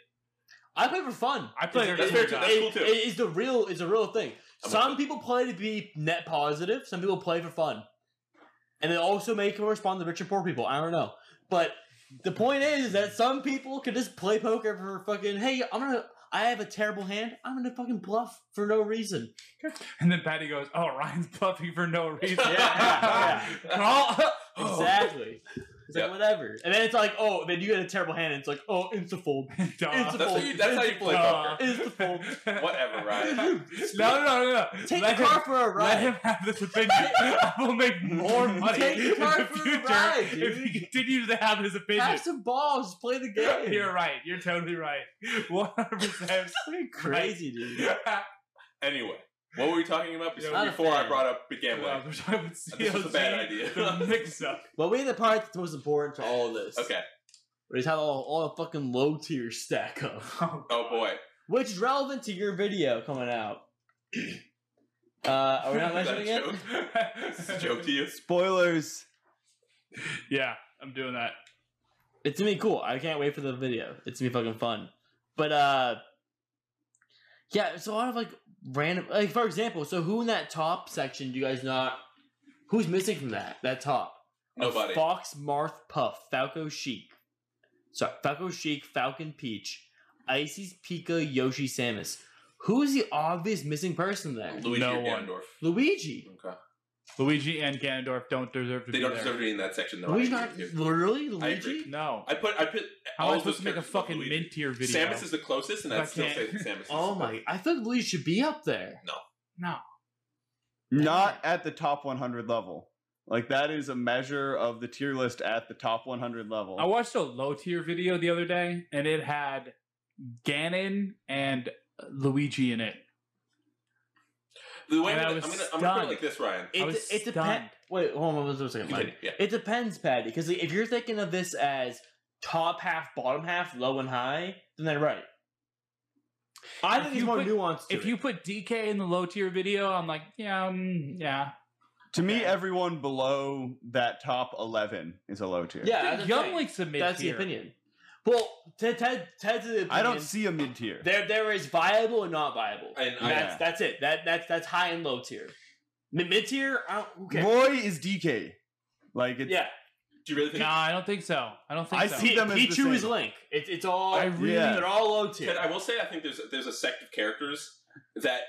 I play for fun.
I play
It's-
That's fair too. That's cool
It,
too.
it is the real. It's a real thing.
I'm
Some
with
people play to be net positive. Some people play for fun, and it also may correspond to rich and poor people. I don't know, but the point is that some people can just play poker for fucking. Hey, I'm gonna. I have a terrible hand. I'm gonna fucking bluff for no reason.
and then Patty goes, "Oh, Ryan's bluffing
*laughs*
for no reason."
Yeah,
*laughs*
*laughs*
Call-
Oh. Exactly. It's
Yeah.
like whatever, and then it's like, oh, then you get a terrible hand. And it's like, oh, insta-fold.
Duh.
It's
That's how you. That's how you play
Duh.
Oh.
poker. Whatever, Ryan.
*laughs* No, no, no, no.
*laughs* Take
let
the
him,
car for a
Let him
ride.
have this
*laughs*
opinion. I will make more money
Take the
in
car
the
for a
future
ride,
if
dude.
he continues to have his opinion.
Have some balls. Play the game.
You're right. You're totally right. One hundred percent.
Pretty crazy, dude.
Anyway, what were we talking about before,
Not a
before I
fan.
brought up
Yeah,
Begin
*laughs* well,
With?
we're talking about
This was a bad
CLG,
idea.
The mix-up.
*laughs* But we had the part that's most important to all of this.
Okay.
Which is how all, all the fucking low tier stack up.
Oh boy.
*laughs* Which is relevant to your video coming out. *clears throat* Uh, are we
*laughs*
not *laughs*
Is that
mentioning
a
it?
joke? Is this a joke to you?
Spoilers.
*laughs* Yeah, I'm doing that.
It's gonna be cool. I can't wait for the video. It's gonna be fucking fun. But uh Yeah, it's a lot of like random. Like for example, so who in that top section do you guys not? Who's missing from that that top?
Nobody.
Fox, Marth, Puff, Falco, Sheik. Sorry, Falco, Sheik, Falcon, Peach, Icy's, Pika, Yoshi, Samus. Who is the obvious missing person there?
Luigi
No
or
one.
Ganondorf.
Luigi.
Okay.
Luigi and Ganondorf don't deserve to
They
be
don't
there.
deserve to be in that section though.
Luigi,
I,
not
agree with you.
literally
I agree.
Luigi.
no.
I put I put
How
all
am I
of those
supposed to make a
characters above
fucking
Luigi.
mid tier video?
Samus is the closest, and
If I
I'd still say
can't-
that Samus. Is
Oh
the
my! I thought Luigi should be up there.
no.
Not at the top 100 level. Like that is a measure of the tier list at the top 100 level.
I watched a low tier video the other day, and it had Ganon and Luigi in it.
The way
And
I'm
I
gonna, I'm
was
gonna, I'm gonna put it
stunned.
like this, Ryan.
It,
was
it depends.
stunned.
Wait, hold on one second. Mike.
Continue, Yeah.
It depends, Patty, because if you're thinking of this as top half, bottom half, low and high, then they're right. I
If
think it's
you
more
put-
nuanced. to
If
it.
you put DK in the low tier video, I'm like, yeah, mm, yeah.
to me, everyone below that top 11 is a low tier.
yeah, that's
Dude,
the
Young
thing.
Link's a mid tier.
that's the opinion. Well, Ted, Ted, Ted's the opinion.
I don't see a mid tier.
there. There is viable and not viable.
And I,
that's that's it. That that's that's high and low tier. Mid tier, I don't. Who cares?
Roy is DK. Like it's
Yeah,
do you really think?
No, I don't think so. I don't think
I
so.
see them as the
Pichu is
same.
Link. It's it's all.
I really
Yeah.
They're all low tier.
Ted, I will say I think there's there's a sect of characters that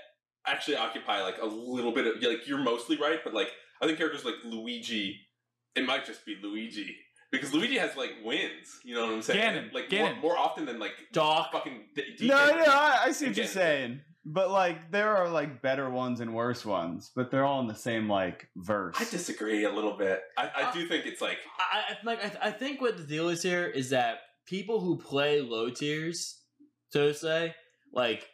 actually occupy like a little bit of like you're mostly right, but like I think characters like Luigi, it might just be Luigi because Luigi has like wins. You know what I'm saying?
Ganon,
like
Ganon.
More, more often than like
Doc.
fucking. D- D-
No, no, I, I see what
Again.
you're saying. But like there are like better ones and worse ones, but they're all in the same like verse.
I disagree a little bit. I,
Uh,
I do think it's
*laughs*
like
I, I- like I, I think what the deal is here is that people who play low tiers, so to say, like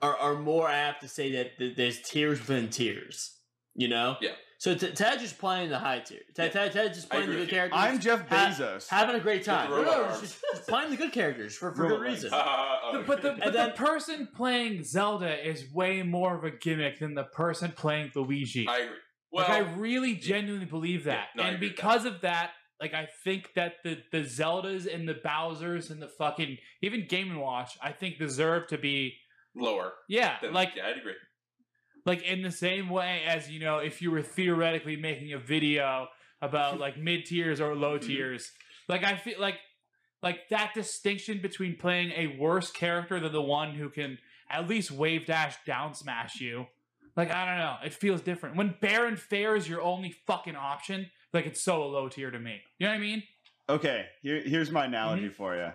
are are more apt to say that th- there's tiers within tiers. You know.
Yeah.
So T- Ted just playing the high tier. Ted Ted, Ted just
I
playing the
agree
good
with you.
characters.
I'm Jeff
Ha-
Bezos.
having a great time.
With robot
No, no,
arms.
just, just playing the good characters for, for good
*laughs*
Robot
reason.
uh,
But the, but
then-
the person playing Zelda is way more of a gimmick than the person playing
*laughs*
Luigi.
I agree. Well,
like I really genuinely believe that,
no, I
and
agree with
because of that, like I think that the the Zeldas and the Bowser's and the fucking even Game and Watch, I think deserve to be
lower.
yeah,
Than,
like
yeah, I'd agree.
like in the same way as you know if you were theoretically making a video about like mid tiers or low
Mhm.
tiers, like I feel like like that distinction between playing a worse character than the one who can at least wave dash down smash you. Like I don't know, it feels different when Baron Fair is your only fucking option. Like it's so low tier to me. You know what I mean?
Okay, here, here's my analogy for you.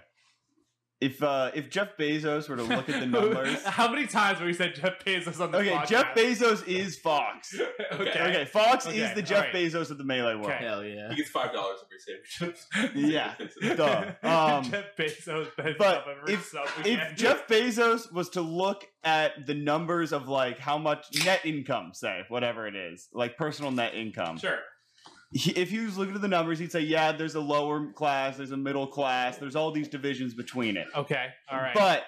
If uh, if Jeff Bezos were to look
*laughs*
at the numbers,
How many times have we said Jeff Bezos on the
okay, Jeff Bezos is Fox.
Okay.
Okay, Fox is
*laughs* Okay,
the Jeff
alright.
Bezos of the melee world.
Okay.
Hell yeah.
He gets five dollars every
*laughs*
sandwich. *laughs*
Yeah.
*laughs*
Duh. Um,
Jeff Bezos. bends
but
up every
if-
sub again.
If Jeff Bezos was to look at the numbers of like how much net income, say whatever it is, like personal net income,
*laughs* sure.
he, if he was looking at the numbers, he'd say, yeah, there's a lower class, there's a middle class, there's all these divisions between it.
Okay. All right.
But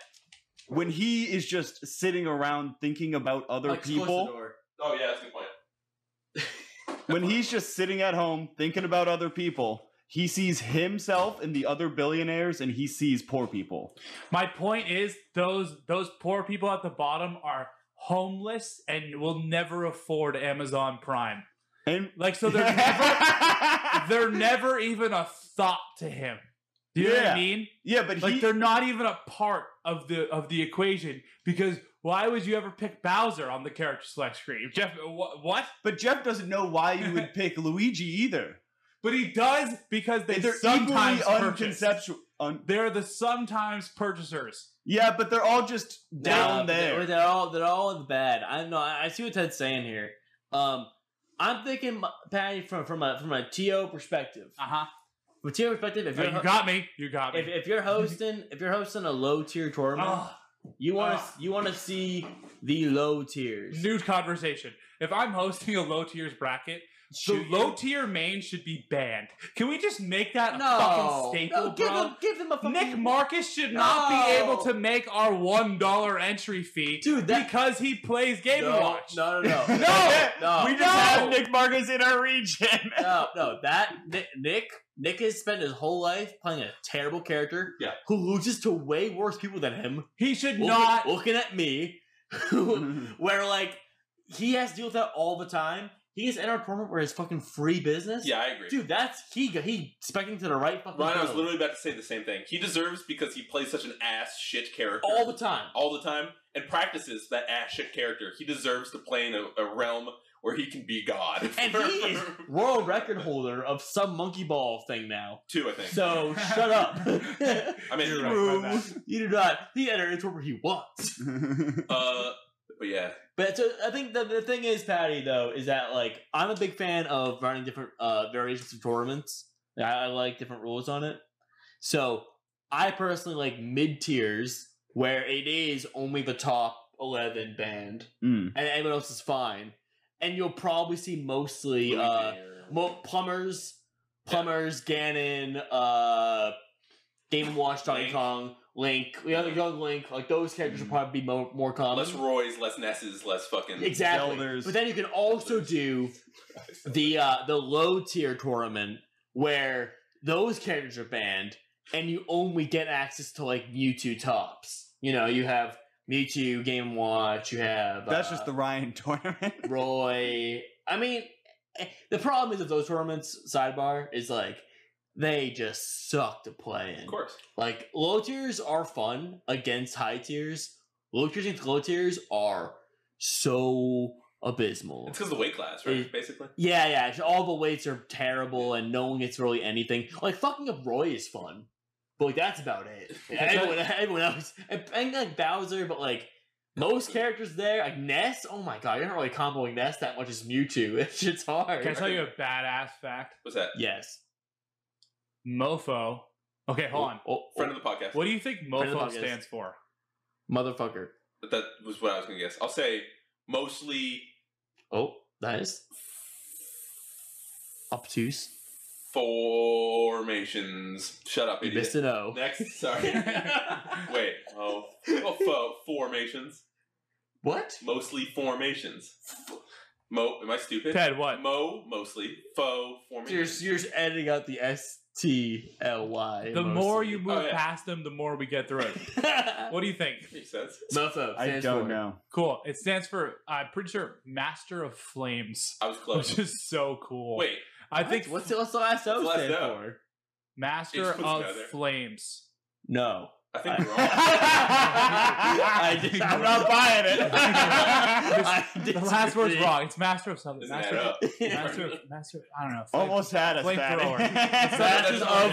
when he is just sitting around thinking about other
Mike's close the
people,
door.
Oh yeah, that's a good point.
when he's just sitting at home thinking about other people, he sees himself and the other billionaires, and he sees poor people.
My point is those those poor people at the bottom are homeless and will never afford Amazon Prime.
And
Like *laughs* so they're never they're never even a thought to him. Do you know what
Yeah.
I mean?
*laughs* yeah, but
Like
he,
they're not even a part of the of the equation because why would you ever pick Bowser on the character select screen? Jeff wh- what?
but Jeff doesn't know why you
*laughs*
would pick Luigi either.
But he does because they
they're
sometimes
equally
purchase.
unconceptual. Un-
They're the sometimes purchasers.
yeah, but they're all just
Nah,
down
but
there.
They're, they're all they're all in the bad. I know. I I see what Ted's saying here. Um, I'm thinking, Patty, from from a from a TO perspective.
Uh huh.
From a TO perspective, if you're
you got me. You got me.
Uh-huh. if, if you're hosting if you're hosting a low tier tournament,
Ugh.
you want to
ugh.
you want to see the low tiers.
Nude conversation. If I'm hosting a low tiers bracket, The
Shoot you.
low tier main should be banned. Can we just make that a
No,
fucking staple,
no, give
bro?
them, give them a fucking
Nick Marcus should not be
No.
able to make our one dollar entry fee
dude. That
because he plays Game
no,
Watch.
no, no,
*laughs*
no,
*laughs* No!
no,
we just
no!
have Nick Marcus in our *laughs* region.
no, no. That Nick, Nick, Nick has spent his whole life playing a terrible character.
Yeah.
who loses to way worse people than him.
He should
Looking-
not.
looking at me. *laughs*
Mm-hmm.
Hmm.
where like he has to deal with that all the time. He is in our tournament where his fucking free business.
Yeah, I agree.
dude, that's he. He specking to the right fucking.
Ryan, I was
field
literally about to say the same thing. He deserves because he plays such an ass shit character
all the time.
all the time and practices that ass shit character. He deserves to play in a, a realm where he can be god. *laughs*
And he is world record holder of some monkey ball thing now.
two, I think.
So shut
*laughs*
up.
I mean,
You're right, my bad.
you do not. He entered into where he wants.
uh, but yeah,
But so I think the, the thing is, Patty, though, is that like I'm a big fan of running different uh, variations of tournaments. I, I like different rules on it. So I personally like mid tiers where it is only the top eleven band
Mm.
and everyone else is fine. And you'll probably see mostly uh, mo- plumbers, plumbers, Ganon, uh, Game Watch, Donkey
Link.
Kong, Link. We have the young Link. Like those characters will probably be mo- more common.
less Roy's, less Nesses, less fucking.
Um, Exactly.
Zelders.
But then you can also do the uh, the low tier tournament where those characters are banned and you only get access to like Mewtwo tops. You know, you have Mewtwo, Game Watch, you have
That's
uh,
just the Ryan tournament.
*laughs* Roy. I mean, eh, the problem is of those tournaments. Sidebar is like they just suck to play in.
Of course.
Like low tiers are fun against high tiers. Low tiers against low tiers are so abysmal.
It's because of the weight class, right?
Mm.
Basically.
Yeah, yeah. it's- All the weights are terrible, and no one gets really anything. Like fucking up Roy is fun, but like that's about
*laughs*
it. everyone, everyone else, and, and like Bowser, but like most characters there, like Ness. Oh my god, you're not really comboing Ness that much as Mewtwo. *laughs* That shit's hard.
Can I tell you a badass fact?
What's that?
Yes.
Mofo. Okay, hold on.
Oh, oh,
Friend of the podcast.
What do you think
Friend of the
Mofo
podcast.
stands for?
motherfucker.
That- that was what I was going to guess. I'll say mostly
Oh, nice. Obtuse.
formations. Shut up,
You
idiot.
missed an O.
Next, sorry. Wait, oh, oh, fo- formations.
*laughs* What?
Mostly formations. Mo, am I stupid?
Ted, what?
Mo, mostly. Faux,
You're,
formations.
you're just editing out the S T L Y.
The more
*laughs*
you move
Oh, yeah.
past them, the more we get through it.
Mofo.
what do you think?
Makes sense.
I
stands
don't
for-
know.
Cool. It stands for, I'm pretty sure, Master of Flames,
I was
which
close.
is so cool.
Oh. Wait,
I think
what's the, what's the last O
What's the
stand
last O?
for?
Master
It's put
of
together.
Flames.
No.
I think we're all.
I *laughs*
*laughs*
just, I'm not buying it. I
The last
*laughs*
word's
disagree.
wrong. It's Master of something.
Doesn't add
Master
*laughs*
of,
up.
master of, Master of, I don't know. Flame-
Almost had us.
Flamethrower.
Patty.
Matches
That's
of
okay.
I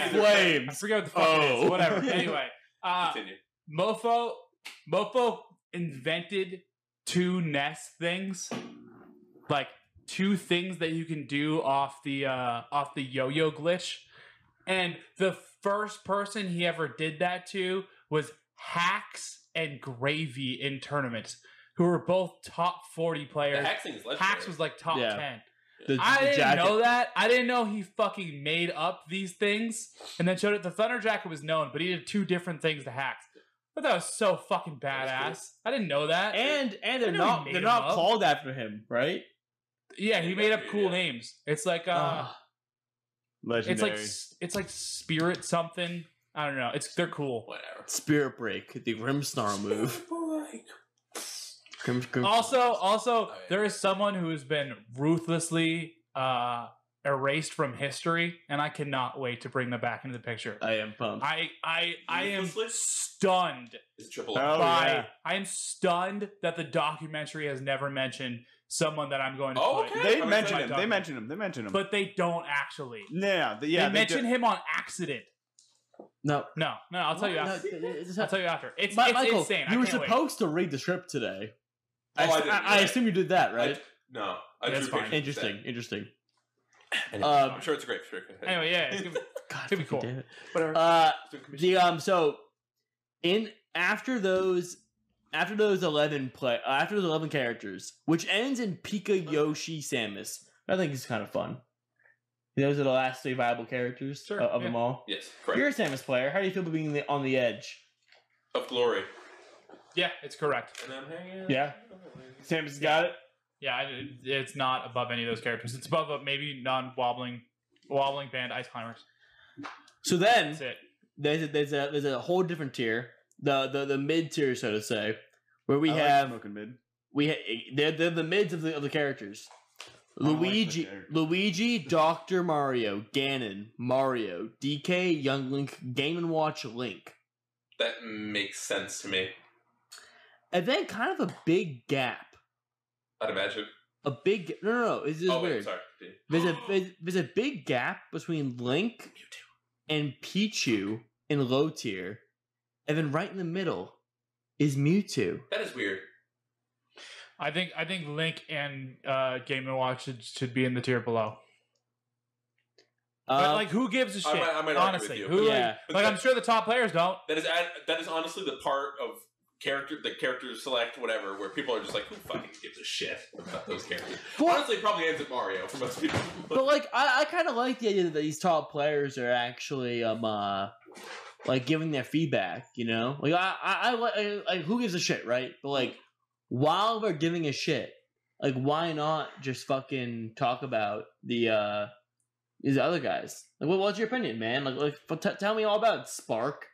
flames.
forget what the fuck it
Oh.
is. Whatever. Anyway, uh,
Continue.
Mofo, Mofo invented two nest things, like two things that you can do off the uh, off the yo-yo glitch, and the first person he ever did that to was Hacks and Gravy in tournaments, who were both top forty
The
players.
Hacks thing is legendary.
Uh, Hacks was like top
Yeah.
ten.
The-
I
the
didn't
jacket.
know that. I didn't know he fucking made up these things and then showed it. The Thunder Jacket was known, but he did two different things to hacks. But that was so fucking
That
badass. I didn't know that.
And and
I
they're
know he
not
made
they're
him
not
up.
called after him, right?
yeah, he made up cool
Yeah.
names. It's like uh,
Ah.
it's like
*laughs* Legendary.
s- it's like Spirit something. I don't know. It's they're cool.
Whatever.
Spirit break, the Grimmsnarl
*laughs*
move. Grim, Grim,
Also, also
Oh, yeah.
there is someone who has been ruthlessly uh, erased from history, and I cannot wait to bring them back into the picture.
I am pumped.
I I I am
Uh, Ruthlessly?
stunned
It's triple.
Oh,
F.
by
yeah.
I am stunned that the documentary has never mentioned someone that I'm going to
Oh,
put.
okay.
They
I'm
mention
excited.
him. They mention him. They mention him.
But they don't actually.
yeah, th- yeah.
they,
They
mention
do-
him on accident.
no,
No, no, I'll tell you
No,
after.
it- it's-
I'll tell you after. It's,
Mi-
it's
Michael,
insane. I
you were
can't wait.
supposed to read the script today.
Oh,
I,
I
I,
didn't,
I
yeah.
assume you did that, right?
No, I
That's
drew
fine.
pictures of
interesting, interesting.
that. Anyway,
Um,
I'm sure it's a great trick.
Anyway, yeah,
*laughs*
it's gonna be-
God,
Could be
fucking
cool.
damn it.
whatever.
Uh, the um, so in after those, after those eleven play, uh, after those eleven characters, which ends in Pika Yoshi Samus, I think he's kind of fun. Those are the last three viable characters
Sure,
of, of
yeah.
them all.
Yes, correct.
You're a Samus player. How do you feel about being the, on the edge?
of glory.
Yeah, it's correct.
And I'm hanging.
Yeah. Samus got it.
Yeah, I- it's not above any of those characters. It's above uh, maybe non wobbling, wobbling band ice climbers.
So then
That's it.
there's a, there's a there's a whole different tier, the the, the mid tier so to say, where we
I like
have
smoking mid.
we ha- they're they're the mids of the of the characters.
don't like the
Luigi,
characters.
Luigi, Doctor Mario, Ganon, Mario, DK, Young Link, Game and Watch, Link,
That makes sense to me.
and then kind of a big gap.
I'd imagine.
A big no no no. This is
oh,
weird.
wait, sorry. continue.
*gasps*
There's a there's, there's a big gap between Link and Pichu in low tier, and then right in the middle is Mewtwo.
That is weird.
I think I think Link and uh, Game and Watch should, should be in the tier below. but
Uh,
like, who gives a shit?
I might- I might argue
honestly,
with you.
who? like-
yeah,
Like, I'm sure the top players don't.
That is ad- that is honestly the part of character the character select whatever where people are just like who fucking gives a shit about those characters.
Well-
Honestly, it probably ends at Mario for most people.
but like I, I kind of like the idea that these top players are actually um uh like giving their feedback. You know, like I I, I li- I- like who gives a shit, right? But like while we're giving a shit, like why not just fucking talk about the uh these other guys? Like, what, what's your opinion, man? Like, like f- t- tell me all about it, Spark.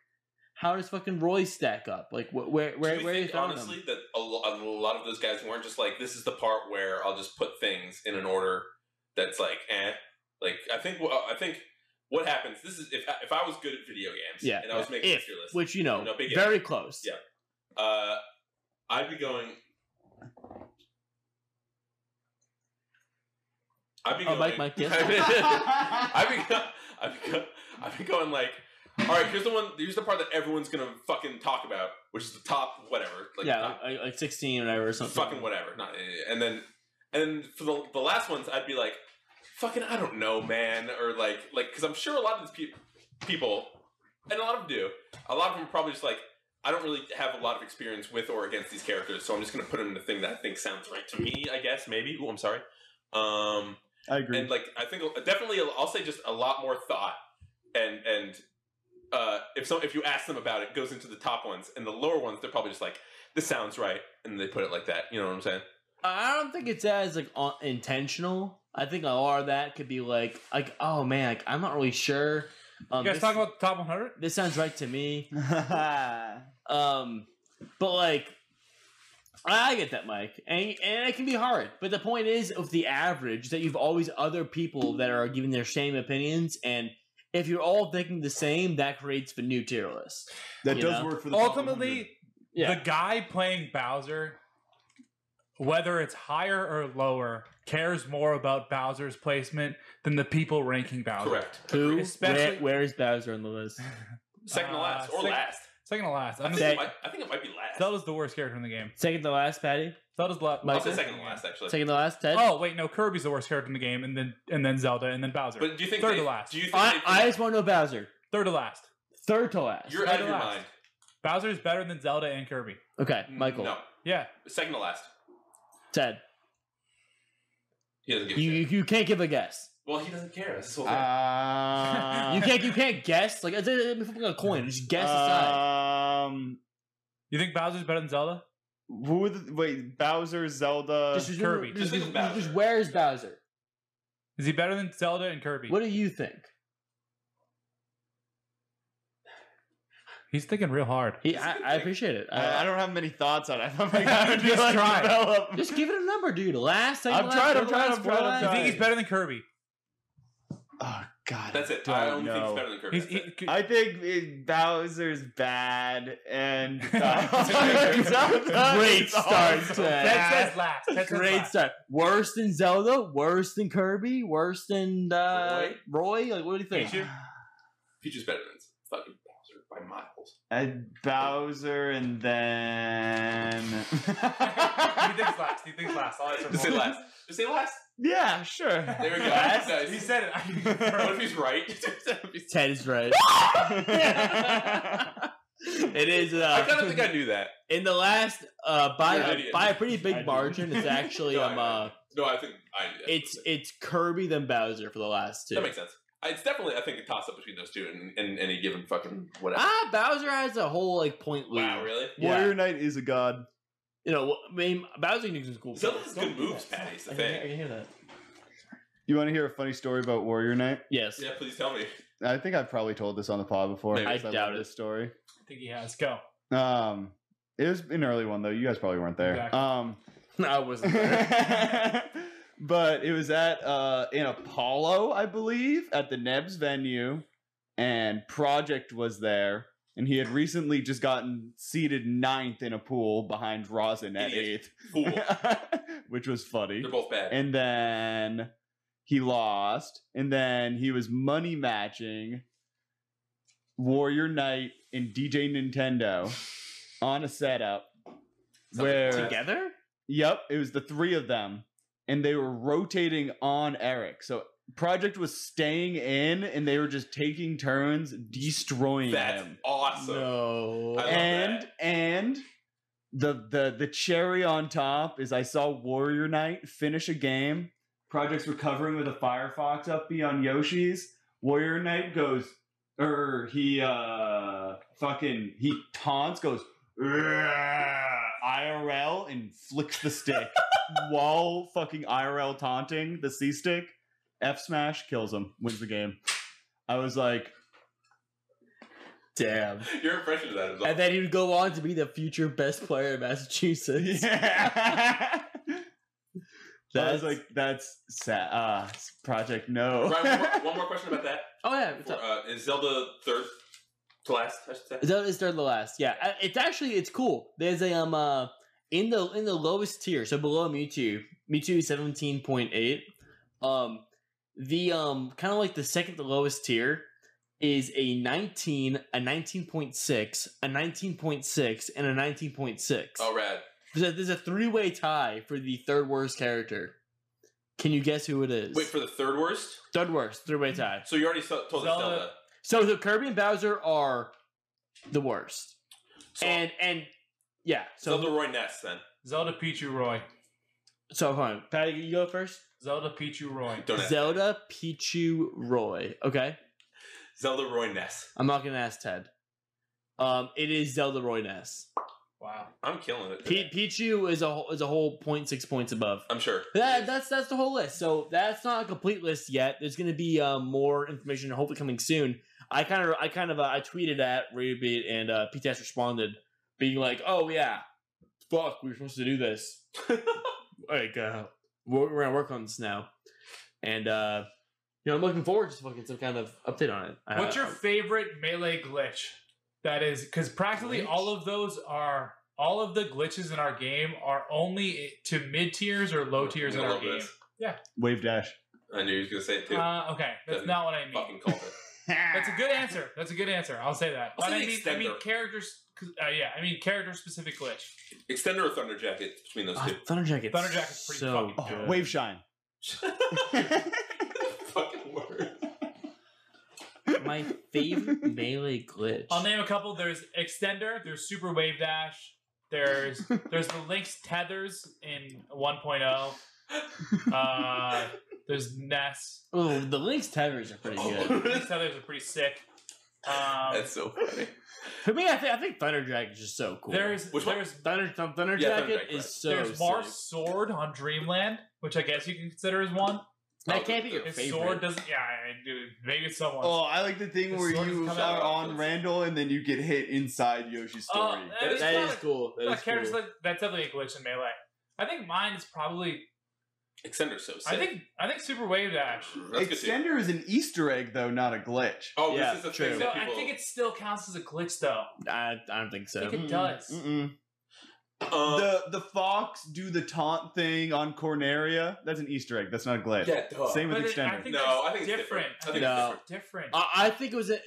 How does fucking Roy stack up? Like, wh- where
Do
where
you
where you
think,
found
honestly
him?
that a, lo- a lot of those guys weren't just like this is the part where I'll just put things in an order that's like eh like I think well, I think what happens this is if I, if I was good at video games
Yeah,
and I was making
If,
a tier list
which you know,
No, big if.
very close.
Yeah. uh, I'd be going. I'd be
Oh,
going. *laughs*
Mike, Mike, yes.
I'd be, go- I'd be, go- I'd be going like, all right. Here's the one. Here's the part that everyone's gonna fucking talk about, which is the top whatever. Like,
yeah,
top-
like- like, like sixteen or whatever, or something.
fucking whatever. Not, and then, and then for the, the last ones, I'd be like, fucking, I don't know, man, or like, like, because I'm sure a lot of these peop people, and a lot of them do, a lot of them are probably just like, I don't really have a lot of experience with or against these characters, so I'm just gonna put them in the thing that I think sounds right to me. I guess maybe. Oh, I'm sorry. Um,
*laughs* I agree.
and like I think definitely I'll say just a lot more thought and and uh, if so if you ask them about it, it goes into the top ones and the lower ones they're probably just like this sounds right and they put it like that you know what I'm saying
I don't think it's as like uh, intentional. I think a lot of that could be like like oh man, like, I'm not really sure. Um,
you
this,
guys talk about the top 100.
this sounds right to me.
*laughs*
Um, but like I I get that, Mike, and and it can be hard. But the point is of the average that you've always other people that are giving their same opinions, and if you're all thinking the same, that creates the new tier list.
that
you
does
know?
work for the top 100.
Ultimately,
Yeah.
the guy playing Bowser, whether it's higher or lower, cares more about Bowser's placement than the people ranking Bowser.
correct
Who?
Especially-
Where, where is Bowser on the list?
second to
Uh,
last or
second-
last
Second to last. I'm
I
just,
think,
Sec-
it might, I think it might be last
Zelda's the worst character in the game.
Second to last, Patty.
Zelda's la-
Michael?
I'll say second to last actually
Second to last, Ted.
Oh wait, no, Kirby's the worst character in the game, and then and then Zelda, and then Bowser.
but do you think
Third to
they-
last.
do you think
I,
they-
I just want to know Bowser.
Third to last.
Third to last.
you're out of
third to
your
last.
mind
Bowser is better than Zelda and Kirby.
okay, Michael.
no
Yeah,
second to last
Ted.
he doesn't give a
You,
shit
you you can't give a guess.
well he doesn't care that's his
Ah,
whole thing
Uh,
You can't you can't guess. Like it's, it's it's like a coin. Just guess aside.
Um,
you think Bowser's better than Zelda?
who were the, wait, Bowser, Zelda.
Just, just,
Kirby.
Just,
Just think
just-
of Bowser.
just where's Bowser?
Is he better than Zelda and Kirby?
What do you think?
He's thinking real hard.
He, I, I appreciate it.
I, I
uh, I,
don't have many thoughts on it. I *laughs* thought
Just
I would uh, just like,
try.
develop.
just give it a number, dude. Last.
I'm
last,
trying, I'm
third
trying,
last,
I'm
fourth
trying, I'm
last.
You think he's
Right.
better than Kirby?
Oh God,
that's it
don't
I only think
know.
he's better than Kirby
He's,
That's it.
he-
I think it, Bowser's bad and *laughs* Zelda
Great
is also
start, Ted.
bad.
Ted says last. Ted says
Great
last.
start. Worse than Zelda. Worse than Kirby. Worse than uh, Roy. Like what do you think?
Pichu? Peach is better than fucking Bowser by miles
And Bowser and *laughs* then
he thinks last. He thinks last. I'll answer
just say
more.
last just say last
yeah, sure.
There we go.
Last?
Nice.
He said it. I can
what *laughs*
confirm.
if he's
*laughs*
right
Ted is right. it is. Uh,
I kind of think I knew that
in the last uh, by
You're an
a,
idiot.
by a pretty
I
big
do.
margin it's actually
No,
um
I
uh
know. No, I think I.
It's it's Kirby then Bowser for the last two.
that makes sense. I- It's definitely I think a toss up between those two and, and any given fucking whatever.
ah, Bowser has a whole like point lead.
wow, really?
*laughs* Warrior Knight is a god.
You know, I mean, Bowser can do some cool.
Zelda's
things.
good moves, Patty. Is the
I can, I
thing.
can hear that.
You want to hear a funny story about Warrior Knight?
Yes.
Yeah, please tell me.
I think I've probably told this on the pod before.
Maybe.
I
'cause love
doubt it.
This story.
I think he has. Go.
Um, it was an early one though. You guys probably weren't there.
Exactly.
Um,
*laughs* I
*laughs*
wasn't. there.
*laughs* but it was at uh in Apollo, I believe, at the Nebs venue, and Project was there, and he had recently just gotten seated ninth in a pool behind Rosin at
Idiot.
eighth,
*laughs*
*laughs*
Fool.
which was funny.
They're both bad.
And then he lost, and then he was money matching Warrior Knight and DJ Nintendo on a setup
Something
where
like that.
Together?
Yep, it was the three of them, and they were rotating on Eric. So Project was staying in, and they were just taking turns destroying
That's
him.
awesome.
No.
I love
And
that.
and the the the cherry on top is I saw Warrior Knight finish a game. Project's recovering with a Firefox up B on Yoshi's. Warrior Knight goes, or he uh fucking he taunts goes "Rrrr," IRL and flicks
*laughs*
the stick while fucking IRL taunting the C stick. F smash kills him, wins the game. I was like,
Damn.
*laughs* Your impression of that is awesome.
And then he would go on to be the future best player
*laughs*
in Massachusetts.
yeah. I
That's
was like, that's sad. Uh, project no.
Brian, one,
*laughs*
more, one more question about that.
oh yeah, it's
Before, uh, is Zelda third to last? I should say.
Zelda is third to last. Yeah, I- it's actually it's cool. There's a um uh in the in the lowest tier, so below Mewtwo, Mewtwo seventeen point eight. Um, the um kind of like the second to lowest tier is a nineteen, a nineteen point six, a nineteen point six, and a nineteen point six.
Oh, rad.
There's a, there's a three way tie for the third worst character. Can you guess who it is?
Wait for Hmm. the third worst.
third worst, three way tie.
So you already so- told us
Zelda.
Zelda.
So the Kirby and Bowser are the worst,
So,
and and yeah. So
Zelda Roy Ness then.
Zelda Pichu Roy.
So hold on, Patty, you go first.
Zelda Pichu Roy.
Don't ask.
Zelda Pichu Roy. Okay,
Zelda Roy Ness.
I'm not gonna ask Ted. Um, it is Zelda Roy Ness.
Wow.
I'm killing it.
P- Pichu is a whole, is a whole point six points above.
I'm sure.
That, that's that's the whole list. So that's not a complete list yet. There's gonna be uh, more information hopefully coming soon. I kind of I kind of uh, I tweeted at Ruby and uh, PTS responded, being like, "Oh yeah, fuck, we were supposed to do this.
*laughs*
like, uh, we're, we're gonna work on this now." And uh, you know, I'm looking forward to fucking some kind of update on it.
Uh,
I-
What's your favorite melee glitch? That is because practically
Glitch?
all of those are all of the glitches in our game are only to mid tiers or low tiers in
I
our
love
game.
this.
*laughs* Wave dash.
I knew he was gonna say it too.
Uh, okay, that's
Doesn't
not what I mean.
Fucking called it.
*laughs*
That's a good answer. That's a good answer. I'll say that.
I'll
But
say
I
the
mean, I mean
extender.
characters. 'cause- Uh, yeah, I mean character specific glitch.
Extender or Thunder Jacket between those
Ah,
two. *laughs*
Thunder Jacket?
Thunder Jacket's pretty
so
fucking
good.
good.
Oh, Wave shine.
fucking *laughs* word.
my favorite
*laughs*
melee glitch.
I'll name a couple. There's extender. There's super wave dash.
*laughs*
There's there's the links tethers in 1.0. Uh, there's Ness.
oh, the Link's tethers are
Oh,
pretty good.
Links tethers are pretty sick. Um,
That's so funny.
For me, I, th- I think Thunder Dragon is just so cool.
There's
Which one?
there's
Thunder Thun- Thunder
Yeah, Thunder
Dragon
Dragon,
is
right.
so.
there's Mars
sick.
sword on Dreamland, which I guess you can consider as one.
That can't be your
His
favorite.
sword doesn't. Yeah, I- dude, maybe it's someone.
Oh, I like the thing
The
where
sword is
you
coming
are
out.
on Randall and then you get hit inside Yoshi's
Oh,
story.
That
Uh, it's
that
not
is
a-
cool. That
not
is
a character
cool.
select- that's definitely a glitch in melee. I think mine is probably.
Extender's so sick.
I think I think super wave dash.
That's good too.
Extender is an Easter egg though, not a glitch.
Oh,
Yeah,
this is the
true.
thing
So
that
I
people.
think it still counts as a glitch though.
I, I don't think
I
so.
think it does.
Mm-mm.
uh,
um,
the the fox do the taunt thing on Corneria. That's an Easter egg. That's not a glitch.
yeah, duh.
Same
But
with
it- I
Extender.
think
No,
that's
I think it's different. I think
No.
it's different.
it's different.
I, I think it was a,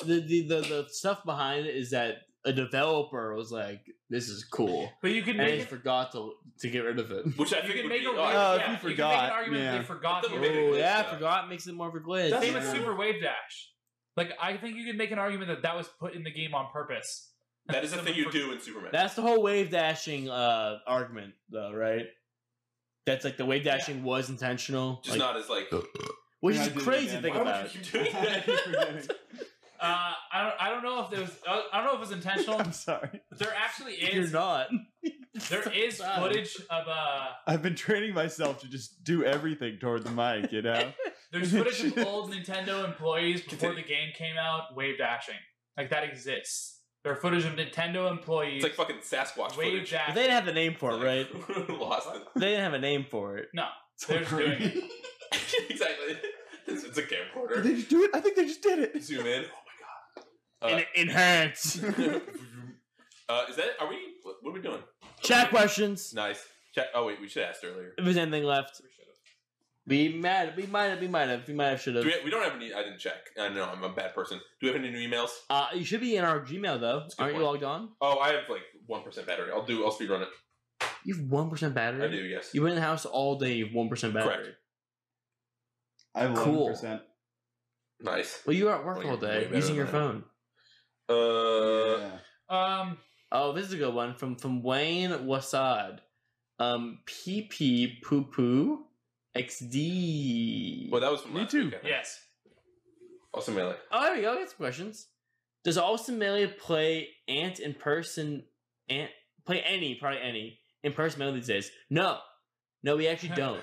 the, the the the stuff behind it is that a developer was like, "This is cool,"
but you can
and
make
they
it.
forgot to to get rid of it.
Which I
You
think
can
would
make
be,
a
oh,
real-
uh, if
yeah,
you
you can make
forgot,
an argument
yeah.
that they forgot.
That
the
doesn't make it
original.
Oh
glitch,
yeah,
though.
forgot makes it more of a glitch.
Same
Yeah.
with Super Wave Dash. Like I think you can make an argument that that was put in the game on purpose.
that is the
Someone
thing you
for-
do in Superman.
That's the whole wave dashing uh, argument, though, right? That's like the wave dashing was intentional,
Just
like-
not as like.
which
Yeah, I
is
did it
crazy to
again.
think
Why would
about.
you keep doing
*laughs*
that?
Uh, I don't. I don't know if there was. I don't know if it was
*laughs*
intentional.
*laughs* I'm sorry.
There actually
You're
*laughs*
is.
not. *laughs*
There is
Sorry.
footage of uh.
I've been training myself to just do everything toward the mic, you know?
*laughs*
There's footage of old Nintendo employees before the game came out wave dashing. Like that exists. There are footage of Nintendo employees
It's like fucking Sasquatch
wave
footage.
But
dashing.
they didn't have the name for it,
*laughs*
right?
Lost it.
They didn't have a name for it. *laughs*
They're just doing it.
exactly. *laughs* It's, it's a
Did
camcorder.
they just do it? I think they just did it.
Zoom in. Oh
In-
my
enhance.
god. *laughs* Uh, uh, is that? Are we? What, what are we doing?
Chat questions.
Nice. Check. Oh wait, we should ask earlier.
If there's anything left, we mad. We might have. We might have. We might have. Should
Do
have.
we, we don't have any. I didn't check. I know I'm a bad person. Do we have any new emails?
Uh, you should be in our Gmail though.
That's a good
Aren't you
point.
logged on?
Oh, I have like one percent battery. I'll do. I'll speedrun it.
You have one percent battery.
I do. Yes.
You went in the house all day. You have one percent battery.
Correct.
I have
Cool.
11%.
Nice.
Well, you were at work
Well, you're
all
way
day
better
using
than
your
I am.
phone.
Uh,
Yeah.
Um,
Oh, this is a good one from from Wayne Wasad. Um, PP poo poo XD.
well, that was from
Me
last
too.
week, I think.
yes.
Also, melee.
Oh, there we go. We got some questions. Does Austin Melee play Ant in person? Ant play any, probably any in person melee these days? No, no, we actually don't.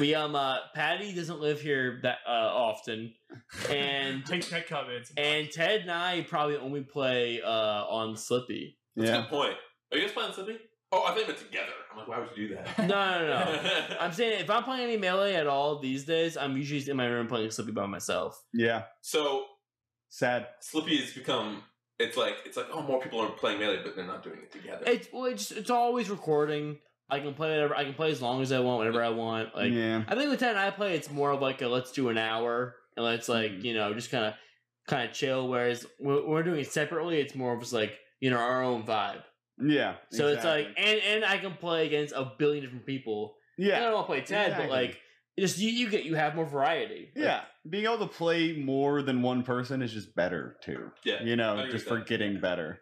we um, uh, Patty doesn't live here that uh, often, *laughs* and
*laughs* Take that comments.
and Ted and I probably only play uh on Slippy.
That's a
Yeah.
good point. Are you guys playing something? Oh, I think we're together. I'm like, why would you do that?
*laughs*
No,
*laughs*
no, no.
No.
I'm saying if I'm playing any melee at all these days, I'm usually in my room playing Slippy by myself.
Yeah.
so
Sad.
Slippy has become. It's like it's like oh, more people are playing melee, but they're not doing it together.
It's well, it's it's always recording. I can play whatever I can play as long as I want, whenever I want. Like
yeah.
I think with Ted and I play, it's more of like a let's do an hour and let's like
Mhm.
you know just kind of kind of chill. Whereas when we're doing it separately, it's more of just like you know our own vibe.
Yeah.
So
exactly.
it's like and and I can play against a billion different people. I
yeah.
don't want to play Ted,
exactly.
but like just you you get you have more variety. Like,
Yeah, being able to play more than one person is just better too.
Yeah,
you
I
know,
agree
just
with
for
that.
getting better.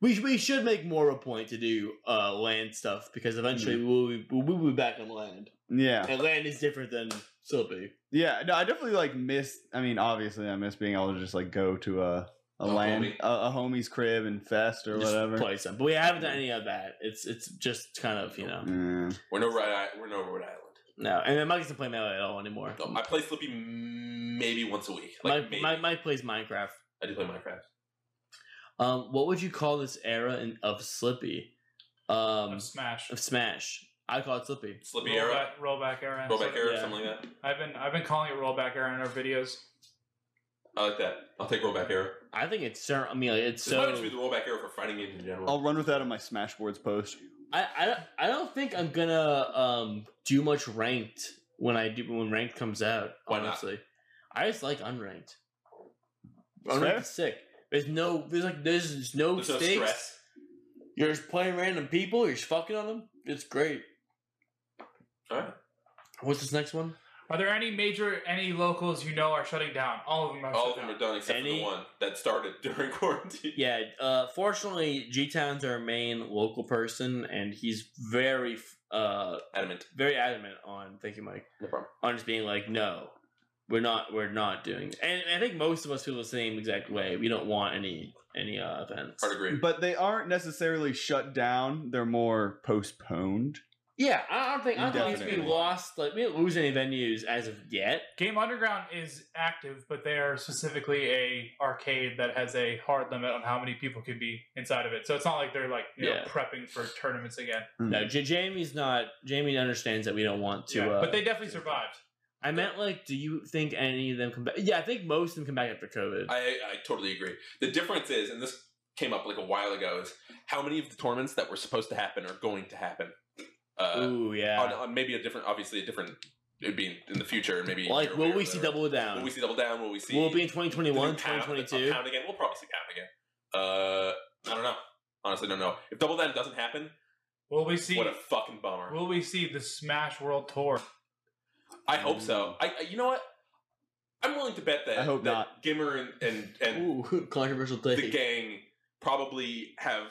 We, sh- we should make more of a point to do uh, land stuff because eventually
Mm-hmm.
we will be, we'll be back on land.
Yeah,
And land is different than Sylvie.
yeah. No, I definitely like miss. I mean, obviously, I miss being able to just like go to a a,
A
land
homie.
a, a homie's crib and fest or
Just
whatever. Mm-hmm.
play some. But we haven't done any of that. It's it's just kind of, you know.
Yeah.
We're no Rhode Island. We're no Rhode Island.
No. And then Mike doesn't play melee at all anymore.
No, I play Slippy maybe once a week. Like
Mike,
maybe.
Mike, Mike plays Minecraft.
I do play Minecraft.
Um, what would you call this era in, of Slippy? Um,
Of Smash.
of Smash. I call it Slippy.
Slippy era,
Rollback, rollback era.
rollback era,
Yeah.
something like that.
I've been I've been calling it rollback era in our videos.
I like that. I'll take rollback era.
I think it's cer- I mean, like, it's
So, this might
so.
just be the rollback era for fighting games in general.
I'll run with that on my Smashboards post.
I, I don't- I don't think I'm gonna um do much ranked when I do when ranked comes out.
Why not?
honestly, I just like unranked.
It's
Unranked
fair.
is sick. There's no there's like there's just no
There's no
stakes.
stress.
You're just playing random people. You're just fucking on them. It's great.
All right.
What's this next one?
Are there any major any locals you know are shutting down? All of them are
All of
shut
them
down.
are done except for
Any-
the one that started *laughs* during quarantine.
Yeah. Uh, fortunately, G Town's our main local person, and he's very uh
Adamant.
very adamant on. Thank you, Mike.
No problem.
on just being like, no, we're not, we're not doing. And I think most of us feel the same exact way. We don't want any any uh, events.
Hard agree.
But they aren't necessarily shut down; they're more postponed.
Yeah, I don't think I don't think we
Indefinitely.
lost. Like we didn't lose any venues as of yet.
Game Underground is active, but they are specifically a arcade that has a hard limit on how many people can be inside of it. So it's not like they're like you
Yeah.
know, prepping for tournaments again.
No, J- Jamie's not. Jamie understands that we don't want to.
Yeah,
Uh,
but they definitely survived.
I meant like, do you think any of them come back? Yeah, I think most of them come back after COVID.
I, I totally agree. The difference is, and this came up like a while ago, is how many of the tournaments that were supposed to happen are going to happen. Uh,
Ooh, yeah.
on, on maybe a different, obviously a different, it'd be in, in the future, maybe. a year
like, will
away or
we see
whatever.
double
Will
down?
we see double down? Will we see?
Will it be in 2021,
the new Pound-
2022?
Pound again. We'll probably see pound again. Uh, I don't know. Honestly, don't know. If double down doesn't happen,
Will we see?
what a fucking bummer.
Will we see the Smash World Tour?
I hope so. I, I- you know what? I'm willing to bet that
I hope
that
not.
Gimmer and and, and
Ooh, *laughs* controversial
the
take.
gang probably have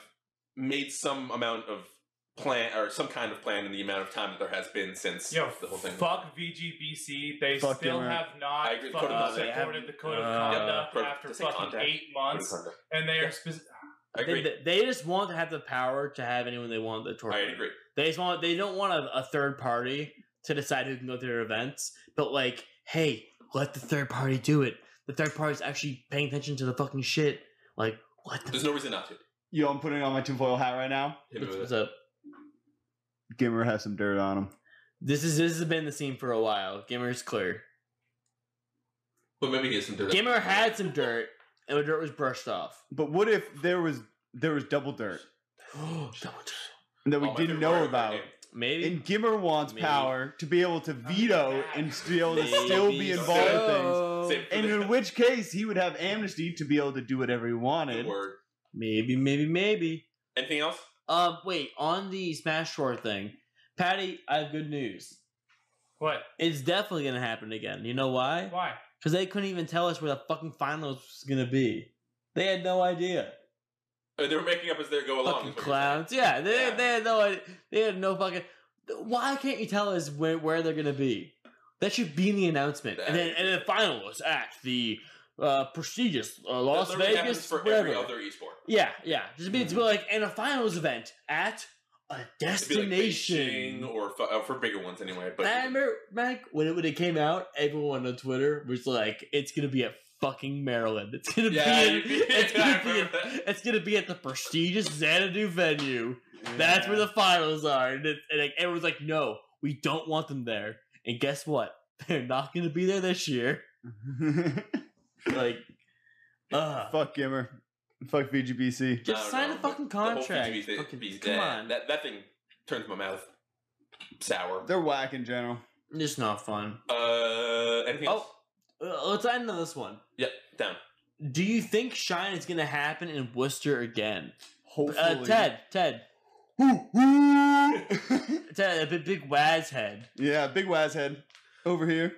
made some amount of plan or some kind of plan in the amount of time that there has been since
Yo,
the whole thing.
Fuck VGBC. They
Fuck
still
them, right?
have not
I agree,
fucking
code of
conduct.
supported the code of
Uh,
conduct
Code of-
after
just say
fucking
conduct.
eight
Code of
months,
conduct.
and they
Yeah.
are speci-
I agree.
They, they just want to have the power to have anyone they want at the
I
tournament.
agree.
They just want they don't want a, a third party to decide who can go to their events, but like, hey, let the third party do it. The third party's actually paying attention to the fucking shit. Like, what the
There's no reason not to.
Yo, I'm putting on my tinfoil hat right now.
Hit me
what's,
with
what's
it.
up?
Gimmer has some dirt on him.
This is this has been the scene for a while. Gimmer's clear.
But maybe he has some dirt.
Gimmer had some dirt, and the dirt was brushed off. *gasps*
But what if there was there was double dirt
Double dirt.
that we
Oh, my
didn't
favorite
know
Mario Kart
about?
game.
Maybe
And Gimmer wants
Maybe.
power to be able to veto
back.
and to be able to
Maybe
still be involved with things.
so.
Same for
And
the-
in which case, he would have amnesty to be able to do whatever he
the
wanted.
word.
Maybe, maybe, maybe.
Anything else?
Um, wait, on the Smash Tour thing, Patty, I have good news.
what?
It's definitely gonna happen again. You know why?
Why?
Because they couldn't even tell us where the fucking finals was gonna be. They had no idea.
Uh, They were making up as they go along.
fucking
is what you're saying.
clowns. Yeah, they,
Yeah.
they had no idea. They had no fucking. Why can't you tell us where, where they're gonna be? That should be in the announcement. And then and then finalists at the uh, prestigious uh,
That
Las
literally happens
Vegas
for
whatever.
every other esport.
Yeah, yeah. Just be, to be
Mhm.
like, and a finals event at a
It'd be like
destination.
Beijing or fu- uh, for bigger ones anyway. But
I remember, Mac, when it, when it came out, everyone on Twitter was like, "It's gonna be at fucking Maryland. It's gonna
Yeah, *laughs*
be, in,
you-
it's
I
gonna be, in,
remember that.
it's gonna be at the prestigious Xanadu venue. That's where the finals are." And, it, and like, everyone's like, "No, we don't want them there." And guess what? *laughs* They're not gonna be there this year. *laughs* Like, uh,
*laughs* Fuck Gimmer. Fuck VGBC.
I
just
don't
sign
know,
a fucking
the whole
contract.
PGB thing-
Fucking-
PGB
come
that-
on.
That, that thing turns my mouth sour.
They're whack in general.
It's not fun.
Uh, anything else?
Oh, uh, let's end on this one.
Yep, down.
Do you think Shine is going to happen in Worcester again?
Hopefully.
Uh, *laughs* Ted, Ted,
yeah,
Ted, a big, big Waz head.
big Waz head over here.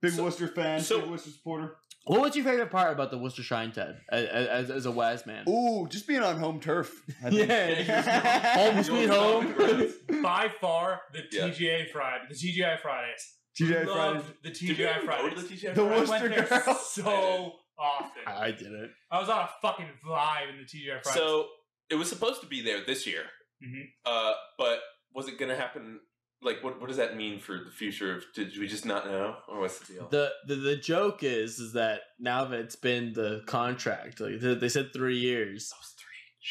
Big
So-
Worcester fan,
so-
big Worcester supporter.
What was your favorite part about the Worcester Shine, Ted, as, as, as a Waz man?
Ooh, just being on home turf. *laughs* I think.
Yeah. Home sweet
You're on
home.
the ground.
*laughs* By far the
Yeah.
TGA Friday, the TGI Fridays.
TGI Fridays.
Loved the
Did you
TGI
ever go to
Fridays.
the TGI
The
Fridays?
I went
Worcester
there
girls.
*laughs* so often.
I didn't.
I was on a fucking vibe in the TGI Fridays.
So it was supposed to be there this year,
Mhm.
uh, but was it going to happen? Like, what what does that mean for the future? Of, did we just not know, or what's the deal?
The, the the joke is is that now that it's been the contract, like they, they said three years,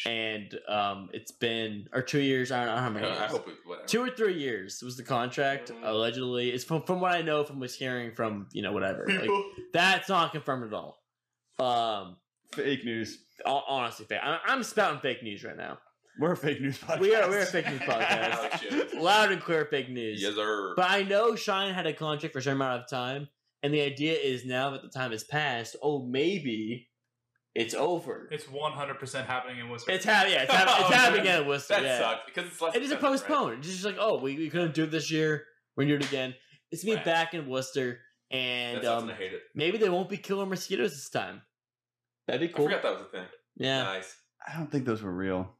and um, it's been or two years. I don't know how
I,
many.
don't know, I
years.
hope it, whatever.
two or three years was the contract
Mhm.
allegedly it's from, from what i know from was hearing from you know whatever like, that's not confirmed at all um
*laughs* Fake news.
ho- honestly fake I, i'm spouting fake news right now
We're a fake news podcast.
We are- we're a fake
*laughs*
news podcast.
Alex Jones.
loud and clear fake news
Yes, sir.
but i know shine had a contract for a certain amount of time and the idea is now that the time has passed oh maybe it's over it's,
it's 100% happening in Worcester.
happening yeah, it's, hap- it's
Oh,
happening
man.
again at Worcester,
that
yeah.
sucks because it's less.
It is a
expensive, right?
postpone. It's just like, oh, we, we couldn't do it this year. We're gonna do it again. It's gonna be
Right.
back in Worcester,
That
and
sucks,
um,
I hate it.
maybe they won't be killing mosquitoes this time. Uh, That'd be
I
cool.
forgot that was a thing.
Yeah.
Nice.
I don't think those were real.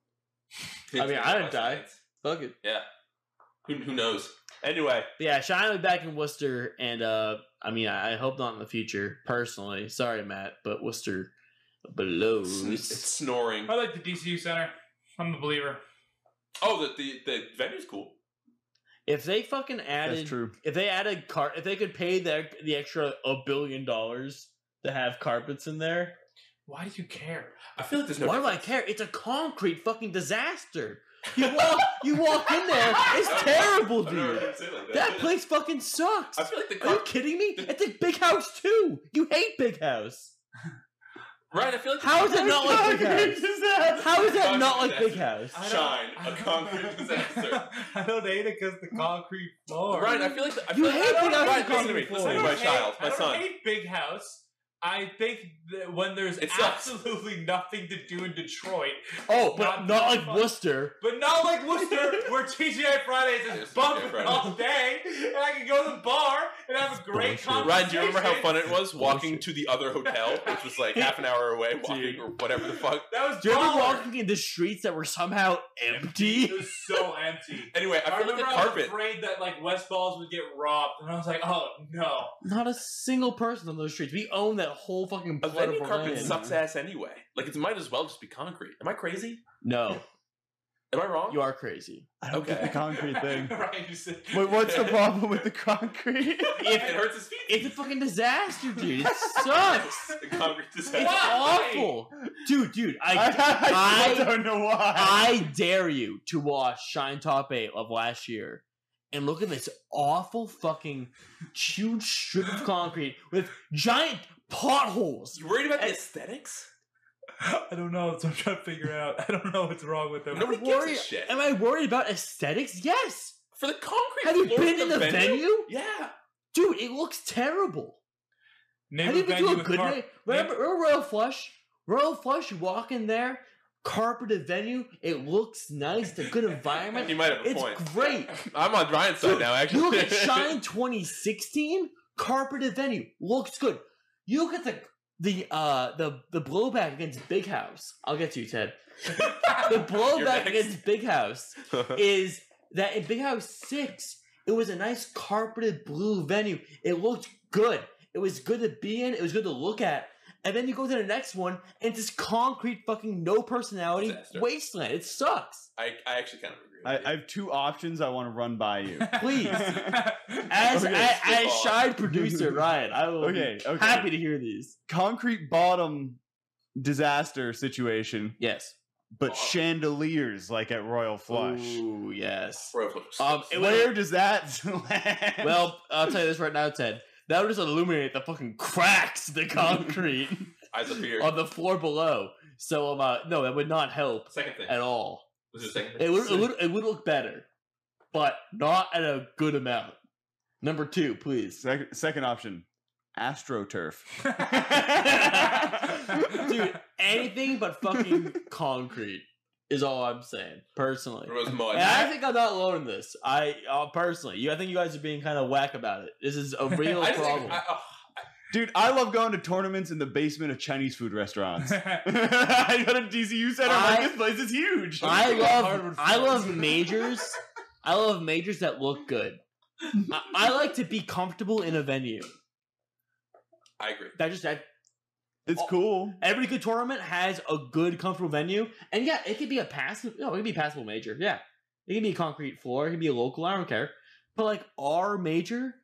I mean, I didn't die. Fuck it.
Yeah. Who, who knows? Anyway,
But yeah, Shine will be back in Worcester, and uh, I mean, I, I hope not in the future. Personally, sorry, Matt, but Worcester blows.
sn- Oh, *laughs* it's snoring.
I like the DCU Center. I'm a believer.
Oh, the the, the venue's cool.
if they fucking added,
That's true.
if they added car, if they could pay their the extra a billion dollars to have carpets in there,
Why do you care?
I feel like there's no.
Why do I
difference.
care? It's a concrete fucking disaster. You walk, you walk in there. It's
I've never-
terrible,
I've never heard
dude.
it say like
That place fucking sucks.
I feel like the
Are you
car-
kidding me? It's a big house too. You hate big house.
right. I feel like the
How is it not like big house? How is that
Concrete
not like big
disaster.
house?
I Shine, a
*laughs*
concrete disaster.
I don't hate it because the concrete floor.
Right, I feel like the, I
You
feel
hate
like,
when I was
Ryan,
calling
listen to me,
before.
listen to me,
I
my
hate,
child,
I
my
don't
son.
hate Big House. I think that when there's
It sucks.
absolutely nothing to do in Detroit,
Oh,
Not
but not
that
like
fun.
Worcester.
but not like Worcester, where TGI Fridays
It
is
is
bumping
TGI Fridays.
all day, and I can go to the bar and have a great
bullshit.
conversation.
Ryan, do you remember how fun it was walking
Bullshit.
to the other hotel, which was like half an hour away, walking
Dude.
or whatever the fuck?
That was
Do you remember
baller.
walking in the streets that were somehow
It
empty?
was so empty.
Anyway, I
I
feel like
remember
the
I was
carpet.
afraid that like West Falls would get robbed, and I was like, "Oh no!"
Not a single person on those streets. We own that whole fucking
A
plot of
venue carpet
land.
sucks ass anyway. Like it might as well just be concrete. Am I crazy?
No,
Am I wrong?
you are crazy.
I don't get
Okay.
the
*laughs*
concrete
*laughs*
thing.
Ryan just said,
Wait, what's the problem with the concrete?
it hurts his
*laughs*
feet.
It's a fucking disaster, dude.
*laughs*
It sucks.
The concrete
It's
disaster.
Why?
awful, dude. Dude,
I,
I
*laughs* I
I-
don't know why.
I dare you to watch Shine Top Eight of last year and look at this awful fucking huge strip of concrete with giant potholes.
You worried about the aesthetics?
*laughs* I don't know. That's what I'm trying to figure out. I don't know what's wrong with them.
Nobody gives a
worried-
shit.
Am I worried about aesthetics? Yes.
For the concrete.
Have you
floor
been
for
in the venue?
Yeah.
Dude, it looks terrible.
Name
Have
a
you been
venue
to a
with
good
car-
night? Remember, remember Royal Flush? Royal Flush, you walk in there, carpeted venue, it looks nice, the good
He
environment.
might have a
It's
point.
great.
*laughs* I'm on Ryan's side
Dude,
now, actually.
You look
*laughs*
at Shine 2016, carpeted venue, looks good. You look at the the uh the the blowback against Big House. I'll get to you, Ted.
*laughs*
The blowback
next.
against Big House is that in Big House 6, it was a nice carpeted blue venue. It looked good. It was good to be in, it was good to look at. And then you go to the next one, and it's just concrete, fucking no personality
Disaster.
wasteland. It sucks.
I, I actually kind of agree. With
*laughs* I,
you.
I have two options I want to run by you.
Please.
*laughs*
As,
Okay,
as,
skip
as
on. *laughs*
Shine producer Ryan, *laughs* I will
Okay,
be
okay.
happy to hear these.
Concrete bottom disaster situation,
Yes.
but
Oh.
chandeliers like at Royal Flush.
Ooh, yes.
Royal Flush.
Um, it would-
Where does that *laughs* land?
well, I'll tell you this right now, Ted. That would just illuminate the fucking cracks in the concrete.
Eyes of Fear.
on the floor below. So um, uh, no, that would not help
second thing.
at all.
Was it second thing?
uh, It would, it would it would look better, but not at a good amount. Number two, please,
Sec- second option, astroturf.
*laughs*
dude. Anything but fucking concrete is all I'm saying personally.
It was mud.
And I think I'm not alone in this. I uh, personally, you, I think you guys are being kind of whack about it. This is
*laughs*
a real
I just think-
problem.
I- oh,
Dude, I love going to tournaments in the basement of Chinese food
*laughs*
restaurants. *laughs* I got a DCU center. I'm
I-
like, this place is huge.
I
Think
love
about hardwood
I
floors.
love majors. I love majors that look good. I, I like to be comfortable in a venue.
I agree.
That just that
it's cool.
every good tournament has a good comfortable venue, and yeah, it could be a passive. No, it could be a passable major. Yeah, it can be a concrete floor. It can be a local. I don't care. But like our major,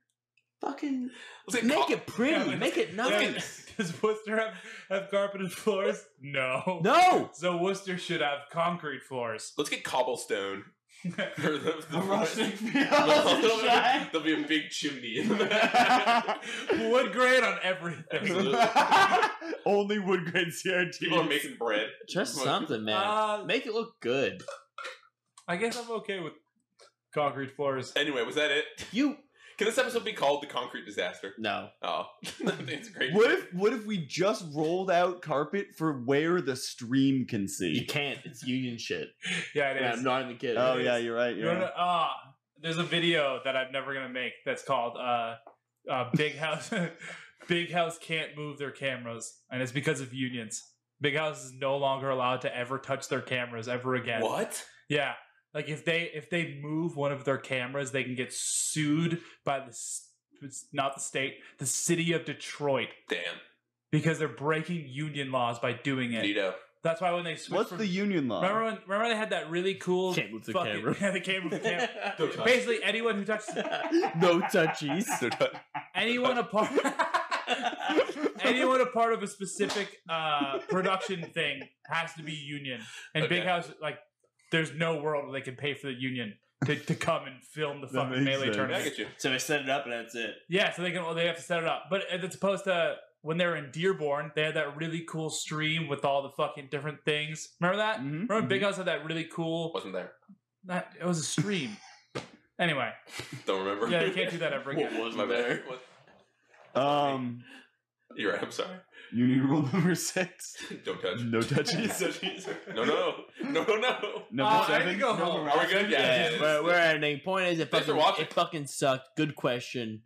fucking
Was it
make
con-
it pretty,
but-
make it nice.
*laughs* Does Worcester have, have carpeted floors? No.
No,
So Worcester should have concrete floors. *laughs*
Let's get cobblestone. *laughs* Or the- the- There'll be-
Shine.
There'll be a big chimney *laughs* in the back.
Wood grade on
*laughs*
everything.
Only wood grade CRT.
People are making bread.
just something, man.
Uh,
Make it look good.
I guess I'm okay with concrete floors.
Anyway, was that it? *laughs*
You
Can this episode be called the concrete disaster?
no.
Oh, *laughs* I think it's a great.
What if what if we just rolled out carpet for where the stream can
You
see?
can't. It's union shit.
Yeah, Uh, it is.
Yeah, I'm not even kidding.
Oh yeah, you're right.
You
You're
wanna-
right.
ah, there's a video that I'm never gonna make that's called uh, uh, "Big House." *laughs* Big House can't move their cameras, and it's because of unions. Big House is no longer allowed to ever touch their cameras ever again.
What?
Yeah, like if they if they move one of their cameras, they can get sued by the s- it's not the state, the city of Detroit,
Damn.
because they're breaking union laws by doing it.
Nito.
That's why when they switch
What's
from,
the union law?
*laughs* remember when remember they had that really cool
Can't move the
fucking- *laughs*
camera.
yeah, they can't move the camera.
*laughs*
Don't touch.
Basically, anyone who touches
no touchies.
anyone a part anyone a part of a specific uh, production thing has to be union. And Big
Okay.
House, like, there's no world where they can pay for the union to, to come and film the
That
fucking
makes
melee
sense.
I
tournament.
get you.
so they set it up and that's it.
Yeah, so they can well, they have to set it up. But it's opposed to when they were in Dearborn, they had that really cool stream with all the fucking different things. Remember that?
Mhm,
Remember Big House had that really cool.
Wasn't there.
That, it was a stream. anyway,
Don't remember. *laughs*
yeah, you can't do that ever again.
was
My bad. What?
mhm. Mm-hmm. Um,
You're right. I'm sorry. *laughs*
You need rule *laughs* number six.
Don't *laughs* touch.
No touches.
No, no, no, no, no.
number
Oh, I need
seven.
to go
no
home.
Are we good? Yeah.
Yeah,
this-
we're, we're ending. Point is, it
Thanks for
fucking,
watching.
it fucking sucked. Good question.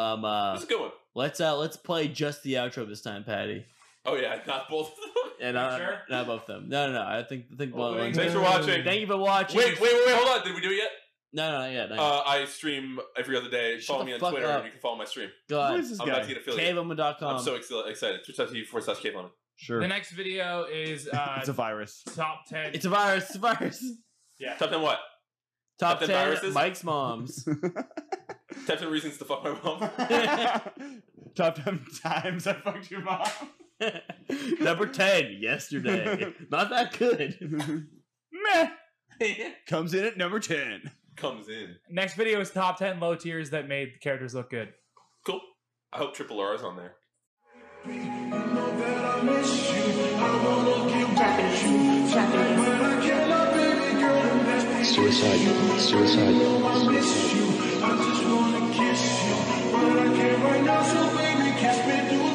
Um,
This
uh,
is a good one.
let's uh, let's play just the outro this time, Patty,
Oh yeah, not both. *laughs*
and
You
uh,
sure?
not both them. No, no, no. I think I think both.
Thanks for watching.
Thank you for watching.
wait, wait, wait, wait. Hold on. Did we do it yet?
No, no, not yet. Not yet.
Uh, I stream every other day.
Shut
follow
the
me on
fuck
Twitter,
up.
and you can follow my stream.
Go
Who
ahead.
is this
I'm about to
guy?
get affiliated.
CaveOma.com.
I'm so ex- excited. Twitch.tv forward slash Cave Omen.
Sure.
The next video is uh,
it's a virus.
*laughs* top ten.
it's a virus. It's a
*laughs*
virus.
yeah.
Top 10 what? Top
Top,
10
ten
viruses?
Mike's moms. *laughs*
Top 10 reasons to fuck my mom.
*laughs* Top ten *laughs* times I fucked your mom.
Number ten.
*laughs*
Yesterday. Not that good.
Meh. Comes in at number ten.
Comes in.
Next video is top ten low tiers that made the characters look good.
Cool. I hope Triple R is on there.
Japanese, Japanese.
Suicide. Suicide. Suicide.
I just wanna kiss you, but I can't right now, so baby, kiss me, do